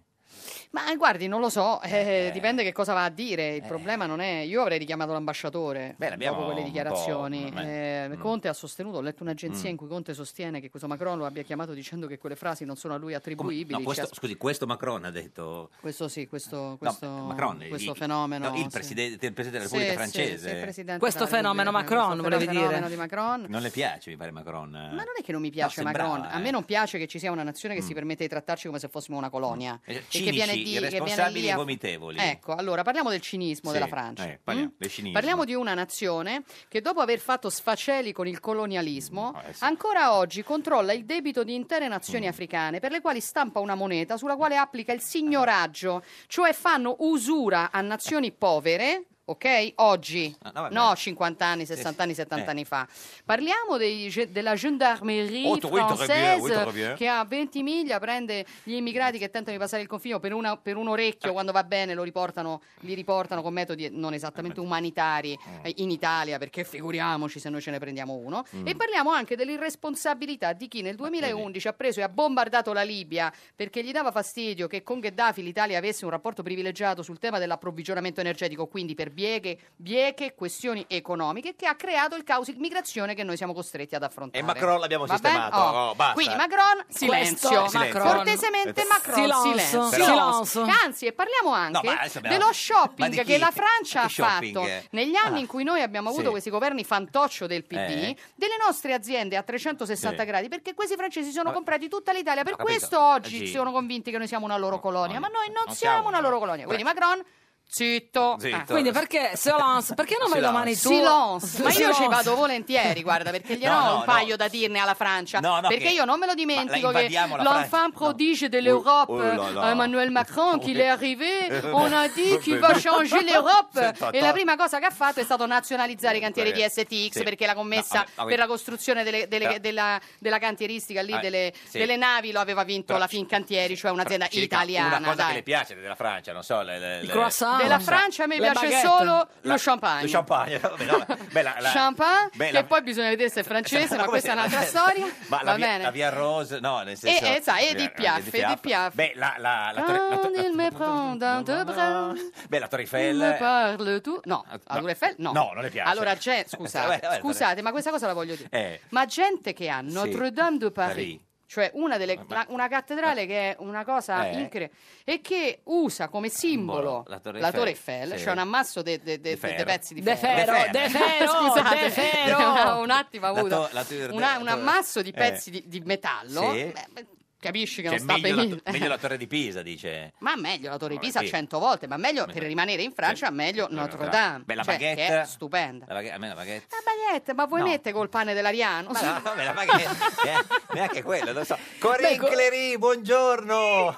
[SPEAKER 11] Ma eh, guardi, non lo so, eh, dipende che cosa va a dire. Il problema non è. Io avrei richiamato l'ambasciatore
[SPEAKER 2] Eh. l'abbiamo
[SPEAKER 11] dopo quelle
[SPEAKER 2] un
[SPEAKER 11] dichiarazioni.
[SPEAKER 2] po', ma-
[SPEAKER 11] Eh,
[SPEAKER 2] mm.
[SPEAKER 11] Conte ha sostenuto, ho letto un'agenzia
[SPEAKER 2] Mm.
[SPEAKER 11] in cui Conte sostiene che questo Macron lo abbia chiamato dicendo che quelle frasi non sono a lui
[SPEAKER 2] Come-
[SPEAKER 11] attribuibili.
[SPEAKER 2] no, questo,
[SPEAKER 11] Cioè,
[SPEAKER 2] scusi, questo Macron ha detto...
[SPEAKER 11] questo sì, questo,
[SPEAKER 2] No, eh,
[SPEAKER 11] questo,
[SPEAKER 2] Macron, il-
[SPEAKER 11] questo
[SPEAKER 2] il-
[SPEAKER 11] fenomeno.
[SPEAKER 2] no, il,
[SPEAKER 11] sì.
[SPEAKER 2] presidente, il presidente della
[SPEAKER 11] Sì,
[SPEAKER 2] Repubblica
[SPEAKER 11] sì,
[SPEAKER 2] francese.
[SPEAKER 11] sì, il presidente
[SPEAKER 1] Questo
[SPEAKER 11] della
[SPEAKER 1] fenomeno
[SPEAKER 11] Repubblica,
[SPEAKER 1] Macron,
[SPEAKER 11] questo
[SPEAKER 1] volevi dire.
[SPEAKER 11] fenomeno di Macron.
[SPEAKER 2] Non le piace, mi pare Macron. Ma
[SPEAKER 11] Non è che non mi piace
[SPEAKER 2] No, eh. Mm. sembrava,
[SPEAKER 11] Macron, a me non piace che ci sia una nazione che si permette di trattarci come se fossimo una colonia. E
[SPEAKER 2] Eh, Cinici,
[SPEAKER 11] di-
[SPEAKER 2] irresponsabili
[SPEAKER 11] lì a-
[SPEAKER 2] e vomitevoli.
[SPEAKER 11] Ecco, allora parliamo del cinismo
[SPEAKER 2] Sì,
[SPEAKER 11] della Francia.
[SPEAKER 2] eh, parliamo,
[SPEAKER 11] Mm?
[SPEAKER 2] del cinismo.
[SPEAKER 11] Parliamo di una nazione che dopo aver fatto sfaceli con il colonialismo,
[SPEAKER 2] Ah, eh
[SPEAKER 11] ancora oggi controlla il debito di intere nazioni
[SPEAKER 2] Mm.
[SPEAKER 11] africane per le quali stampa una moneta sulla quale applica il signoraggio, cioè fanno usura a nazioni povere Ok? Oggi,
[SPEAKER 2] Ah, no, vabbè.
[SPEAKER 11] no 50 anni, 60
[SPEAKER 2] sì.
[SPEAKER 11] anni, 70
[SPEAKER 2] Eh.
[SPEAKER 11] anni fa. Parliamo dei ge- della gendarmerie
[SPEAKER 2] Oh, tu- oui, très bien, oui,
[SPEAKER 11] française
[SPEAKER 2] très bien.
[SPEAKER 11] che a 20 miglia prende gli immigrati che tentano di passare il confine o per, una- per un orecchio, quando va bene lo riportano, li riportano con metodi non esattamente umanitari
[SPEAKER 2] Mm.
[SPEAKER 11] eh, in Italia, perché figuriamoci se noi ce ne prendiamo uno.
[SPEAKER 15] Mm.
[SPEAKER 11] E parliamo anche dell'irresponsabilità di chi nel 2011 ha preso e ha bombardato la Libia perché gli dava fastidio che con Gheddafi l'Italia avesse un rapporto privilegiato sul tema dell'approvvigionamento energetico, quindi per bieche, bieche questioni economiche, che ha creato il caos immigrazione che noi siamo costretti ad affrontare.
[SPEAKER 2] E Macron l'abbiamo
[SPEAKER 11] Va
[SPEAKER 2] sistemato,
[SPEAKER 11] bene?
[SPEAKER 2] oh, basta.
[SPEAKER 11] Quindi Macron, silenzio.
[SPEAKER 2] Questo, Macron.
[SPEAKER 11] Cortesemente Macron,
[SPEAKER 1] Silenzio.
[SPEAKER 11] silenzio.
[SPEAKER 1] Silenzio.
[SPEAKER 11] Anzi, e parliamo
[SPEAKER 2] No,
[SPEAKER 11] anche
[SPEAKER 2] ma adesso abbiamo-
[SPEAKER 11] dello
[SPEAKER 2] Ma di
[SPEAKER 11] shopping
[SPEAKER 2] chi?
[SPEAKER 11] che la Francia ha
[SPEAKER 2] Che shopping?
[SPEAKER 11] fatto negli anni
[SPEAKER 2] Ah.
[SPEAKER 11] in cui noi abbiamo avuto
[SPEAKER 2] Sì.
[SPEAKER 11] questi governi fantoccio del PD,
[SPEAKER 2] Eh.
[SPEAKER 11] delle nostre aziende a 360
[SPEAKER 2] Sì.
[SPEAKER 11] gradi, perché questi francesi sono
[SPEAKER 2] Ma-
[SPEAKER 11] comprati tutta l'Italia. Per
[SPEAKER 2] Ho capito. Eh,
[SPEAKER 11] questo
[SPEAKER 2] Sì.
[SPEAKER 11] oggi sono convinti che noi siamo una loro colonia, ma noi non,
[SPEAKER 2] non
[SPEAKER 11] siamo,
[SPEAKER 2] siamo Eh.
[SPEAKER 11] una loro colonia. Quindi Macron, zitto.
[SPEAKER 2] Zitto.
[SPEAKER 11] Ah.
[SPEAKER 1] Quindi perché, Silence, perché non vai domani tu?
[SPEAKER 11] Silence. Ma io
[SPEAKER 1] Silence.
[SPEAKER 11] ci vado volentieri, guarda, perché gliene
[SPEAKER 1] No,
[SPEAKER 11] ho
[SPEAKER 1] no,
[SPEAKER 11] un
[SPEAKER 1] no.
[SPEAKER 11] paio da dirne alla Francia.
[SPEAKER 1] No, no,
[SPEAKER 11] perché
[SPEAKER 1] che-
[SPEAKER 11] io non me lo
[SPEAKER 1] ma
[SPEAKER 11] dimentico
[SPEAKER 1] la
[SPEAKER 11] che
[SPEAKER 1] invadiamo la
[SPEAKER 11] l'enfant prodige de l'Europe,
[SPEAKER 1] Oh, oh là là.
[SPEAKER 11] euh, Emmanuel
[SPEAKER 2] Oh,
[SPEAKER 11] Macron, qu'il est arrivé,
[SPEAKER 1] Eh,
[SPEAKER 11] on a dit qu'il va changer l'Europe.
[SPEAKER 2] Senta,
[SPEAKER 11] E
[SPEAKER 2] ta-
[SPEAKER 11] la prima cosa che ha fatto è stato nazionalizzare i cantieri di STX
[SPEAKER 2] Eh, Sì.
[SPEAKER 11] perché la
[SPEAKER 2] No,
[SPEAKER 11] commessa
[SPEAKER 2] vabbè, vabbè.
[SPEAKER 11] per la costruzione delle- delle-
[SPEAKER 2] Però-
[SPEAKER 11] della, della cantieristica lì,
[SPEAKER 2] Vabbè,
[SPEAKER 11] delle,
[SPEAKER 2] sì.
[SPEAKER 11] delle navi, lo aveva vinto
[SPEAKER 2] Però-
[SPEAKER 11] la Fincantieri, cioè un'azienda
[SPEAKER 2] Ci dica
[SPEAKER 11] italiana.
[SPEAKER 2] Una cosa
[SPEAKER 11] dai.
[SPEAKER 2] che le piace della Francia, non so, le, le, le-
[SPEAKER 11] Della Francia a me
[SPEAKER 1] Le
[SPEAKER 11] piace
[SPEAKER 1] baguette.
[SPEAKER 11] solo
[SPEAKER 2] La-
[SPEAKER 11] lo champagne.
[SPEAKER 2] Lo champagne, vabbè, no, beh, la- la-
[SPEAKER 11] champagne,
[SPEAKER 2] beh,
[SPEAKER 11] che
[SPEAKER 2] la- Eh,
[SPEAKER 11] poi bisogna vedere se è francese, ma
[SPEAKER 2] Come
[SPEAKER 11] questa è
[SPEAKER 2] se-
[SPEAKER 11] un'altra storia.
[SPEAKER 2] Ma la
[SPEAKER 11] Va
[SPEAKER 2] via,
[SPEAKER 11] bene.
[SPEAKER 2] la via Rose, no, nel senso...
[SPEAKER 11] eh, sa, Edith
[SPEAKER 2] Edith
[SPEAKER 11] Piaf, Edith Piaf. Ah,
[SPEAKER 2] Beh, la, la, la, torre- la
[SPEAKER 11] Quand
[SPEAKER 2] torre-
[SPEAKER 11] il me prend dans tes bras,
[SPEAKER 2] beh, la Torre
[SPEAKER 11] il me
[SPEAKER 2] Eiffel...
[SPEAKER 11] parle tu. No, la Tour Eiffel no.
[SPEAKER 2] No, non le piace.
[SPEAKER 11] Allora, c'è,
[SPEAKER 2] Cioè, Vabbè,
[SPEAKER 11] scusate,
[SPEAKER 2] vabbè,
[SPEAKER 11] scusate, ma questa cosa la voglio dire.
[SPEAKER 2] Eh,
[SPEAKER 11] Ma gente che ha Notre Dame de Paris,
[SPEAKER 2] Paris.
[SPEAKER 11] cioè una, delle,
[SPEAKER 2] Ma-
[SPEAKER 11] la- una cattedrale che è una cosa
[SPEAKER 2] Eh.
[SPEAKER 11] incredibile e che usa come simbolo
[SPEAKER 2] Simbolo, la Torre
[SPEAKER 11] Eiffel,
[SPEAKER 2] Eiffel, sì.
[SPEAKER 11] cioè un ammasso di
[SPEAKER 2] ferro.
[SPEAKER 11] pezzi di
[SPEAKER 1] De ferro, de ferro,
[SPEAKER 11] Scusate,
[SPEAKER 1] de ferro.
[SPEAKER 11] un- un attimo
[SPEAKER 2] La
[SPEAKER 11] avuto
[SPEAKER 2] to- la Tour-
[SPEAKER 11] Una- un
[SPEAKER 2] la Tour-
[SPEAKER 11] ammasso di
[SPEAKER 2] eh.
[SPEAKER 11] pezzi di, di metallo.
[SPEAKER 2] Sì.
[SPEAKER 11] Beh, beh, Capisci che
[SPEAKER 2] cioè,
[SPEAKER 11] non sta
[SPEAKER 2] meglio, la,
[SPEAKER 11] benissimo.
[SPEAKER 2] to- meglio la Torre di Pisa, dice.
[SPEAKER 11] Ma meglio la Torre di
[SPEAKER 2] Vabbè,
[SPEAKER 11] Pisa
[SPEAKER 2] sì.
[SPEAKER 11] 100 volte, ma meglio per rimanere in Francia, meglio Notre Dame.
[SPEAKER 2] Beh, la
[SPEAKER 11] cioè, che
[SPEAKER 2] baguette-
[SPEAKER 11] è stupenda.
[SPEAKER 2] La baghe- a me la baguette...
[SPEAKER 11] La baguette, ma vuoi
[SPEAKER 2] No.
[SPEAKER 11] mettere col pane
[SPEAKER 1] Oh,
[SPEAKER 11] dell'Ariano?
[SPEAKER 2] Ma no, vabbè, la baguette... eh, neanche quello, non so. Corinne
[SPEAKER 11] Beh, co-
[SPEAKER 2] Clery, buongiorno!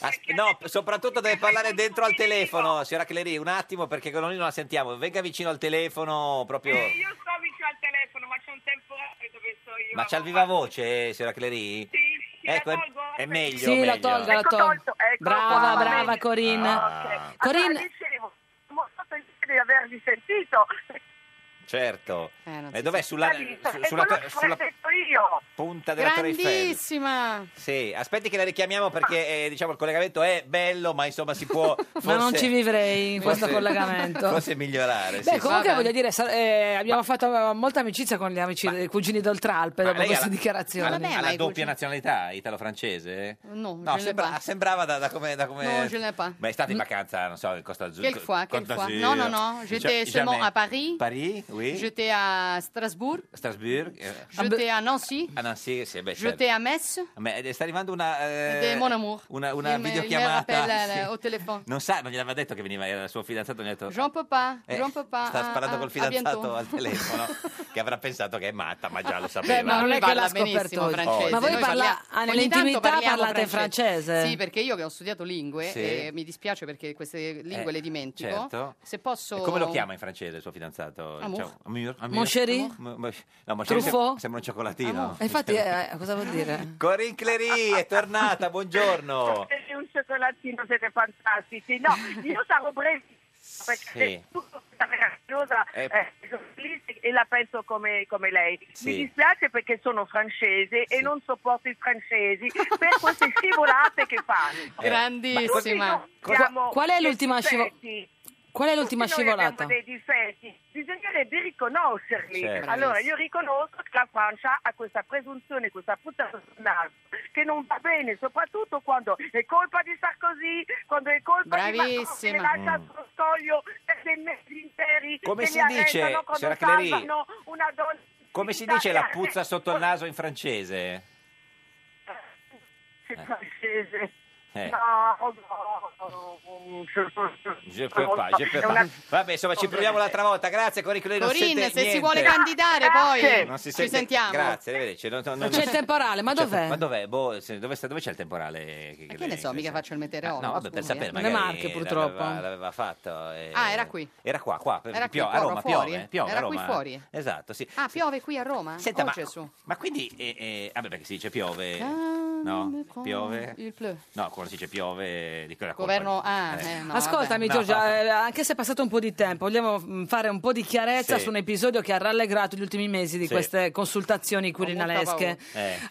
[SPEAKER 2] As- no, soprattutto deve parlare dentro al telefono, signora Clery, un attimo perché con noi non la sentiamo. Venga vicino al telefono, proprio...
[SPEAKER 16] Eh, io sto vicino al telefono, ma c'è un tempo dove sto io.
[SPEAKER 2] Ma c'ha il viva voce, eh, signora Clery? Sì, ecco, è- è meglio.
[SPEAKER 1] Sì, la
[SPEAKER 2] meglio.
[SPEAKER 1] tolga,
[SPEAKER 16] Ecco,
[SPEAKER 1] la tolga. brava, brava Corinne.
[SPEAKER 2] Ah,
[SPEAKER 1] Corinne,
[SPEAKER 16] Allora, dicevo, mo- sto pensando di avervi sentito.
[SPEAKER 2] certo.
[SPEAKER 1] Eh,
[SPEAKER 11] non
[SPEAKER 2] e dov'è? Sulla, su-
[SPEAKER 16] e
[SPEAKER 2] sulla-
[SPEAKER 16] cioè, quello che
[SPEAKER 2] sulla
[SPEAKER 16] ho detto io.
[SPEAKER 2] punta della Torre Eiffel.
[SPEAKER 11] Grandissima!
[SPEAKER 2] Sì, aspetti che la richiamiamo perché eh, diciamo il collegamento è bello, ma insomma si può...
[SPEAKER 1] Ah. ma non
[SPEAKER 2] forse-
[SPEAKER 1] ci vivrei in questo
[SPEAKER 2] forse-
[SPEAKER 1] collegamento.
[SPEAKER 2] Forse migliorare.
[SPEAKER 1] Beh,
[SPEAKER 2] sì,
[SPEAKER 1] comunque
[SPEAKER 2] sì.
[SPEAKER 1] voglio dire, sa- eh, abbiamo fatto eh, molta amicizia con gli amici dei cugini d'Oltralpe dopo
[SPEAKER 2] lei
[SPEAKER 1] queste
[SPEAKER 2] ha la-
[SPEAKER 1] dichiarazioni.
[SPEAKER 2] Ha la, ha la doppia nazionalità italo-francese?
[SPEAKER 11] No,
[SPEAKER 2] No,
[SPEAKER 11] je ne
[SPEAKER 2] sembra-
[SPEAKER 11] l'ai pas.
[SPEAKER 2] sembrava da, da come... da come-
[SPEAKER 11] No, je ne l'ai pas.
[SPEAKER 2] Ma è stata in vacanza, non so, in Costa Azzurra.
[SPEAKER 11] Quel fois, quel fois. No, no, no, j'étais seulement à Paris,
[SPEAKER 2] Paris, oui.
[SPEAKER 11] j'étais à Strasbourg,
[SPEAKER 2] Strasbourg. eh.
[SPEAKER 11] j'étais à Nancy,
[SPEAKER 2] Ah, no, sì, sì, beh, certo.
[SPEAKER 11] j'étais à Metz.
[SPEAKER 2] Ma eh, sta arrivando una... eh,
[SPEAKER 11] De mon amour.
[SPEAKER 2] Una, una
[SPEAKER 11] Il me- il me
[SPEAKER 2] videochiamata.
[SPEAKER 11] rappelle, eh,
[SPEAKER 2] sì.
[SPEAKER 11] au telefono.
[SPEAKER 2] Non sa, non gliel'aveva detto che veniva, era il suo fidanzato, gli ha detto...
[SPEAKER 11] Jean Papà,
[SPEAKER 2] Eh,
[SPEAKER 11] Jean Papà.
[SPEAKER 2] Sta
[SPEAKER 11] ah,
[SPEAKER 2] sparando
[SPEAKER 11] ah,
[SPEAKER 2] col
[SPEAKER 11] a
[SPEAKER 2] fidanzato
[SPEAKER 11] bientôt.
[SPEAKER 2] al telefono, che avrà pensato che è matta, ma già lo sapeva.
[SPEAKER 11] Beh, ma non è che l'ha
[SPEAKER 1] benissimo
[SPEAKER 11] scoperto
[SPEAKER 1] francese. Ma voi
[SPEAKER 11] Noi
[SPEAKER 1] parla-
[SPEAKER 11] parliamo-
[SPEAKER 1] ah,
[SPEAKER 11] ogni
[SPEAKER 1] nell'intimità
[SPEAKER 11] tanto parliamo
[SPEAKER 1] parlate in francese?
[SPEAKER 11] Sì, perché io che ho studiato lingue
[SPEAKER 2] Sì.
[SPEAKER 11] e mi dispiace perché queste lingue
[SPEAKER 2] Eh,
[SPEAKER 11] le dimentico.
[SPEAKER 2] certo.
[SPEAKER 11] Se posso
[SPEAKER 2] E come lo chiama in francese il suo fidanzato?
[SPEAKER 11] Amour.
[SPEAKER 2] Ciao, Amour, Amour.
[SPEAKER 1] Mon chéri?
[SPEAKER 2] Mo- mo- No, mon chéri
[SPEAKER 1] Truffaut?
[SPEAKER 2] sem- sembra un cioccolatino.
[SPEAKER 1] E infatti, eh, cosa vuol dire?
[SPEAKER 2] Corinne Clery è tornata, buongiorno.
[SPEAKER 16] Cioè, Siete un cioccolatino, siete fantastici. No, io sarò brevissima perché tu sei meravigliosa
[SPEAKER 2] Eh.
[SPEAKER 16] eh, e la penso come, come lei.
[SPEAKER 2] Sì.
[SPEAKER 16] Mi dispiace perché sono francese e non sopporto i francesi per queste scivolate che fanno.
[SPEAKER 11] Eh, Grandissima.
[SPEAKER 16] Tutti noi abbiamo
[SPEAKER 1] Qua- qual è
[SPEAKER 16] dei
[SPEAKER 1] l'ultima scivo-
[SPEAKER 16] difetti.
[SPEAKER 1] Qual è l'ultima
[SPEAKER 16] Tutti noi
[SPEAKER 1] scivolata?
[SPEAKER 16] abbiamo dei difetti, bisognerebbe riconoscerli.
[SPEAKER 1] Certo.
[SPEAKER 16] Allora, io riconosco che la Francia ha questa presunzione, questa puttana sul naso, che non va bene, soprattutto quando è colpa di Sarkozy, quando è colpa di Macron che
[SPEAKER 11] Bravissima.
[SPEAKER 16] le lascia
[SPEAKER 2] Mm.
[SPEAKER 16] sullo scoglio per dei mesi interi,
[SPEAKER 2] Come
[SPEAKER 16] che
[SPEAKER 2] si
[SPEAKER 16] li
[SPEAKER 2] dice,
[SPEAKER 16] arrestano quando
[SPEAKER 2] signora Clery?
[SPEAKER 16] salvano una donna.
[SPEAKER 2] Come si dice la puzza sotto il naso in francese?
[SPEAKER 16] francese.
[SPEAKER 2] Eh.
[SPEAKER 16] No, no, no.
[SPEAKER 2] Je peux pas, je peux
[SPEAKER 16] È
[SPEAKER 2] pas.
[SPEAKER 16] una-
[SPEAKER 2] Vabbè, insomma, ci proviamo l'altra volta. Grazie, Corinne. Lei non
[SPEAKER 11] Corinne,
[SPEAKER 2] siete
[SPEAKER 11] se si
[SPEAKER 2] niente.
[SPEAKER 11] vuole candidare, poi
[SPEAKER 2] Non si
[SPEAKER 11] ci
[SPEAKER 2] sente-
[SPEAKER 11] sentiamo.
[SPEAKER 2] Grazie, arrivederci. No, no, no,
[SPEAKER 1] Ma c'è
[SPEAKER 2] no.
[SPEAKER 1] il temporale, ma
[SPEAKER 2] C'è-
[SPEAKER 1] dov'è?
[SPEAKER 2] Ma dov'è? Boh, se- dove, sta- dove c'è il temporale? Che,
[SPEAKER 11] Che ne so, mica faccio il
[SPEAKER 2] Ah, No,
[SPEAKER 11] meteorologo.
[SPEAKER 2] vabbè, per
[SPEAKER 11] scusi,
[SPEAKER 2] sapere,
[SPEAKER 11] eh.
[SPEAKER 2] magari L'aveva, l'aveva fatto. eh.
[SPEAKER 11] Ah, era qui.
[SPEAKER 2] Era qua, qua.
[SPEAKER 11] Era qui,
[SPEAKER 2] Pio- a
[SPEAKER 11] proprio
[SPEAKER 2] Roma,
[SPEAKER 11] fuori?
[SPEAKER 2] piove, eh, piove a
[SPEAKER 11] Era qui
[SPEAKER 2] Roma.
[SPEAKER 11] fuori?
[SPEAKER 2] Esatto, sì.
[SPEAKER 11] Ah, piove qui a Roma?
[SPEAKER 2] Senta,
[SPEAKER 11] Oh,
[SPEAKER 2] ma-
[SPEAKER 11] Gesù.
[SPEAKER 2] Ma quindi, eh, eh, vabbè, perché si dice piove.
[SPEAKER 11] Calme
[SPEAKER 2] No,
[SPEAKER 11] con
[SPEAKER 2] piove.
[SPEAKER 11] Il pleu.
[SPEAKER 2] No, quando si dice piove, di quella
[SPEAKER 11] Governo-
[SPEAKER 2] colpa.
[SPEAKER 11] ah, eh, no,
[SPEAKER 1] Ascoltami
[SPEAKER 2] No,
[SPEAKER 1] Giorgia,
[SPEAKER 2] fa-
[SPEAKER 1] eh, anche se è passato un po' di tempo, vogliamo mh, fare un po' di chiarezza
[SPEAKER 2] Sì.
[SPEAKER 1] su un episodio che ha rallegrato gli ultimi mesi di
[SPEAKER 2] Sì.
[SPEAKER 1] queste consultazioni quirinalesche.
[SPEAKER 2] Eh.
[SPEAKER 1] Eh,
[SPEAKER 11] Oddio,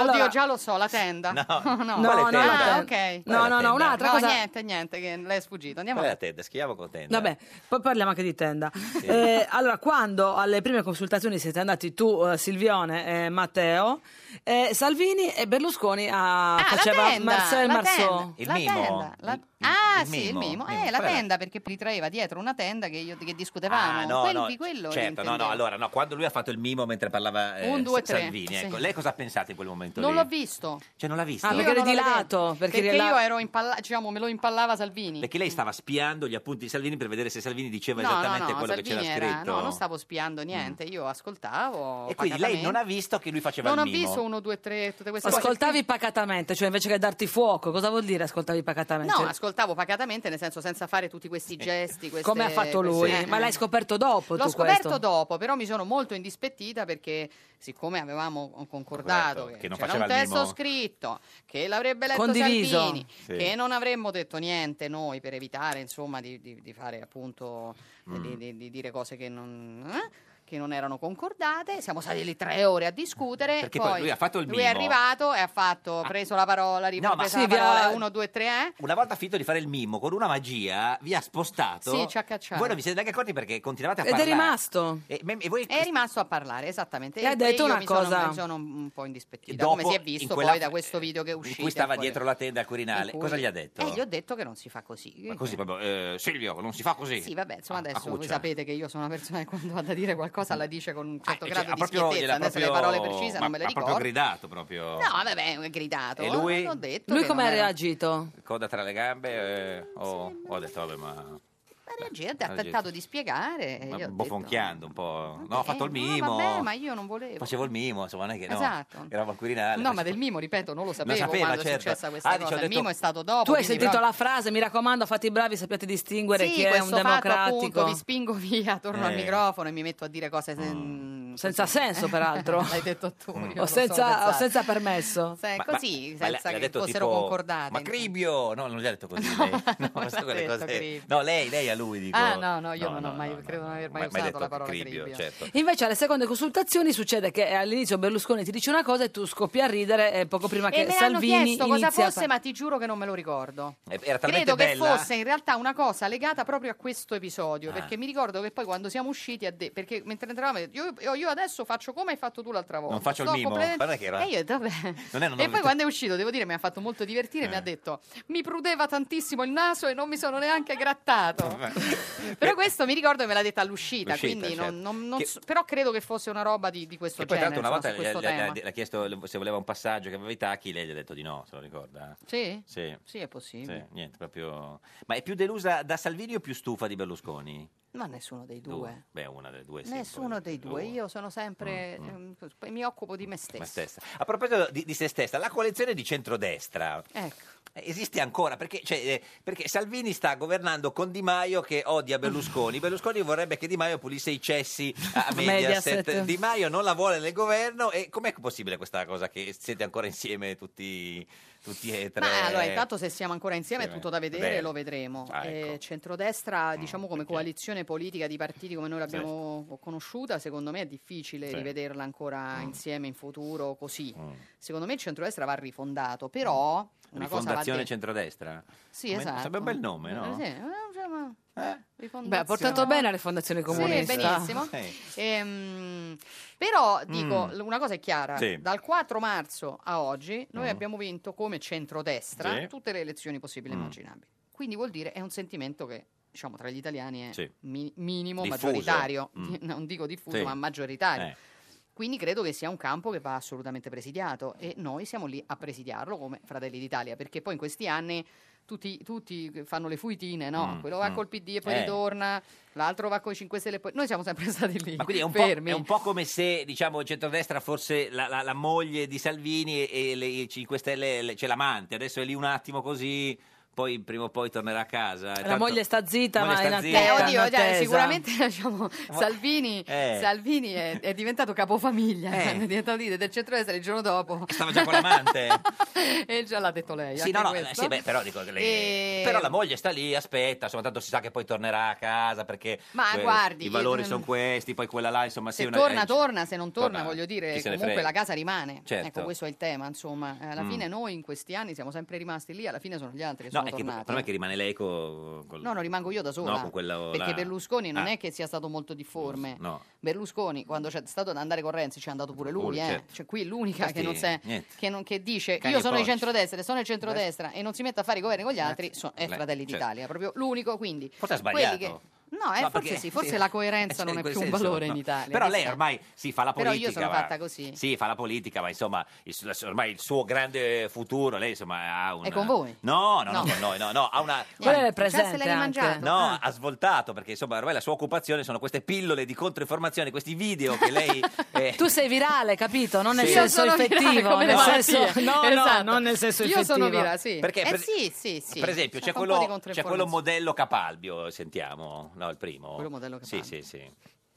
[SPEAKER 1] allora,
[SPEAKER 11] già lo so, la tenda.
[SPEAKER 2] No.
[SPEAKER 11] no,
[SPEAKER 2] Quale
[SPEAKER 11] no,
[SPEAKER 2] tenda?
[SPEAKER 11] Ah, ok.
[SPEAKER 1] No, Quale no, no, tenda? un'altra
[SPEAKER 11] No,
[SPEAKER 1] cosa-
[SPEAKER 11] niente, niente, che lei è sfuggito. Andiamo
[SPEAKER 2] Qual è la
[SPEAKER 11] avanti.
[SPEAKER 2] tenda? Schiavo con tenda.
[SPEAKER 1] Vabbè, poi parliamo anche di tenda. Eh, allora, quando alle prime consultazioni siete andati tu, eh, Silvione e Matteo, eh, Salvini e Berlusconi a,
[SPEAKER 11] Ah,
[SPEAKER 1] faceva
[SPEAKER 11] la tenda,
[SPEAKER 1] Marcel
[SPEAKER 11] la
[SPEAKER 1] Marceau.
[SPEAKER 11] tenda, la tenda, la- Ah,
[SPEAKER 2] il
[SPEAKER 11] sì, il
[SPEAKER 2] mimo,
[SPEAKER 11] mimo.
[SPEAKER 2] mimo,
[SPEAKER 11] Eh, la
[SPEAKER 2] qual era?
[SPEAKER 11] tenda, perché ritraeva dietro una tenda che, io- che discutevamo.
[SPEAKER 2] Ah, no,
[SPEAKER 11] Quel-
[SPEAKER 2] no,
[SPEAKER 11] di quello
[SPEAKER 2] certo, no, no,
[SPEAKER 11] intendevo.
[SPEAKER 2] allora, no, quando lui ha fatto il mimo mentre parlava eh,
[SPEAKER 11] Un, due,
[SPEAKER 2] Sa-
[SPEAKER 11] tre,
[SPEAKER 2] Salvini,
[SPEAKER 11] sì.
[SPEAKER 2] ecco, lei cosa ha pensato in quel momento
[SPEAKER 11] Non
[SPEAKER 2] lì?
[SPEAKER 11] l'ho visto.
[SPEAKER 2] Cioè, non l'ha visto?
[SPEAKER 1] Ah, perché
[SPEAKER 11] Io
[SPEAKER 1] eri
[SPEAKER 11] non
[SPEAKER 1] di
[SPEAKER 11] l'ho
[SPEAKER 1] lato,
[SPEAKER 11] vedete.
[SPEAKER 1] perché, eri là-
[SPEAKER 11] io ero impalla- diciamo, me lo impallava Salvini.
[SPEAKER 2] Perché lei stava spiando gli appunti di Salvini per vedere se Salvini diceva
[SPEAKER 11] No, no,
[SPEAKER 2] esattamente
[SPEAKER 11] no,
[SPEAKER 2] quello che
[SPEAKER 11] Salvini
[SPEAKER 2] c'era
[SPEAKER 11] era,
[SPEAKER 2] scritto. Mm.
[SPEAKER 11] no, non stavo spiando niente, io ascoltavo.
[SPEAKER 2] E quindi lei non
[SPEAKER 11] pacatamente.
[SPEAKER 2] ha visto che lui faceva
[SPEAKER 11] Non ho
[SPEAKER 2] il mimo.
[SPEAKER 11] visto uno, due, tre, tutte queste cose.
[SPEAKER 1] Ascoltavi pacatamente, cioè invece che darti fuoco, cosa vuol dire ascoltavi pacatamente?
[SPEAKER 11] No, ascoltavo pacatamente, nel senso senza fare tutti questi gesti. queste-
[SPEAKER 1] Come ha fatto lui?
[SPEAKER 11] queste-
[SPEAKER 1] Ma
[SPEAKER 11] eh,
[SPEAKER 1] l'hai scoperto dopo
[SPEAKER 11] L'ho
[SPEAKER 1] tu
[SPEAKER 11] scoperto
[SPEAKER 1] questo?
[SPEAKER 11] dopo, però mi sono molto indispettita perché siccome avevamo concordato
[SPEAKER 2] Corretto,
[SPEAKER 11] che,
[SPEAKER 2] Certo, che non
[SPEAKER 11] c'era
[SPEAKER 2] faceva
[SPEAKER 11] un
[SPEAKER 2] il
[SPEAKER 11] testo
[SPEAKER 2] mimo.
[SPEAKER 11] scritto, che l'avrebbe letto
[SPEAKER 1] Condiviso.
[SPEAKER 11] Salvini,
[SPEAKER 1] Sì.
[SPEAKER 11] che non avremmo detto niente noi per evitare insomma di, di- di fare appunto eh,
[SPEAKER 2] Mm.
[SPEAKER 11] di, di- di dire cose che non... eh, che non erano concordate, siamo stati lì tre ore a discutere.
[SPEAKER 2] Perché poi lui ha fatto il
[SPEAKER 11] lui è
[SPEAKER 2] mimo. Ah.
[SPEAKER 11] arrivato e ha fatto, ha preso la parola,
[SPEAKER 2] ma
[SPEAKER 11] ripreso
[SPEAKER 2] sì,
[SPEAKER 11] la
[SPEAKER 2] vi ha-
[SPEAKER 11] parola, uno, due, tre, eh.
[SPEAKER 2] Una volta finito di fare il mimo, con una magia, vi ha spostato.
[SPEAKER 11] Sì, ci ha cacciato.
[SPEAKER 2] Voi non vi siete neanche accorti perché continuavate a
[SPEAKER 1] Ed è
[SPEAKER 2] parlare.
[SPEAKER 1] rimasto.
[SPEAKER 2] E, me- e voi
[SPEAKER 11] È rimasto a parlare, esattamente.
[SPEAKER 1] E ha detto
[SPEAKER 11] io
[SPEAKER 1] una
[SPEAKER 11] mi sono-
[SPEAKER 1] cosa-
[SPEAKER 11] mi sono un un po' indispettita,
[SPEAKER 2] Dopo,
[SPEAKER 11] come si è
[SPEAKER 2] in
[SPEAKER 11] visto
[SPEAKER 2] quella-
[SPEAKER 11] poi da questo video che è
[SPEAKER 2] in
[SPEAKER 11] uscito.
[SPEAKER 2] cui stava
[SPEAKER 11] fuori.
[SPEAKER 2] dietro la tenda al
[SPEAKER 11] In
[SPEAKER 2] Quirinale,
[SPEAKER 11] cui-
[SPEAKER 2] cosa gli ha detto?
[SPEAKER 11] Eh, gli ho detto che non si fa così.
[SPEAKER 2] Ma così proprio, eh, Silvio, non si fa così.
[SPEAKER 11] Sì, vabbè, insomma,
[SPEAKER 2] Ah, a
[SPEAKER 11] adesso voi
[SPEAKER 2] cuccia.
[SPEAKER 11] sapete che io sono una persona che quando vado a dire qualcosa la dice con un certo
[SPEAKER 2] Cioè,
[SPEAKER 11] grado
[SPEAKER 2] ha
[SPEAKER 11] di
[SPEAKER 2] proprio-
[SPEAKER 11] schiettezza,
[SPEAKER 2] gliel'ha
[SPEAKER 11] adesso le
[SPEAKER 2] proprio-
[SPEAKER 11] parole precise
[SPEAKER 2] ma-
[SPEAKER 11] non me le
[SPEAKER 2] Ha proprio
[SPEAKER 11] ricordo.
[SPEAKER 2] gridato proprio.
[SPEAKER 11] No, vabbè, ho gridato.
[SPEAKER 2] E lui?
[SPEAKER 11] L'ho detto
[SPEAKER 1] Lui
[SPEAKER 11] che
[SPEAKER 1] come ha
[SPEAKER 11] non era-
[SPEAKER 1] reagito?
[SPEAKER 2] Coda tra le gambe, eh, ho, ho detto, vabbè, ma...
[SPEAKER 11] Ha reagito, ha
[SPEAKER 2] Ha
[SPEAKER 11] tentato di spiegare. e
[SPEAKER 2] ma
[SPEAKER 11] Eh, io ho
[SPEAKER 2] bofonchiando un po'. No, ho
[SPEAKER 11] detto,
[SPEAKER 2] fatto il
[SPEAKER 11] "Eh,
[SPEAKER 2] mimo.
[SPEAKER 11] No, vabbè, ma io non volevo.
[SPEAKER 2] Facevo il mimo, insomma, non è che no.
[SPEAKER 11] Esatto.
[SPEAKER 2] Eravamo al Quirinale.
[SPEAKER 11] No, ma del mimo, ripeto, non lo sapevo
[SPEAKER 2] sapeva,
[SPEAKER 11] quando
[SPEAKER 2] certo.
[SPEAKER 11] è successa questa
[SPEAKER 2] Ah, dice,
[SPEAKER 11] cosa.
[SPEAKER 2] ho
[SPEAKER 11] Il
[SPEAKER 2] detto-
[SPEAKER 11] mimo è stato dopo.
[SPEAKER 1] tu hai
[SPEAKER 11] quindi
[SPEAKER 1] sentito
[SPEAKER 11] proprio-
[SPEAKER 1] la frase, mi raccomando, fate i bravi, sappiate distinguere
[SPEAKER 11] sì,
[SPEAKER 1] chi è un
[SPEAKER 11] questo fatto,
[SPEAKER 1] democratico.
[SPEAKER 11] appunto, vi spingo via, torno al
[SPEAKER 1] Eh.
[SPEAKER 11] microfono e mi metto a dire cose se-
[SPEAKER 2] Mm.
[SPEAKER 1] Senza senso, peraltro.
[SPEAKER 11] L'hai detto tu. io
[SPEAKER 1] o,
[SPEAKER 11] non so
[SPEAKER 1] senza, o
[SPEAKER 11] pensare.
[SPEAKER 1] senza permesso.
[SPEAKER 11] Se-
[SPEAKER 2] Ma-
[SPEAKER 11] così,
[SPEAKER 2] ma- ma
[SPEAKER 11] senza
[SPEAKER 2] l'ha
[SPEAKER 11] che
[SPEAKER 2] detto
[SPEAKER 11] fossero
[SPEAKER 2] tipo,
[SPEAKER 11] concordate.
[SPEAKER 2] Ma Cribio! No, non gli ha detto così lei. No, ma sai quelle
[SPEAKER 11] detto
[SPEAKER 2] cose-
[SPEAKER 11] Cribio.
[SPEAKER 2] no, lei, lei a lui dico.
[SPEAKER 11] Ah, no, no, io non ho
[SPEAKER 2] no,
[SPEAKER 11] mai,
[SPEAKER 2] no,
[SPEAKER 11] credo non aver mai
[SPEAKER 2] ma- ma hai
[SPEAKER 11] usato
[SPEAKER 2] detto
[SPEAKER 11] la parola
[SPEAKER 2] Cribio,
[SPEAKER 11] cribio.
[SPEAKER 2] certo.
[SPEAKER 1] Invece alle seconde consultazioni succede che eh, all'inizio Berlusconi ti dice una cosa e tu scoppi a ridere eh, poco prima
[SPEAKER 11] E
[SPEAKER 1] che
[SPEAKER 11] me l'hanno
[SPEAKER 1] Salvini
[SPEAKER 11] chiesto cosa
[SPEAKER 1] inizia a
[SPEAKER 11] fosse, ma ti giuro che non me lo ricordo.
[SPEAKER 2] Eh, Era talmente
[SPEAKER 11] Credo che
[SPEAKER 2] bella.
[SPEAKER 11] fosse in realtà una cosa legata proprio a questo episodio,
[SPEAKER 2] Ah.
[SPEAKER 11] perché mi ricordo che poi quando siamo usciti, ha de- perché mentre entravamo, io, io- io adesso faccio come hai fatto tu l'altra volta.
[SPEAKER 2] faccio il
[SPEAKER 11] Sto
[SPEAKER 2] mimo.
[SPEAKER 11] completamente-
[SPEAKER 2] Guarda che era-
[SPEAKER 11] E io, vabbè.
[SPEAKER 2] Non è una
[SPEAKER 11] E
[SPEAKER 2] novità. Eh.
[SPEAKER 11] poi quando è uscito, devo dire, mi ha fatto molto divertire, mi ha detto, mi prudeva tantissimo il naso e non mi sono neanche grattato. però questo mi ricordo che me l'ha detta all'uscita,
[SPEAKER 2] L'uscita,
[SPEAKER 11] quindi non-
[SPEAKER 2] certo.
[SPEAKER 11] non- non
[SPEAKER 2] Che-
[SPEAKER 11] so- però credo che fosse una roba di, di questo
[SPEAKER 2] Che poi, tra
[SPEAKER 11] genere,
[SPEAKER 2] l'altro, una volta
[SPEAKER 11] insomma,
[SPEAKER 2] le-
[SPEAKER 11] su questo
[SPEAKER 2] le-
[SPEAKER 11] tema.
[SPEAKER 2] le- le ha chiesto se voleva un passaggio che aveva i tacchi, lei gli ha detto di no, se lo ricorda.
[SPEAKER 11] Sì?
[SPEAKER 2] Sì.
[SPEAKER 11] Sì, è possibile.
[SPEAKER 2] Sì, niente, proprio... Ma è più delusa da Salvini o più stufa di Berlusconi?
[SPEAKER 11] Ma nessuno dei due.
[SPEAKER 2] Beh, una delle due, sì.
[SPEAKER 11] Nessuno dei due, io sono sempre. ehm, mi occupo di me stessa.
[SPEAKER 2] Ma stessa. A proposito di, di se stessa, la coalizione di centrodestra
[SPEAKER 11] Ecco.
[SPEAKER 2] Eh, esiste ancora perché, cioè, eh, perché Salvini sta governando con Di Maio che odia Berlusconi. Berlusconi vorrebbe che Di Maio pulisse i cessi a Mediaset.
[SPEAKER 1] Mediaset.
[SPEAKER 2] Di Maio non la vuole nel governo. E com'è possibile questa cosa che siete ancora insieme tutti, tutti e tre?
[SPEAKER 11] Ma allora, intanto se siamo ancora insieme è
[SPEAKER 2] Insieme.
[SPEAKER 11] tutto da vedere,
[SPEAKER 2] Bene.
[SPEAKER 11] lo vedremo.
[SPEAKER 2] Ah, ecco. Mm,
[SPEAKER 11] Eh, centrodestra, diciamo come coalizione politica di partiti come noi l'abbiamo conosciuta, secondo me è difficile
[SPEAKER 2] Sì. Mm.
[SPEAKER 11] rivederla ancora insieme in futuro così. Secondo me il centrodestra va rifondato, però una cosa va
[SPEAKER 2] Mm. Rifondazione
[SPEAKER 11] detta.
[SPEAKER 2] centrodestra?
[SPEAKER 11] Sì,
[SPEAKER 2] Come-
[SPEAKER 11] esatto.
[SPEAKER 2] Sarebbe un bel nome, no? Eh?
[SPEAKER 11] Sì, eh, insomma,
[SPEAKER 1] Beh, ha portato
[SPEAKER 11] rifondazione.
[SPEAKER 1] bene alle fondazioni comuniste.
[SPEAKER 11] Sì, benissimo.
[SPEAKER 2] Eh,
[SPEAKER 11] Ehm, però dico,
[SPEAKER 1] Mm.
[SPEAKER 11] l- una cosa è chiara,
[SPEAKER 1] Sì.
[SPEAKER 11] dal 4 marzo a oggi noi
[SPEAKER 1] Mm.
[SPEAKER 11] abbiamo vinto come centrodestra
[SPEAKER 2] Sì.
[SPEAKER 11] tutte le elezioni possibili e
[SPEAKER 2] Mm.
[SPEAKER 11] immaginabili. Quindi vuol dire è un sentimento che diciamo tra gli italiani è
[SPEAKER 2] Sì.
[SPEAKER 11] mi- minimo,
[SPEAKER 2] Diffuso.
[SPEAKER 11] maggioritario,
[SPEAKER 2] Mm.
[SPEAKER 11] non dico diffuso,
[SPEAKER 2] Sì.
[SPEAKER 11] ma maggioritario.
[SPEAKER 2] Eh.
[SPEAKER 11] Quindi credo che sia un campo che va assolutamente presidiato e noi siamo lì a presidiarlo come Fratelli d'Italia, perché poi in questi anni tutti, tutti fanno le fuitine, no?
[SPEAKER 2] Mm,
[SPEAKER 11] Quello va
[SPEAKER 2] mm.
[SPEAKER 11] col PD e poi
[SPEAKER 2] Eh.
[SPEAKER 11] ritorna, l'altro va con i 5 Stelle e poi... Noi siamo sempre stati lì,
[SPEAKER 2] Ma quindi è un, po',
[SPEAKER 11] fermi.
[SPEAKER 2] è un po' come se diciamo il centrodestra fosse la, la- la moglie di Salvini e, e le, i 5 Stelle le- c'è l'amante, adesso è lì un attimo così, poi prima o poi tornerà a casa.
[SPEAKER 1] La
[SPEAKER 2] Tanto-
[SPEAKER 1] moglie sta zitta,
[SPEAKER 2] moglie
[SPEAKER 1] ma
[SPEAKER 2] sta
[SPEAKER 1] in
[SPEAKER 2] zitta.
[SPEAKER 1] attesa.
[SPEAKER 11] Eh, oddio,
[SPEAKER 1] in
[SPEAKER 11] dai,
[SPEAKER 1] attesa.
[SPEAKER 11] sicuramente diciamo, Salvini,
[SPEAKER 2] Eh.
[SPEAKER 11] Salvini è, è diventato capofamiglia
[SPEAKER 2] Eh.
[SPEAKER 11] è diventato leader del centrodestra il giorno dopo
[SPEAKER 2] Stava già con l'amante.
[SPEAKER 11] e già l'ha detto lei.
[SPEAKER 2] Sì,
[SPEAKER 11] anche
[SPEAKER 2] no, no,
[SPEAKER 11] questo.
[SPEAKER 2] sì, beh, però, dico, le-
[SPEAKER 11] E-
[SPEAKER 2] però la moglie sta lì, aspetta, insomma, tanto si sa che poi tornerà a casa perché
[SPEAKER 11] Ma guardi,
[SPEAKER 2] i valori
[SPEAKER 11] mm,
[SPEAKER 2] sono questi, poi quella là, insomma, sì,
[SPEAKER 11] Se
[SPEAKER 2] una-
[SPEAKER 11] torna,
[SPEAKER 2] eh,
[SPEAKER 11] torna, se non torna,
[SPEAKER 2] torna,
[SPEAKER 11] voglio dire,
[SPEAKER 2] chi se ne
[SPEAKER 11] comunque
[SPEAKER 2] frega.
[SPEAKER 11] la casa rimane.
[SPEAKER 2] Certo.
[SPEAKER 11] Ecco, questo è il tema, insomma. Eh, Alla
[SPEAKER 2] Mm.
[SPEAKER 11] fine noi in questi anni siamo sempre rimasti lì, alla fine sono gli altri che
[SPEAKER 2] No,
[SPEAKER 11] sono
[SPEAKER 2] è che, il
[SPEAKER 11] tornati.
[SPEAKER 2] problema è che rimane lei co- col...
[SPEAKER 11] No, non rimango io da sola.
[SPEAKER 2] No, con quella-
[SPEAKER 11] perché
[SPEAKER 2] la-
[SPEAKER 11] Berlusconi non
[SPEAKER 2] Ah.
[SPEAKER 11] è che sia stato molto difforme.
[SPEAKER 2] no.
[SPEAKER 11] Berlusconi, quando c'è stato ad andare con Renzi, ci è andato pure lui.
[SPEAKER 2] Pure,
[SPEAKER 11] eh.
[SPEAKER 2] certo.
[SPEAKER 11] Cioè, qui è l'unica
[SPEAKER 2] Questi,
[SPEAKER 11] che non, c'è,
[SPEAKER 2] niente.
[SPEAKER 11] che, non- che dice
[SPEAKER 2] Cani
[SPEAKER 11] io
[SPEAKER 2] e
[SPEAKER 11] sono di
[SPEAKER 2] porci."
[SPEAKER 11] centrodestra, sono di centrodestra e non si mette a fare i governi con gli altri, so- è
[SPEAKER 2] Beh,
[SPEAKER 11] Fratelli
[SPEAKER 2] certo.
[SPEAKER 11] d'Italia. Proprio l'unico, quindi.
[SPEAKER 2] Forse ha
[SPEAKER 11] quelli
[SPEAKER 2] sbagliato.
[SPEAKER 11] che- No, eh,
[SPEAKER 2] No,
[SPEAKER 11] forse
[SPEAKER 2] perché-
[SPEAKER 11] sì, forse
[SPEAKER 2] sì.
[SPEAKER 11] la coerenza
[SPEAKER 2] Eh,
[SPEAKER 11] non
[SPEAKER 2] in
[SPEAKER 11] è
[SPEAKER 2] quel
[SPEAKER 11] più un
[SPEAKER 2] senso,
[SPEAKER 11] valore
[SPEAKER 2] no.
[SPEAKER 11] in Italia.
[SPEAKER 2] Però
[SPEAKER 11] Chissà.
[SPEAKER 2] lei ormai si fa la
[SPEAKER 11] Però
[SPEAKER 2] politica.
[SPEAKER 11] io sono
[SPEAKER 2] va.
[SPEAKER 11] fatta così.
[SPEAKER 2] Sì, fa la politica, ma insomma, il, su- adesso ormai il suo grande futuro, lei insomma ha un...
[SPEAKER 11] È con voi?
[SPEAKER 2] No, no, no,
[SPEAKER 11] No.
[SPEAKER 2] con noi, no, no, ha una...
[SPEAKER 1] Quello è il
[SPEAKER 11] Cazzo, l'hai
[SPEAKER 1] presente anche.
[SPEAKER 11] rimangiato?
[SPEAKER 2] No, ha svoltato perché insomma ormai la sua occupazione sono queste pillole di controinformazione, questi video che lei... eh,
[SPEAKER 1] Tu sei virale, capito? Non nel
[SPEAKER 2] Sì. Io
[SPEAKER 1] senso
[SPEAKER 2] sono virale
[SPEAKER 1] effettivo,
[SPEAKER 2] come
[SPEAKER 1] nel
[SPEAKER 2] le
[SPEAKER 1] senso,
[SPEAKER 2] malattie.
[SPEAKER 1] no,
[SPEAKER 2] Esatto.
[SPEAKER 1] no, non nel senso
[SPEAKER 2] Io
[SPEAKER 1] effettivo.
[SPEAKER 2] sono virale,
[SPEAKER 11] sì.
[SPEAKER 2] Perché,
[SPEAKER 11] Eh
[SPEAKER 2] per-
[SPEAKER 11] sì, sì, sì.
[SPEAKER 2] Per esempio c'è
[SPEAKER 11] fa un po'
[SPEAKER 2] quello, c'è
[SPEAKER 11] di
[SPEAKER 2] quello
[SPEAKER 11] controinformazione.
[SPEAKER 2] modello Capalbio, sentiamo, no, il primo.
[SPEAKER 11] Quello modello
[SPEAKER 2] Sì, sì, sì.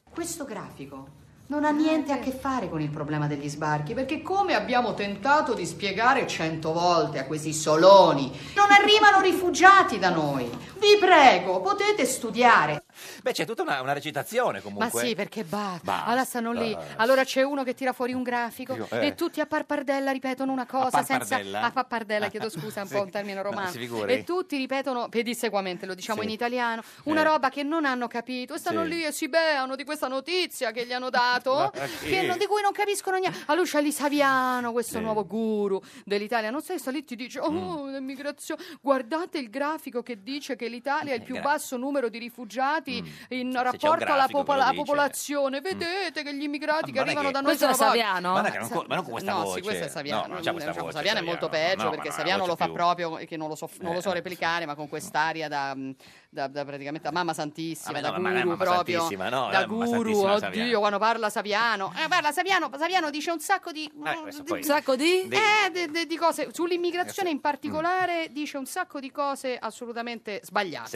[SPEAKER 11] Questo grafico non ha niente a che fare con il problema degli sbarchi, perché come abbiamo tentato di spiegare cento volte a questi soloni, non arrivano rifugiati da noi. Vi prego, potete studiare.
[SPEAKER 2] Beh, c'è tutta una, una recitazione comunque.
[SPEAKER 11] Ma sì, perché basta.
[SPEAKER 2] Basta.
[SPEAKER 11] Allora stanno lì. Allora c'è uno che tira fuori un grafico
[SPEAKER 2] Io, eh.
[SPEAKER 11] e tutti a parpardella ripetono una cosa
[SPEAKER 2] A
[SPEAKER 11] senza
[SPEAKER 2] parpardella?
[SPEAKER 11] a pappardella, chiedo scusa, è un po' un
[SPEAKER 2] Sì.
[SPEAKER 11] termine
[SPEAKER 2] No,
[SPEAKER 11] romano.
[SPEAKER 2] si figuri.
[SPEAKER 11] e tutti ripetono pedissequamente, lo diciamo
[SPEAKER 2] Sì.
[SPEAKER 11] in italiano, una
[SPEAKER 2] Eh.
[SPEAKER 11] roba che non hanno capito e stanno
[SPEAKER 2] Sì.
[SPEAKER 11] lì e si beano di questa notizia che gli hanno dato,
[SPEAKER 2] Ma
[SPEAKER 11] che
[SPEAKER 2] sì.
[SPEAKER 11] non- di cui non capiscono niente. Allora c'è Lisaviano, questo
[SPEAKER 2] Sì. Mm.
[SPEAKER 11] nuovo guru dell'Italia, non sei lì ti dice "Oh, l'immigrazione, guardate il grafico che dice che l'Italia ha il più
[SPEAKER 2] gra-
[SPEAKER 11] basso numero di rifugiati
[SPEAKER 2] Mm.
[SPEAKER 11] in
[SPEAKER 2] c'è un
[SPEAKER 11] rapporto alla
[SPEAKER 2] grafico che lo
[SPEAKER 11] popola-
[SPEAKER 2] dice. mm.
[SPEAKER 11] popolazione. Vedete che gli immigrati che
[SPEAKER 2] Ma non è
[SPEAKER 11] arrivano
[SPEAKER 2] che-
[SPEAKER 11] da noi sono pochi.
[SPEAKER 2] Guarda che non co- ma non con questa
[SPEAKER 11] no,
[SPEAKER 2] voce.
[SPEAKER 11] sì, questo è Saviano.
[SPEAKER 2] No, ma non c'è questa
[SPEAKER 11] Diciamo,
[SPEAKER 2] voce,
[SPEAKER 11] Saviano è molto peggio
[SPEAKER 2] No, ma
[SPEAKER 11] perché
[SPEAKER 2] no,
[SPEAKER 11] Saviano
[SPEAKER 2] la
[SPEAKER 11] lo
[SPEAKER 2] voce
[SPEAKER 11] fa
[SPEAKER 2] più-
[SPEAKER 11] proprio e che non lo so, non lo so
[SPEAKER 2] Eh.
[SPEAKER 11] replicare, ma con quest'aria da, mm, da- da praticamente da mamma santissima,
[SPEAKER 2] Vabbè, no,
[SPEAKER 11] da
[SPEAKER 2] ma- ma-
[SPEAKER 11] guru
[SPEAKER 2] mamma
[SPEAKER 11] proprio.
[SPEAKER 2] santissima, no,
[SPEAKER 11] da
[SPEAKER 2] eh, mamma
[SPEAKER 11] guru,
[SPEAKER 2] santissima
[SPEAKER 11] oddio,
[SPEAKER 2] Saviano.
[SPEAKER 11] quando parla Saviano. Eh, parla Saviano, Saviano dice un sacco di
[SPEAKER 2] Eh, questo
[SPEAKER 11] di-
[SPEAKER 2] poi-
[SPEAKER 11] un sacco di
[SPEAKER 2] Di-
[SPEAKER 11] eh, de- de- di cose sull'immigrazione in particolare dice un sacco di cose assolutamente sbagliate.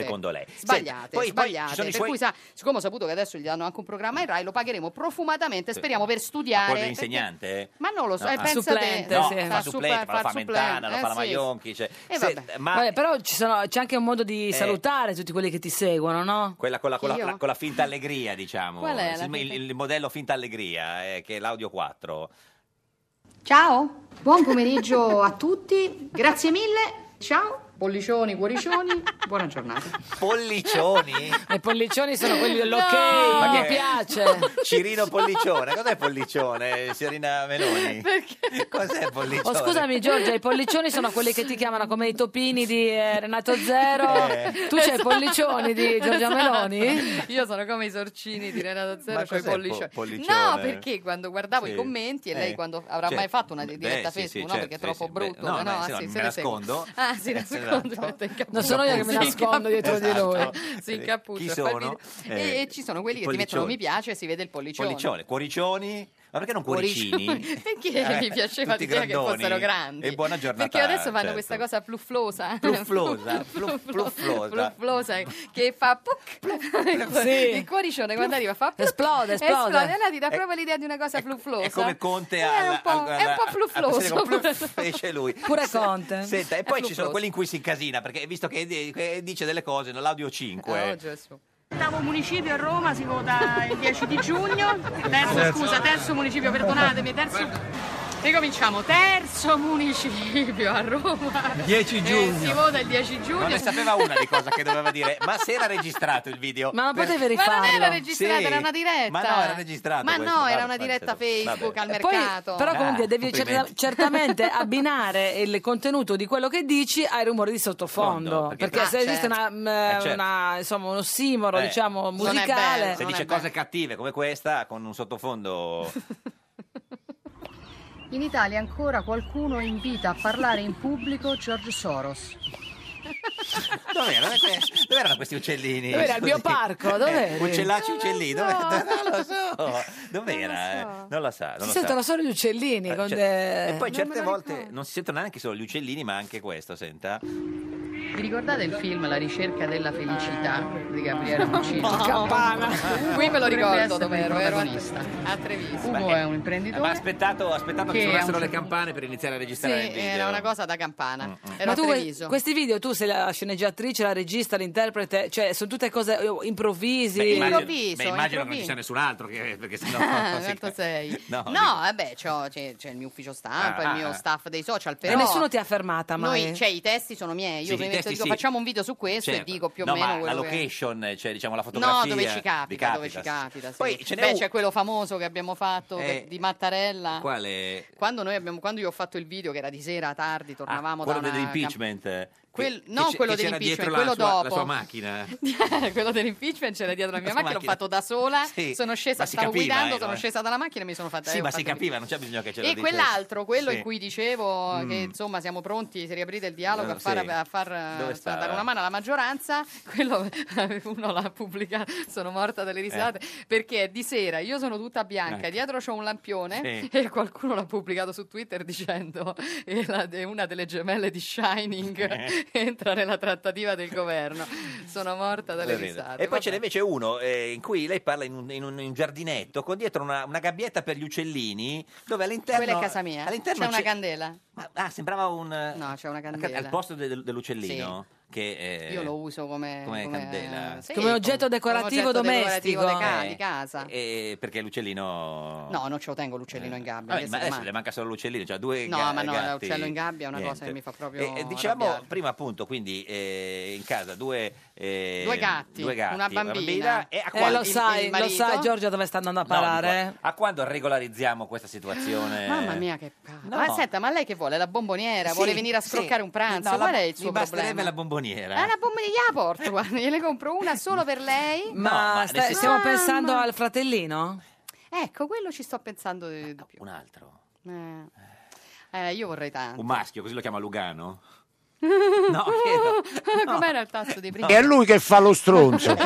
[SPEAKER 2] Eh, Mm. Secondo lei.
[SPEAKER 11] Sbagliate,
[SPEAKER 2] Senta, poi- poi
[SPEAKER 11] sbagliate.
[SPEAKER 2] ci sono i
[SPEAKER 11] per
[SPEAKER 2] suoi-
[SPEAKER 11] cui, sa, siccome ho saputo che adesso gli danno anche un programma in Rai, lo pagheremo profumatamente,
[SPEAKER 2] Sì.
[SPEAKER 11] speriamo per
[SPEAKER 2] Ma
[SPEAKER 11] studiare.
[SPEAKER 2] quello
[SPEAKER 11] perché-
[SPEAKER 2] dell'insegnante? eh?
[SPEAKER 11] Ma non lo so, eh,
[SPEAKER 2] ah.
[SPEAKER 11] pensa te.
[SPEAKER 2] No,
[SPEAKER 11] Sì.
[SPEAKER 2] fa
[SPEAKER 11] Fa
[SPEAKER 2] supplente,
[SPEAKER 11] super-
[SPEAKER 2] ma lo
[SPEAKER 11] fa
[SPEAKER 2] fa Mentana, lo fa
[SPEAKER 11] supplente,
[SPEAKER 2] la
[SPEAKER 11] eh, sì.
[SPEAKER 2] Maionchi. cioè,
[SPEAKER 11] Eh,
[SPEAKER 2] se-
[SPEAKER 11] vabbè.
[SPEAKER 2] ma
[SPEAKER 1] Vabbè, però ci sono- c'è anche un modo di
[SPEAKER 2] Eh.
[SPEAKER 1] salutare tutti quelli che ti seguono, no?
[SPEAKER 2] quella con la, con la-
[SPEAKER 1] Io?
[SPEAKER 2] la- con la finta allegria, diciamo.
[SPEAKER 1] Qual è la
[SPEAKER 2] il,
[SPEAKER 1] finta-
[SPEAKER 2] il- il modello finta allegria, eh, che è l'audio 4.
[SPEAKER 11] Ciao, buon pomeriggio a tutti, grazie mille, ciao. Pollicioni, cuoricioni, buona giornata.
[SPEAKER 2] Pollicioni?
[SPEAKER 1] I pollicioni sono quelli dell'ok,
[SPEAKER 11] No!
[SPEAKER 1] ma
[SPEAKER 2] Ma
[SPEAKER 1] mi
[SPEAKER 2] che-
[SPEAKER 1] piace.
[SPEAKER 2] Cirino Pollicione, cos'è Pollicione, signorina Meloni? Cos'è Pollicione?
[SPEAKER 1] Oh, scusami Giorgia, i pollicioni sono quelli che ti chiamano come i topini di eh, Renato Zero.
[SPEAKER 2] Eh.
[SPEAKER 1] Tu c'hai i pollicioni di Giorgia
[SPEAKER 11] Esatto.
[SPEAKER 1] Meloni?
[SPEAKER 11] Io sono come i sorcini di Renato
[SPEAKER 2] Ma
[SPEAKER 11] Zero, cioè i
[SPEAKER 2] cos'è
[SPEAKER 11] pollicioni.
[SPEAKER 2] po- pollicione?
[SPEAKER 11] no, perché quando guardavo
[SPEAKER 2] Sì.
[SPEAKER 11] i commenti e
[SPEAKER 2] Eh.
[SPEAKER 11] lei quando avrà
[SPEAKER 2] Cioè,
[SPEAKER 11] mai fatto una diretta
[SPEAKER 2] beh, sì,
[SPEAKER 11] Facebook,
[SPEAKER 2] sì,
[SPEAKER 11] no?
[SPEAKER 2] certo,
[SPEAKER 11] perché è
[SPEAKER 2] sì,
[SPEAKER 11] troppo
[SPEAKER 2] sì, beh,
[SPEAKER 11] brutto.
[SPEAKER 2] no,
[SPEAKER 11] no,
[SPEAKER 2] no,
[SPEAKER 11] ah,
[SPEAKER 2] sì, no,
[SPEAKER 11] sì,
[SPEAKER 2] me
[SPEAKER 11] se ne segue.
[SPEAKER 2] nascondo.
[SPEAKER 11] Ah, si
[SPEAKER 2] Eh,
[SPEAKER 11] nasconde.
[SPEAKER 2] esatto.
[SPEAKER 11] mette il cappuccio.
[SPEAKER 1] Non sono io che mi
[SPEAKER 11] Si
[SPEAKER 1] nascondo dietro di
[SPEAKER 11] incappuccia.
[SPEAKER 1] lui.
[SPEAKER 11] Si
[SPEAKER 2] Eh, chi
[SPEAKER 11] incappuccia. fa il
[SPEAKER 2] sono?
[SPEAKER 11] video. E,
[SPEAKER 2] Eh,
[SPEAKER 11] e ci sono quelli che ti
[SPEAKER 2] pollicioni.
[SPEAKER 11] mettono mi piace e si vede il pollicione.
[SPEAKER 2] Pollicione, cuoricioni? Ma perché non cuoricini?
[SPEAKER 11] Cuoricioni.
[SPEAKER 2] Eh,
[SPEAKER 11] Perché mi piaceva
[SPEAKER 2] tutti
[SPEAKER 11] l'idea che
[SPEAKER 2] grandoni.
[SPEAKER 11] fossero grandi.
[SPEAKER 2] E buona giornata.
[SPEAKER 11] Perché adesso fanno
[SPEAKER 2] certo.
[SPEAKER 11] questa cosa plufflosa.
[SPEAKER 2] Plufflosa, pluff- plufflosa.
[SPEAKER 11] plufflosa che fa puc.
[SPEAKER 1] Sì.
[SPEAKER 11] il cuoricione quando arriva fa puc.
[SPEAKER 1] Esplode, esplode.
[SPEAKER 11] esplode. Allora ti dà
[SPEAKER 2] È-
[SPEAKER 11] proprio l'idea di una cosa plufflosa.
[SPEAKER 2] È come Conte
[SPEAKER 11] È
[SPEAKER 2] al,
[SPEAKER 11] un po'-
[SPEAKER 2] al-
[SPEAKER 11] è un po'
[SPEAKER 2] al-
[SPEAKER 11] pluffloso.
[SPEAKER 2] al- al- fece lui.
[SPEAKER 1] Pure Conte.
[SPEAKER 2] Senta, e
[SPEAKER 1] È
[SPEAKER 2] poi ci sono
[SPEAKER 1] pluffloso.
[SPEAKER 2] quelli in cui si incasina, perché visto che di- che dice delle cose nell'audio 5.
[SPEAKER 1] Eh,
[SPEAKER 15] Ottavo municipio a Roma si vota il 10 di giugno. Terzo, scusa, terzo municipio, perdonatemi, terzo. Ricominciamo, terzo municipio a Roma.
[SPEAKER 2] 10
[SPEAKER 15] Eh,
[SPEAKER 2] giugno.
[SPEAKER 15] si vota il 10 giugno.
[SPEAKER 2] non ne sapeva una di cosa che doveva dire, ma se era registrato il video.
[SPEAKER 1] Ma non potevi
[SPEAKER 11] Ma non era
[SPEAKER 1] rifarlo.
[SPEAKER 11] registrata,
[SPEAKER 2] Sì.
[SPEAKER 11] era una diretta.
[SPEAKER 2] Ma no, era registrato
[SPEAKER 11] Ma
[SPEAKER 2] questo.
[SPEAKER 11] no,
[SPEAKER 2] Vabbè,
[SPEAKER 11] era una
[SPEAKER 2] vabbè,
[SPEAKER 11] diretta
[SPEAKER 2] certo.
[SPEAKER 11] Facebook al
[SPEAKER 2] Vabbè.
[SPEAKER 1] Poi,
[SPEAKER 11] mercato.
[SPEAKER 1] però comunque
[SPEAKER 2] Ah,
[SPEAKER 1] devi cer-
[SPEAKER 2] complimenti.
[SPEAKER 1] certamente abbinare il contenuto di quello che dici ai rumori di sottofondo
[SPEAKER 2] Fondo,
[SPEAKER 1] perché,
[SPEAKER 2] perché- Ah,
[SPEAKER 1] se esiste
[SPEAKER 11] certo.
[SPEAKER 1] una, mh,
[SPEAKER 2] Eh, certo.
[SPEAKER 1] una- insomma uno simoro
[SPEAKER 2] Eh.
[SPEAKER 1] diciamo
[SPEAKER 11] Non è bello,
[SPEAKER 1] musicale
[SPEAKER 2] Se dice cose cattive come questa, con un sottofondo
[SPEAKER 11] In Italia ancora qualcuno invita a parlare in pubblico George Soros.
[SPEAKER 2] Dove erano, que- dove erano questi uccellini?
[SPEAKER 1] Dove era? Al
[SPEAKER 2] Scusi. Eh,
[SPEAKER 1] bioparco? Dov'eri?
[SPEAKER 2] uccellacci, uccellini. Dove, non lo so. Dov'era? eh? Non lo sa. non
[SPEAKER 1] Si
[SPEAKER 2] lo
[SPEAKER 1] sentono
[SPEAKER 2] sa.
[SPEAKER 1] solo gli uccellini.
[SPEAKER 2] Eh,
[SPEAKER 1] con
[SPEAKER 2] cioè-
[SPEAKER 1] de-
[SPEAKER 2] E poi
[SPEAKER 1] Non me
[SPEAKER 2] certe
[SPEAKER 1] lo
[SPEAKER 2] volte non si sentono neanche solo gli uccellini, ma anche questo, senta.
[SPEAKER 11] Vi ricordate il film La ricerca della felicità di Gabriele Muccini?
[SPEAKER 2] Campana.
[SPEAKER 11] Qui me lo ricordo
[SPEAKER 15] dove
[SPEAKER 11] dove ero
[SPEAKER 15] ero, ero a-
[SPEAKER 11] protagonista.
[SPEAKER 15] a Treviso.
[SPEAKER 11] Ugo
[SPEAKER 2] Ma-
[SPEAKER 11] è un imprenditore.
[SPEAKER 2] Ma ha aspettato, ha aspettato che,
[SPEAKER 11] Che
[SPEAKER 2] suonassero
[SPEAKER 11] a un
[SPEAKER 2] le
[SPEAKER 11] certo
[SPEAKER 2] campane per iniziare a
[SPEAKER 11] Sì,
[SPEAKER 2] registrare il video.
[SPEAKER 11] era una cosa da campana.
[SPEAKER 2] Mm,
[SPEAKER 11] Ero
[SPEAKER 1] Ma
[SPEAKER 11] a
[SPEAKER 1] tu
[SPEAKER 11] Treviso.
[SPEAKER 1] questi video, tu sei la sceneggiatrice, la regista, l'interprete, cioè sono tutte cose eh, improvvisi.
[SPEAKER 2] Beh, immagino,
[SPEAKER 11] improvviso,
[SPEAKER 2] beh, immagino che non ci
[SPEAKER 11] improvviso.
[SPEAKER 2] sia nessun altro, che, perché sennò...
[SPEAKER 11] Ah,
[SPEAKER 2] sì.
[SPEAKER 11] quanto sei?
[SPEAKER 2] No,
[SPEAKER 11] No,
[SPEAKER 2] dico-
[SPEAKER 11] vabbè, c'ho- c'è, c'è il mio ufficio stampa,
[SPEAKER 2] Ah,
[SPEAKER 11] il mio
[SPEAKER 2] ah.
[SPEAKER 11] staff dei social, però
[SPEAKER 1] e nessuno ti ha fermata mai.
[SPEAKER 11] noi, cioè, i testi sono miei,
[SPEAKER 2] Sì,
[SPEAKER 11] io
[SPEAKER 2] i
[SPEAKER 11] mi metto e
[SPEAKER 2] testi
[SPEAKER 11] dico
[SPEAKER 2] sì.
[SPEAKER 11] facciamo un video su questo
[SPEAKER 2] Certo.
[SPEAKER 11] e dico più o
[SPEAKER 2] No,
[SPEAKER 11] meno
[SPEAKER 2] ma la
[SPEAKER 11] quello che
[SPEAKER 2] location, cioè diciamo la fotografia.
[SPEAKER 11] No, dove ci
[SPEAKER 2] vi
[SPEAKER 11] capita, dove ci
[SPEAKER 2] sì.
[SPEAKER 11] capita. sì.
[SPEAKER 2] Poi ce n'è
[SPEAKER 11] Beh,
[SPEAKER 2] un-
[SPEAKER 11] c'è quello famoso che abbiamo fatto
[SPEAKER 2] Eh,
[SPEAKER 11] che- di Mattarella.
[SPEAKER 2] Quale? Ah,
[SPEAKER 11] Quando, noi abbiamo, quando io ho fatto il video, che era di sera tardi, tornavamo
[SPEAKER 2] quello
[SPEAKER 11] da una
[SPEAKER 2] dell'impeachment. eh, che-
[SPEAKER 11] Quel-
[SPEAKER 2] che
[SPEAKER 11] non
[SPEAKER 2] c'è-
[SPEAKER 11] quello
[SPEAKER 2] che c'era
[SPEAKER 11] dell'impeachment,
[SPEAKER 2] dietro la
[SPEAKER 11] quello
[SPEAKER 2] sua- La
[SPEAKER 11] dopo.
[SPEAKER 2] sua macchina.
[SPEAKER 11] quello dell'impeachment c'era dietro la mia
[SPEAKER 2] La sua
[SPEAKER 11] macchina, l'ho
[SPEAKER 2] macchina.
[SPEAKER 11] fatto da sola,
[SPEAKER 2] Sì,
[SPEAKER 11] sono
[SPEAKER 2] ma
[SPEAKER 11] scesa,
[SPEAKER 2] si
[SPEAKER 11] stavo
[SPEAKER 2] capiva,
[SPEAKER 11] guidando,
[SPEAKER 2] eh,
[SPEAKER 11] sono
[SPEAKER 2] no?
[SPEAKER 11] scesa dalla macchina e mi sono fatta... eh,
[SPEAKER 2] Sì,
[SPEAKER 11] ho
[SPEAKER 2] ma si
[SPEAKER 11] fatto il
[SPEAKER 2] capiva, non c'è bisogno che ce lo
[SPEAKER 11] E
[SPEAKER 2] dicesse.
[SPEAKER 11] quell'altro, quello
[SPEAKER 2] Sì.
[SPEAKER 11] in cui dicevo
[SPEAKER 2] Mm.
[SPEAKER 11] che insomma siamo pronti, si riaprite il dialogo
[SPEAKER 2] Eh,
[SPEAKER 11] a far,
[SPEAKER 2] sì.
[SPEAKER 11] a far,
[SPEAKER 2] Dove
[SPEAKER 11] eh,
[SPEAKER 2] stava?
[SPEAKER 11] dare una mano alla maggioranza, quello uno l'ha pubblicato, sono morta dalle risate,
[SPEAKER 2] Eh.
[SPEAKER 11] perché è di sera, io sono tutta bianca,
[SPEAKER 15] Ecco.
[SPEAKER 11] dietro c'ho un lampione
[SPEAKER 15] Sì.
[SPEAKER 11] e qualcuno l'ha pubblicato su Twitter dicendo "E la- e una delle gemelle di Shining entra nella trattativa del governo. Sono morta dalle
[SPEAKER 2] Terribile.
[SPEAKER 11] risate.
[SPEAKER 2] E poi
[SPEAKER 11] vabbè.
[SPEAKER 2] ce n'è invece uno eh, in cui lei parla in un, in un- in un giardinetto con dietro una, una gabbietta per gli uccellini dove all'interno...
[SPEAKER 11] Quella è casa mia.
[SPEAKER 2] all'interno
[SPEAKER 11] c'è una candela.
[SPEAKER 2] ah, sembrava un...
[SPEAKER 11] No, c'è una candela.
[SPEAKER 2] Al posto del- dell'uccellino? Che, eh,
[SPEAKER 11] Io lo uso come,
[SPEAKER 2] come candela.
[SPEAKER 11] sì,
[SPEAKER 1] Come oggetto decorativo
[SPEAKER 11] oggetto decorativo
[SPEAKER 1] domestico.
[SPEAKER 11] de ca-
[SPEAKER 2] Eh,
[SPEAKER 11] di casa.
[SPEAKER 2] eh, perché l'uccellino...
[SPEAKER 11] No, non ce lo tengo l'uccellino in gabbia.
[SPEAKER 2] Eh. Vabbè,
[SPEAKER 11] che
[SPEAKER 2] ma
[SPEAKER 11] se lo
[SPEAKER 2] adesso
[SPEAKER 11] mangi.
[SPEAKER 2] le manca solo l'uccellino, cioè due
[SPEAKER 11] No,
[SPEAKER 2] ga-
[SPEAKER 11] ma no,
[SPEAKER 2] gatti.
[SPEAKER 11] l'uccello in gabbia è una cosa
[SPEAKER 2] Niente.
[SPEAKER 11] che mi fa proprio
[SPEAKER 2] E, e dicevamo
[SPEAKER 11] arrabbiare.
[SPEAKER 2] prima appunto, quindi eh, in casa due, eh,
[SPEAKER 11] Due gatti,
[SPEAKER 2] due gatti,
[SPEAKER 11] una bambina.
[SPEAKER 2] e a
[SPEAKER 11] Eh,
[SPEAKER 1] Eh,
[SPEAKER 2] quando,
[SPEAKER 1] lo sai, lo
[SPEAKER 11] marito?
[SPEAKER 1] sai Giorgia dove sta andando a
[SPEAKER 2] no,
[SPEAKER 1] parare.
[SPEAKER 2] dico, a quando regolarizziamo questa situazione?
[SPEAKER 11] Ah, Mamma mia, che cazzo. Ma senta, ma lei che vuole? La bomboniera?
[SPEAKER 2] Sì,
[SPEAKER 11] vuole venire a scroccare
[SPEAKER 2] sì.
[SPEAKER 11] un pranzo?
[SPEAKER 2] No, la-
[SPEAKER 11] Qual è il suo
[SPEAKER 2] mi basterebbe
[SPEAKER 11] problema?
[SPEAKER 2] la bomboniera.
[SPEAKER 11] Ah, la bomboniera gliela porto, guarda, gliene compro una solo per lei.
[SPEAKER 1] Ma,
[SPEAKER 2] ma
[SPEAKER 1] stai-
[SPEAKER 2] adesso-
[SPEAKER 1] stiamo
[SPEAKER 2] Mamma.
[SPEAKER 1] pensando al fratellino?
[SPEAKER 11] Ecco, quello ci sto pensando di, di più.
[SPEAKER 2] Un altro.
[SPEAKER 11] Eh. Eh, io vorrei tanto.
[SPEAKER 2] Un maschio, così lo chiama Lugano?
[SPEAKER 11] No, Com'era il tasso di prima?
[SPEAKER 14] È lui che fa lo stronzo.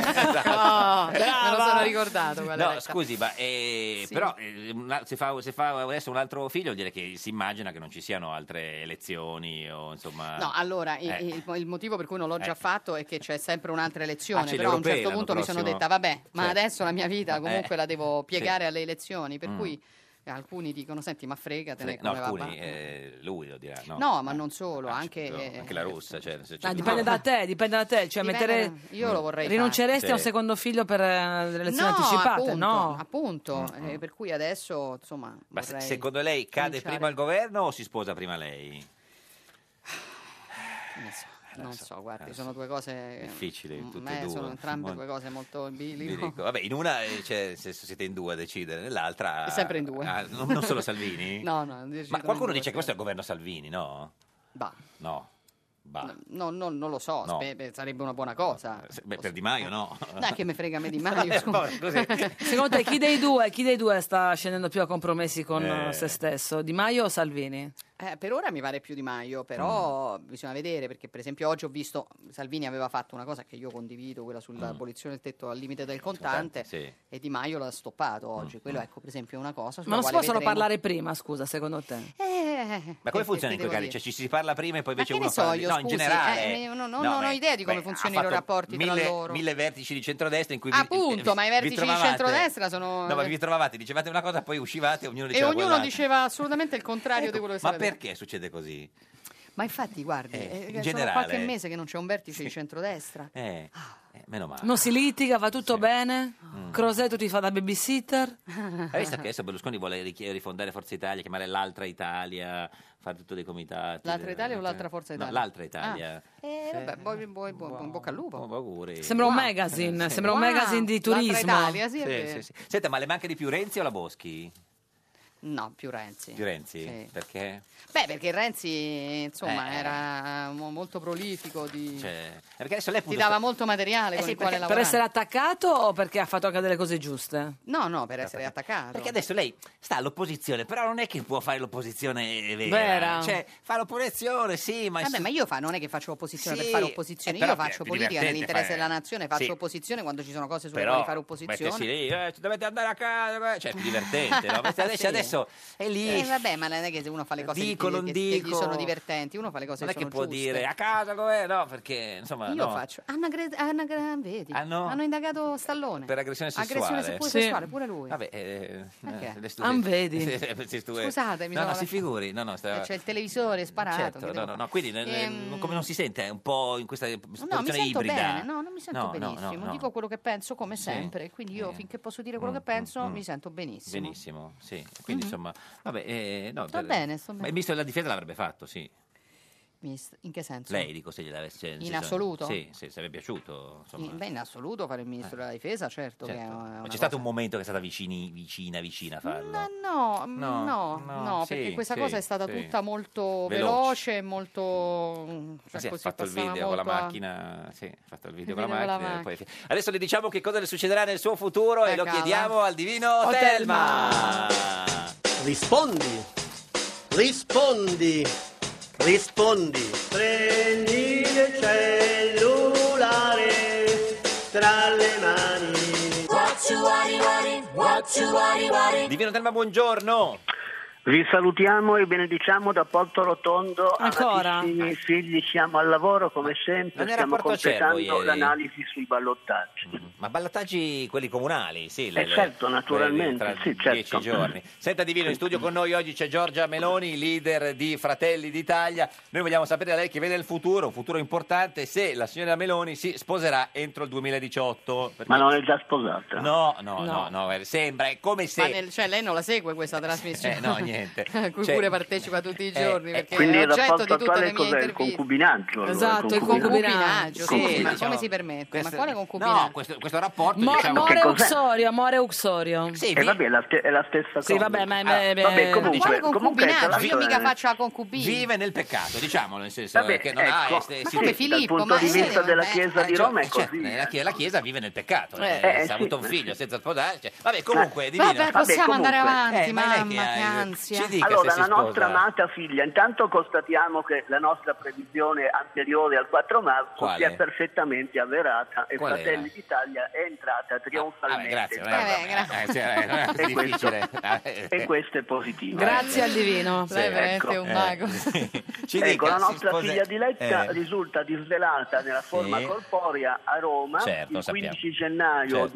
[SPEAKER 11] Oh, me lo
[SPEAKER 2] Brava.
[SPEAKER 11] sono ricordato.
[SPEAKER 2] Esatto. No,
[SPEAKER 11] qual era il tasso.
[SPEAKER 2] scusi, ma eh,
[SPEAKER 11] Sì.
[SPEAKER 2] però eh, una- se, fa, se fa adesso un altro figlio vuol dire che si immagina che non ci siano altre elezioni o insomma...
[SPEAKER 11] No, allora i-
[SPEAKER 2] Eh.
[SPEAKER 11] il, il motivo per cui non l'ho già
[SPEAKER 2] Eh.
[SPEAKER 11] fatto è che c'è sempre un'altra elezione,
[SPEAKER 2] Ah, c'è
[SPEAKER 11] però a un
[SPEAKER 2] l'europea
[SPEAKER 11] certo
[SPEAKER 2] l'anno
[SPEAKER 11] punto mi sono
[SPEAKER 2] prossimo.
[SPEAKER 11] detta vabbè, ma
[SPEAKER 2] Sì.
[SPEAKER 11] adesso la mia vita comunque
[SPEAKER 2] Eh.
[SPEAKER 11] la devo piegare
[SPEAKER 2] Sì.
[SPEAKER 11] alle elezioni, per
[SPEAKER 2] Mm.
[SPEAKER 11] cui alcuni dicono senti ma fregatene
[SPEAKER 2] no,
[SPEAKER 11] come va,
[SPEAKER 2] alcuni,
[SPEAKER 11] va".
[SPEAKER 2] eh, lui lo dirà, no? Eh. Ah,
[SPEAKER 11] No, ma non solo, anche,
[SPEAKER 2] No,
[SPEAKER 11] eh,
[SPEAKER 2] anche la russa, cioè, se c'è
[SPEAKER 1] Ah,
[SPEAKER 2] tutto.
[SPEAKER 1] dipende da te, dipende da te. Cioè,
[SPEAKER 11] Dipende
[SPEAKER 1] mettere-
[SPEAKER 11] da- io lo vorrei
[SPEAKER 1] Rinunceresti
[SPEAKER 11] fare.
[SPEAKER 1] a un secondo figlio per eh, le elezioni
[SPEAKER 11] no,
[SPEAKER 1] anticipate?
[SPEAKER 11] appunto,
[SPEAKER 1] no,
[SPEAKER 11] appunto, eh, per cui adesso insomma
[SPEAKER 2] Ma se-
[SPEAKER 11] vorrei-
[SPEAKER 2] secondo lei cade
[SPEAKER 11] cominciare.
[SPEAKER 2] prima il governo o si sposa prima lei?
[SPEAKER 11] non so, non so, guardi, sono due cose
[SPEAKER 2] Eh, Difficili,
[SPEAKER 11] m-
[SPEAKER 2] tutte e
[SPEAKER 11] eh,
[SPEAKER 2] due.
[SPEAKER 11] sono entrambe
[SPEAKER 2] Molto-
[SPEAKER 11] due cose molto in bilico.
[SPEAKER 2] Vi dico, Vabbè, in una eh, cioè, se siete in due a decidere, nell'altra...
[SPEAKER 11] È sempre in due.
[SPEAKER 2] Ah, non, non solo Salvini?
[SPEAKER 11] No, no, decidono in
[SPEAKER 2] Ma qualcuno
[SPEAKER 11] due,
[SPEAKER 2] dice che questo è il governo Salvini, no?
[SPEAKER 11] Bah.
[SPEAKER 2] No. Bah.
[SPEAKER 11] No, no, non lo so,
[SPEAKER 2] No.
[SPEAKER 11] spe- beh, sarebbe una buona cosa.
[SPEAKER 2] Se- beh, per Di Maio no.
[SPEAKER 11] Dai, che me frega me di
[SPEAKER 2] Eh,
[SPEAKER 11] Mario. scusa.
[SPEAKER 2] boh, così.
[SPEAKER 1] Secondo te chi dei due, chi dei due sta scendendo più a compromessi con
[SPEAKER 2] Eh.
[SPEAKER 1] eh, se stesso? Di Maio o Salvini?
[SPEAKER 11] Eh, per ora mi pare più di Maio, però
[SPEAKER 2] Mm.
[SPEAKER 11] bisogna vedere perché per esempio oggi ho visto Salvini aveva fatto una cosa che io condivido, quella
[SPEAKER 2] Mm.
[SPEAKER 11] sull'abolizione del tetto al limite del contante
[SPEAKER 2] Sì.
[SPEAKER 11] e Di Maio l'ha stoppato
[SPEAKER 2] Mm,
[SPEAKER 11] oggi. Quello ecco per esempio è una cosa sulla
[SPEAKER 1] Ma non si
[SPEAKER 11] quale
[SPEAKER 1] possono
[SPEAKER 11] vedremo-
[SPEAKER 1] parlare prima, scusa, secondo te?
[SPEAKER 11] Eh,
[SPEAKER 2] Ma come funziona
[SPEAKER 11] che- che
[SPEAKER 2] in quei
[SPEAKER 11] devo
[SPEAKER 2] casi?
[SPEAKER 11] dire?
[SPEAKER 2] Cioè, ci si parla prima e poi
[SPEAKER 11] Ma
[SPEAKER 2] invece
[SPEAKER 11] che
[SPEAKER 2] uno
[SPEAKER 11] ne so
[SPEAKER 2] parla...
[SPEAKER 11] io,
[SPEAKER 2] no, in
[SPEAKER 11] scusi,
[SPEAKER 2] generale...
[SPEAKER 11] eh, io non- non- non ho idea di come funzionino i
[SPEAKER 2] funzionano
[SPEAKER 11] rapporti tra
[SPEAKER 2] mille,
[SPEAKER 11] loro.
[SPEAKER 2] Mille vertici di centrodestra in cui... vi-
[SPEAKER 11] Ah, Appunto,
[SPEAKER 2] vi-
[SPEAKER 11] ma i
[SPEAKER 2] vi
[SPEAKER 11] vertici di
[SPEAKER 2] trovavate-
[SPEAKER 11] centrodestra sono eh,
[SPEAKER 2] No, ma vi trovavate, dicevate una cosa, poi uscivate e ognuno
[SPEAKER 11] e
[SPEAKER 2] diceva
[SPEAKER 11] ognuno
[SPEAKER 2] quell'altra.
[SPEAKER 11] diceva assolutamente il contrario di quello che
[SPEAKER 2] Ma
[SPEAKER 11] sarebbe.
[SPEAKER 2] perché succede così?
[SPEAKER 11] Ma infatti, guardi,
[SPEAKER 2] Eh,
[SPEAKER 11] eh,
[SPEAKER 2] in
[SPEAKER 11] sono
[SPEAKER 2] generale-
[SPEAKER 11] qualche mese che non c'è un vertice di
[SPEAKER 2] Sì.
[SPEAKER 11] centrodestra.
[SPEAKER 2] Eh,
[SPEAKER 11] Ah.
[SPEAKER 2] eh, meno male.
[SPEAKER 1] Non si litiga, va tutto bene?
[SPEAKER 11] Mm.
[SPEAKER 1] Crosetto ti fa da babysitter?
[SPEAKER 2] Hai visto che adesso Berlusconi vuole richi- rifondare Forza Italia, chiamare l'altra Italia, fare tutto dei comitati.
[SPEAKER 11] L'altra Italia o l'altra Forza Italia?
[SPEAKER 2] No, l'altra Italia. Oh,
[SPEAKER 11] Ah, eh, vabbè, poi- poi- poi- in bocca al lupo.
[SPEAKER 2] Auguri. Eh,
[SPEAKER 1] Sembra un magazine, sembra un
[SPEAKER 11] Wow,
[SPEAKER 1] magazine di
[SPEAKER 11] l'altra
[SPEAKER 1] turismo.
[SPEAKER 11] Italia, sì, è
[SPEAKER 2] Sì,
[SPEAKER 11] vero.
[SPEAKER 2] sì, sì. Senta, ma le manca di più Renzi o la Boschi?
[SPEAKER 11] No, più Renzi.
[SPEAKER 2] Di Renzi? Perché?
[SPEAKER 11] Beh, perché Renzi, insomma,
[SPEAKER 2] Eh.
[SPEAKER 11] era mo- molto prolifico di...
[SPEAKER 2] Cioè, perché adesso lei
[SPEAKER 11] Ti
[SPEAKER 2] appunto
[SPEAKER 11] dava
[SPEAKER 2] sta-
[SPEAKER 11] molto materiale
[SPEAKER 1] Eh
[SPEAKER 11] con
[SPEAKER 1] sì,
[SPEAKER 11] il quale
[SPEAKER 1] perché- per
[SPEAKER 11] lavorare.
[SPEAKER 1] essere attaccato o perché ha fatto anche delle cose giuste?
[SPEAKER 11] No, no, per essere attaccato.
[SPEAKER 2] Eh, Perché adesso lei sta all'opposizione, però non è che può fare l'opposizione vera.
[SPEAKER 11] Vera.
[SPEAKER 2] Cioè, fa l'opposizione, sì, ma...
[SPEAKER 11] Vabbè, ma io fa- non è che faccio opposizione
[SPEAKER 2] Sì,
[SPEAKER 11] per fare opposizione,
[SPEAKER 2] eh, però
[SPEAKER 11] io
[SPEAKER 2] è più
[SPEAKER 11] faccio politica
[SPEAKER 2] divertente
[SPEAKER 11] nell'interesse
[SPEAKER 2] fare-
[SPEAKER 11] della nazione, faccio
[SPEAKER 2] Sì.
[SPEAKER 11] opposizione quando ci sono cose sulle
[SPEAKER 2] Però,
[SPEAKER 11] quali fare opposizione.
[SPEAKER 2] mettersi lì, eh, ci dovete andare a casa, eh, cioè, è più divertente, no? Mentre adesso,
[SPEAKER 11] Sì.
[SPEAKER 2] adesso è lì,
[SPEAKER 11] Eh, vabbè, ma non è che se uno fa le cose
[SPEAKER 2] Dico,
[SPEAKER 11] che,
[SPEAKER 2] non
[SPEAKER 11] che- che gli
[SPEAKER 2] dico.
[SPEAKER 11] sono divertenti, uno fa le cose
[SPEAKER 2] non è
[SPEAKER 11] che
[SPEAKER 2] che
[SPEAKER 11] sono
[SPEAKER 2] può
[SPEAKER 11] giuste.
[SPEAKER 2] dire a casa, com'è? no, perché, insomma,
[SPEAKER 11] Io
[SPEAKER 2] no.
[SPEAKER 11] faccio Ah, Anna, Gre- Anna Gra- vedi?
[SPEAKER 2] Ah, no?
[SPEAKER 11] Hanno indagato Stallone.
[SPEAKER 2] Per aggressione sessuale.
[SPEAKER 11] Aggressione seppure
[SPEAKER 2] Sì.
[SPEAKER 11] sessuale, pure lui.
[SPEAKER 2] Vabbè, eh,
[SPEAKER 11] Perché?
[SPEAKER 2] eh, le stu-
[SPEAKER 11] Ah, vedi.
[SPEAKER 2] Sì, stu-
[SPEAKER 11] Scusatemi,
[SPEAKER 2] No, no,
[SPEAKER 11] sono-
[SPEAKER 2] si figuri, no, no,
[SPEAKER 11] Eh,
[SPEAKER 2] sta...
[SPEAKER 11] C'è il televisore sparato. che
[SPEAKER 2] Certo,
[SPEAKER 11] devo
[SPEAKER 2] no, no, no, quindi nel- nel-
[SPEAKER 11] Ehm,
[SPEAKER 2] come non si sente è un po' in questa
[SPEAKER 11] No, no, mi
[SPEAKER 2] posizione
[SPEAKER 11] sento
[SPEAKER 2] ibrida.
[SPEAKER 11] bene, no, non mi sento
[SPEAKER 2] No, no, no,
[SPEAKER 11] benissimo.
[SPEAKER 2] no.
[SPEAKER 11] Dico quello che penso come
[SPEAKER 2] Sì.
[SPEAKER 11] sempre. Quindi io finché posso dire quello
[SPEAKER 2] Mm,
[SPEAKER 11] che penso
[SPEAKER 2] mm,
[SPEAKER 11] mi sento benissimo.
[SPEAKER 2] Benissimo, sì. Quindi
[SPEAKER 11] Mhm.
[SPEAKER 2] insomma, vabbè, eh, no,
[SPEAKER 11] Sto bene, sto
[SPEAKER 2] Ma
[SPEAKER 11] bene.
[SPEAKER 2] il ministro della difesa l'avrebbe fatto, sì.
[SPEAKER 11] Mist- In che senso?
[SPEAKER 2] Lei dico se gliel'avesse cioè, nel
[SPEAKER 11] In
[SPEAKER 2] senso-
[SPEAKER 11] assoluto?
[SPEAKER 2] Sì, sì, sarebbe piaciuto, insomma. Eh.
[SPEAKER 11] In- Beh, in assoluto fare il ministro della difesa,
[SPEAKER 2] Certo.
[SPEAKER 11] certo, che è
[SPEAKER 2] Ma
[SPEAKER 11] una
[SPEAKER 2] c'è
[SPEAKER 11] cosa-
[SPEAKER 2] stato un momento che è stata vicini, vicina, vicina a farlo.
[SPEAKER 11] No, mm,
[SPEAKER 2] No,
[SPEAKER 11] no, no,
[SPEAKER 2] no, sì,
[SPEAKER 11] perché questa
[SPEAKER 2] sì,
[SPEAKER 11] cosa è stata
[SPEAKER 2] sì.
[SPEAKER 11] tutta molto
[SPEAKER 2] Veloce.
[SPEAKER 11] veloce, e molto... mm,
[SPEAKER 2] Ma
[SPEAKER 11] Cioè,
[SPEAKER 2] Ah, sì, ha
[SPEAKER 11] così
[SPEAKER 2] fatto il
[SPEAKER 11] passava
[SPEAKER 2] video con la
[SPEAKER 11] molto eh. a-
[SPEAKER 2] macchina. Sì, ha fatto il video
[SPEAKER 11] Il
[SPEAKER 2] con la
[SPEAKER 11] video con la
[SPEAKER 2] macchina. e poi- Adesso le diciamo che cosa le succederà nel suo futuro e lo
[SPEAKER 11] Eccola.
[SPEAKER 2] chiediamo al divino
[SPEAKER 11] Oh,
[SPEAKER 2] Telma.
[SPEAKER 17] Rispondi, rispondi, rispondi. Prendi il cellulare tra le mani.
[SPEAKER 2] Divino Telma, buongiorno.
[SPEAKER 17] Vi salutiamo e benediciamo da Porto Rotondo.
[SPEAKER 1] Ancora?
[SPEAKER 17] I figli siamo al lavoro come sempre,
[SPEAKER 2] Non era
[SPEAKER 17] stiamo
[SPEAKER 2] Porto Cervo
[SPEAKER 17] completando
[SPEAKER 2] ieri? Mm,
[SPEAKER 17] l'analisi sui ballottaggi.
[SPEAKER 2] Ma ballottaggi quelli comunali, sì.
[SPEAKER 17] Eh, certo, naturalmente,
[SPEAKER 2] quelli tra
[SPEAKER 17] sì, certo.
[SPEAKER 2] Dieci giorni. Senta Divino, in studio con noi oggi c'è Giorgia Meloni, leader di Fratelli d'Italia. Noi vogliamo sapere da lei che vede il futuro, un futuro importante, se la signora Meloni si sposerà entro il 2018. perché-
[SPEAKER 17] Ma non è già sposata?
[SPEAKER 2] No, no, no,
[SPEAKER 17] No.
[SPEAKER 2] no, eh, sembra, è come se...
[SPEAKER 11] Ma nel- cioè, lei non la segue questa trasmissione?
[SPEAKER 2] Eh, no, niente.
[SPEAKER 11] A cui
[SPEAKER 2] Cioè-
[SPEAKER 11] pure partecipa tutti i
[SPEAKER 2] eh,
[SPEAKER 11] giorni,
[SPEAKER 2] eh,
[SPEAKER 11] perché
[SPEAKER 17] Quindi
[SPEAKER 11] è
[SPEAKER 17] il
[SPEAKER 11] oggetto di
[SPEAKER 17] rapporto
[SPEAKER 11] tutte le
[SPEAKER 17] attuale
[SPEAKER 11] mie
[SPEAKER 17] cos'è? Il
[SPEAKER 11] interviste.
[SPEAKER 17] concubinaggio? allora,
[SPEAKER 1] Esatto, il diciamo
[SPEAKER 11] Concubinaggio, sì,
[SPEAKER 17] Concubinaggio.
[SPEAKER 11] ma come si permette?
[SPEAKER 2] questo-
[SPEAKER 11] ma quale concubinaggio?
[SPEAKER 2] diciamo. No, questo, questo rapporto...
[SPEAKER 1] Mo-
[SPEAKER 2] diciamo,
[SPEAKER 1] more
[SPEAKER 17] cos'è?
[SPEAKER 1] uxorio, more uxorio.
[SPEAKER 2] Sì,
[SPEAKER 17] E Eh, vabbè, è la, ste- è la stessa
[SPEAKER 1] Sì,
[SPEAKER 17] cosa.
[SPEAKER 1] vabbè, ma- ma-
[SPEAKER 17] Ah,
[SPEAKER 1] beh,
[SPEAKER 17] vabbè,
[SPEAKER 11] Ma
[SPEAKER 17] comunque, comunque tra
[SPEAKER 11] quale concubinaggio? Io
[SPEAKER 17] l'altro,
[SPEAKER 11] mica
[SPEAKER 17] eh,
[SPEAKER 11] faccio la concubina.
[SPEAKER 2] Vive nel peccato, diciamolo, nel senso
[SPEAKER 17] Vabbè,
[SPEAKER 2] che non
[SPEAKER 17] ecco,
[SPEAKER 2] ha...
[SPEAKER 17] sì,
[SPEAKER 11] Ma come Filippo,
[SPEAKER 17] dal punto
[SPEAKER 11] ma
[SPEAKER 17] di
[SPEAKER 11] sì,
[SPEAKER 17] vista della
[SPEAKER 11] eh,
[SPEAKER 17] Chiesa di
[SPEAKER 2] Eh,
[SPEAKER 17] Roma è
[SPEAKER 2] eh, certo,
[SPEAKER 17] così.
[SPEAKER 2] eh, La, chie- la chiesa vive nel peccato,
[SPEAKER 17] Eh,
[SPEAKER 2] eh,
[SPEAKER 17] eh,
[SPEAKER 2] se
[SPEAKER 17] sì.
[SPEAKER 2] ha avuto un figlio senza sposarsi. cioè, vabbè, comunque,
[SPEAKER 17] Eh,
[SPEAKER 2] divino.
[SPEAKER 17] vabbè, possiamo andare avanti,
[SPEAKER 2] Eh, ma lei
[SPEAKER 17] mamma,
[SPEAKER 2] ha-
[SPEAKER 17] che
[SPEAKER 11] ansia.
[SPEAKER 2] Ci dica
[SPEAKER 17] allora,
[SPEAKER 2] se
[SPEAKER 17] la
[SPEAKER 2] si sposa.
[SPEAKER 17] nostra amata figlia, intanto constatiamo che la nostra previsione anteriore al 4 marzo
[SPEAKER 2] Quale?
[SPEAKER 17] si è perfettamente avverata e
[SPEAKER 2] Qual era? Ah,
[SPEAKER 17] Fratelli d'Italia è entrata
[SPEAKER 2] Vabbè,
[SPEAKER 17] trionfalmente.
[SPEAKER 2] grazie. non
[SPEAKER 17] Eh,
[SPEAKER 2] è- eh, sì, eh, non è così
[SPEAKER 17] E questo-
[SPEAKER 2] difficile. Ah,
[SPEAKER 17] e questo è positivo.
[SPEAKER 1] Grazie al divino.
[SPEAKER 17] Sì, Lei è veramente ecco. un mago.
[SPEAKER 2] Eh, sì. Ci
[SPEAKER 17] Ecco,
[SPEAKER 2] dica,
[SPEAKER 17] la
[SPEAKER 2] si
[SPEAKER 17] nostra
[SPEAKER 2] sposa-
[SPEAKER 17] figlia Diletta
[SPEAKER 2] eh.
[SPEAKER 17] risulta disvelata nella forma corporea a Roma
[SPEAKER 2] Certo, lo
[SPEAKER 17] il 15
[SPEAKER 2] sappiamo.
[SPEAKER 17] gennaio
[SPEAKER 2] Certo.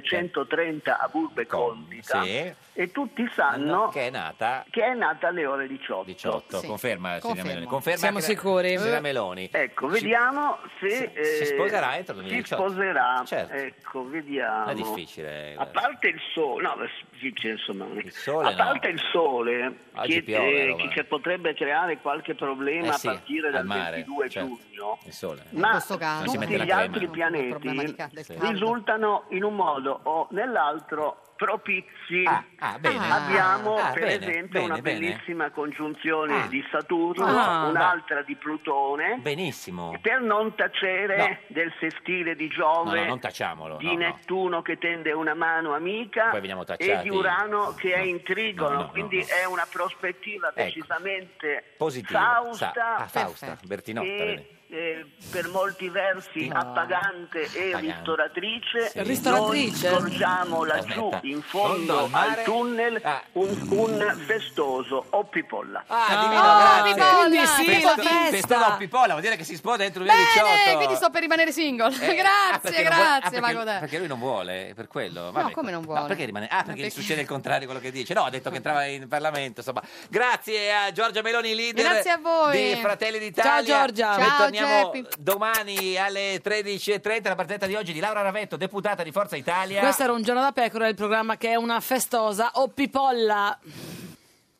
[SPEAKER 17] 2730 a Burbe Condita
[SPEAKER 2] sì.
[SPEAKER 17] e tutti sanno
[SPEAKER 2] che è nata
[SPEAKER 17] che è nata alle ore 18.
[SPEAKER 2] 18, conferma, signora
[SPEAKER 17] Confermo.
[SPEAKER 2] Meloni. Conferma
[SPEAKER 17] Siamo
[SPEAKER 2] anche la-
[SPEAKER 17] sicuri?
[SPEAKER 2] signora
[SPEAKER 17] Eh.
[SPEAKER 2] Meloni.
[SPEAKER 17] Ecco,
[SPEAKER 2] Ci-
[SPEAKER 17] vediamo se...
[SPEAKER 2] si
[SPEAKER 17] eh,
[SPEAKER 2] sposerà entro il
[SPEAKER 17] si
[SPEAKER 2] 2018.
[SPEAKER 17] sposerà,
[SPEAKER 2] Certo.
[SPEAKER 17] ecco, vediamo.
[SPEAKER 2] Non è difficile. eh,
[SPEAKER 17] A parte il sole, no, beh, difficile, insomma,
[SPEAKER 2] sole
[SPEAKER 17] a parte il sole
[SPEAKER 2] Oggi
[SPEAKER 17] che,
[SPEAKER 2] piove,
[SPEAKER 17] eh,
[SPEAKER 2] Roma.
[SPEAKER 17] che- che potrebbe creare qualche problema
[SPEAKER 2] Eh
[SPEAKER 17] a
[SPEAKER 2] sì,
[SPEAKER 17] partire
[SPEAKER 2] al
[SPEAKER 17] dal
[SPEAKER 2] mare,
[SPEAKER 17] 22
[SPEAKER 2] certo.
[SPEAKER 17] giugno,
[SPEAKER 2] Il sole.
[SPEAKER 17] ma
[SPEAKER 11] questo caldo. Non si
[SPEAKER 17] tutti
[SPEAKER 11] mette la
[SPEAKER 17] gli
[SPEAKER 11] crema.
[SPEAKER 17] altri
[SPEAKER 11] Il problema
[SPEAKER 17] pianeti
[SPEAKER 11] di ca- del caldo.
[SPEAKER 17] risultano in un modo o nell'altro propizi.
[SPEAKER 2] ah, bene.
[SPEAKER 17] Abbiamo
[SPEAKER 2] Ah,
[SPEAKER 17] per
[SPEAKER 2] bene,
[SPEAKER 17] esempio
[SPEAKER 2] bene,
[SPEAKER 17] una
[SPEAKER 2] bene.
[SPEAKER 17] bellissima congiunzione
[SPEAKER 2] Ah.
[SPEAKER 17] di Saturno,
[SPEAKER 2] Ah.
[SPEAKER 17] un'altra di Plutone,
[SPEAKER 2] Benissimo.
[SPEAKER 17] per non tacere
[SPEAKER 2] No.
[SPEAKER 17] del sestile di
[SPEAKER 2] No,
[SPEAKER 17] Giove,
[SPEAKER 2] no, non tacciamolo.
[SPEAKER 17] di
[SPEAKER 2] no, no.
[SPEAKER 17] Nettuno che tende una mano amica
[SPEAKER 2] Poi veniamo
[SPEAKER 17] e
[SPEAKER 2] tacciati.
[SPEAKER 17] di Urano che è in trigono,
[SPEAKER 2] No, no, no,
[SPEAKER 17] quindi
[SPEAKER 2] no. Ecco.
[SPEAKER 17] è una prospettiva decisamente
[SPEAKER 2] Positiva.
[SPEAKER 17] Fausta,
[SPEAKER 2] Sa- ah, Fausta,
[SPEAKER 17] Perfetto.
[SPEAKER 2] Bertinotta,
[SPEAKER 17] e,
[SPEAKER 2] bene.
[SPEAKER 17] eh, per molti versi appagante e
[SPEAKER 2] Appagante.
[SPEAKER 17] ristoratrice,
[SPEAKER 2] Sì. Ristoratrice?
[SPEAKER 17] noi scorgiamo laggiù
[SPEAKER 2] Aspetta.
[SPEAKER 17] in
[SPEAKER 2] Fondo
[SPEAKER 17] fondo
[SPEAKER 2] al mare?
[SPEAKER 17] al tunnel un, un festoso oppipolla.
[SPEAKER 2] Ah, divino, grazie. Festo- Festo no, Pippola, vuol dire che si sposa entro il
[SPEAKER 11] Bene,
[SPEAKER 2] 2018.
[SPEAKER 11] quindi sto per rimanere single.
[SPEAKER 2] Eh, ah,
[SPEAKER 11] grazie,
[SPEAKER 2] perché non vuole- ah,
[SPEAKER 11] grazie,
[SPEAKER 2] perché-
[SPEAKER 11] Mago Dei.
[SPEAKER 2] Perché lui non vuole, per quello. Vabbè.
[SPEAKER 11] come non
[SPEAKER 2] Ma
[SPEAKER 11] vuole?
[SPEAKER 2] perché rimane? Ah, perché gli
[SPEAKER 11] perché-
[SPEAKER 2] succede il contrario di quello che dice. No, ha detto che entrava in Parlamento, insomma. Grazie a Giorgia Meloni, leader
[SPEAKER 11] Grazie a voi.
[SPEAKER 2] di Fratelli d'Italia.
[SPEAKER 11] Ciao, Giorgia.
[SPEAKER 2] Noi
[SPEAKER 11] Ciao,
[SPEAKER 2] torniamo
[SPEAKER 11] Geppi.
[SPEAKER 2] domani alle 13.30 la partita di oggi di Laura Ravetto, deputata di Forza Italia.
[SPEAKER 1] Questo era un giorno da pecora, il programma che è una festosa o pipolla.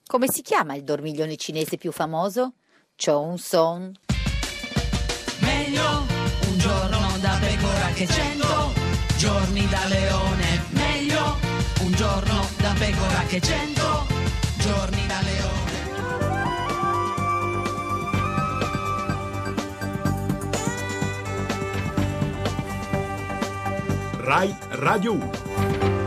[SPEAKER 18] Come si chiama il dormiglione cinese più famoso? Chon Son.
[SPEAKER 19] Meglio un giorno da pecora che cento giorni da leone. Meglio un giorno da pecora che cento
[SPEAKER 1] giorni da leone.
[SPEAKER 14] Rai Radio 1.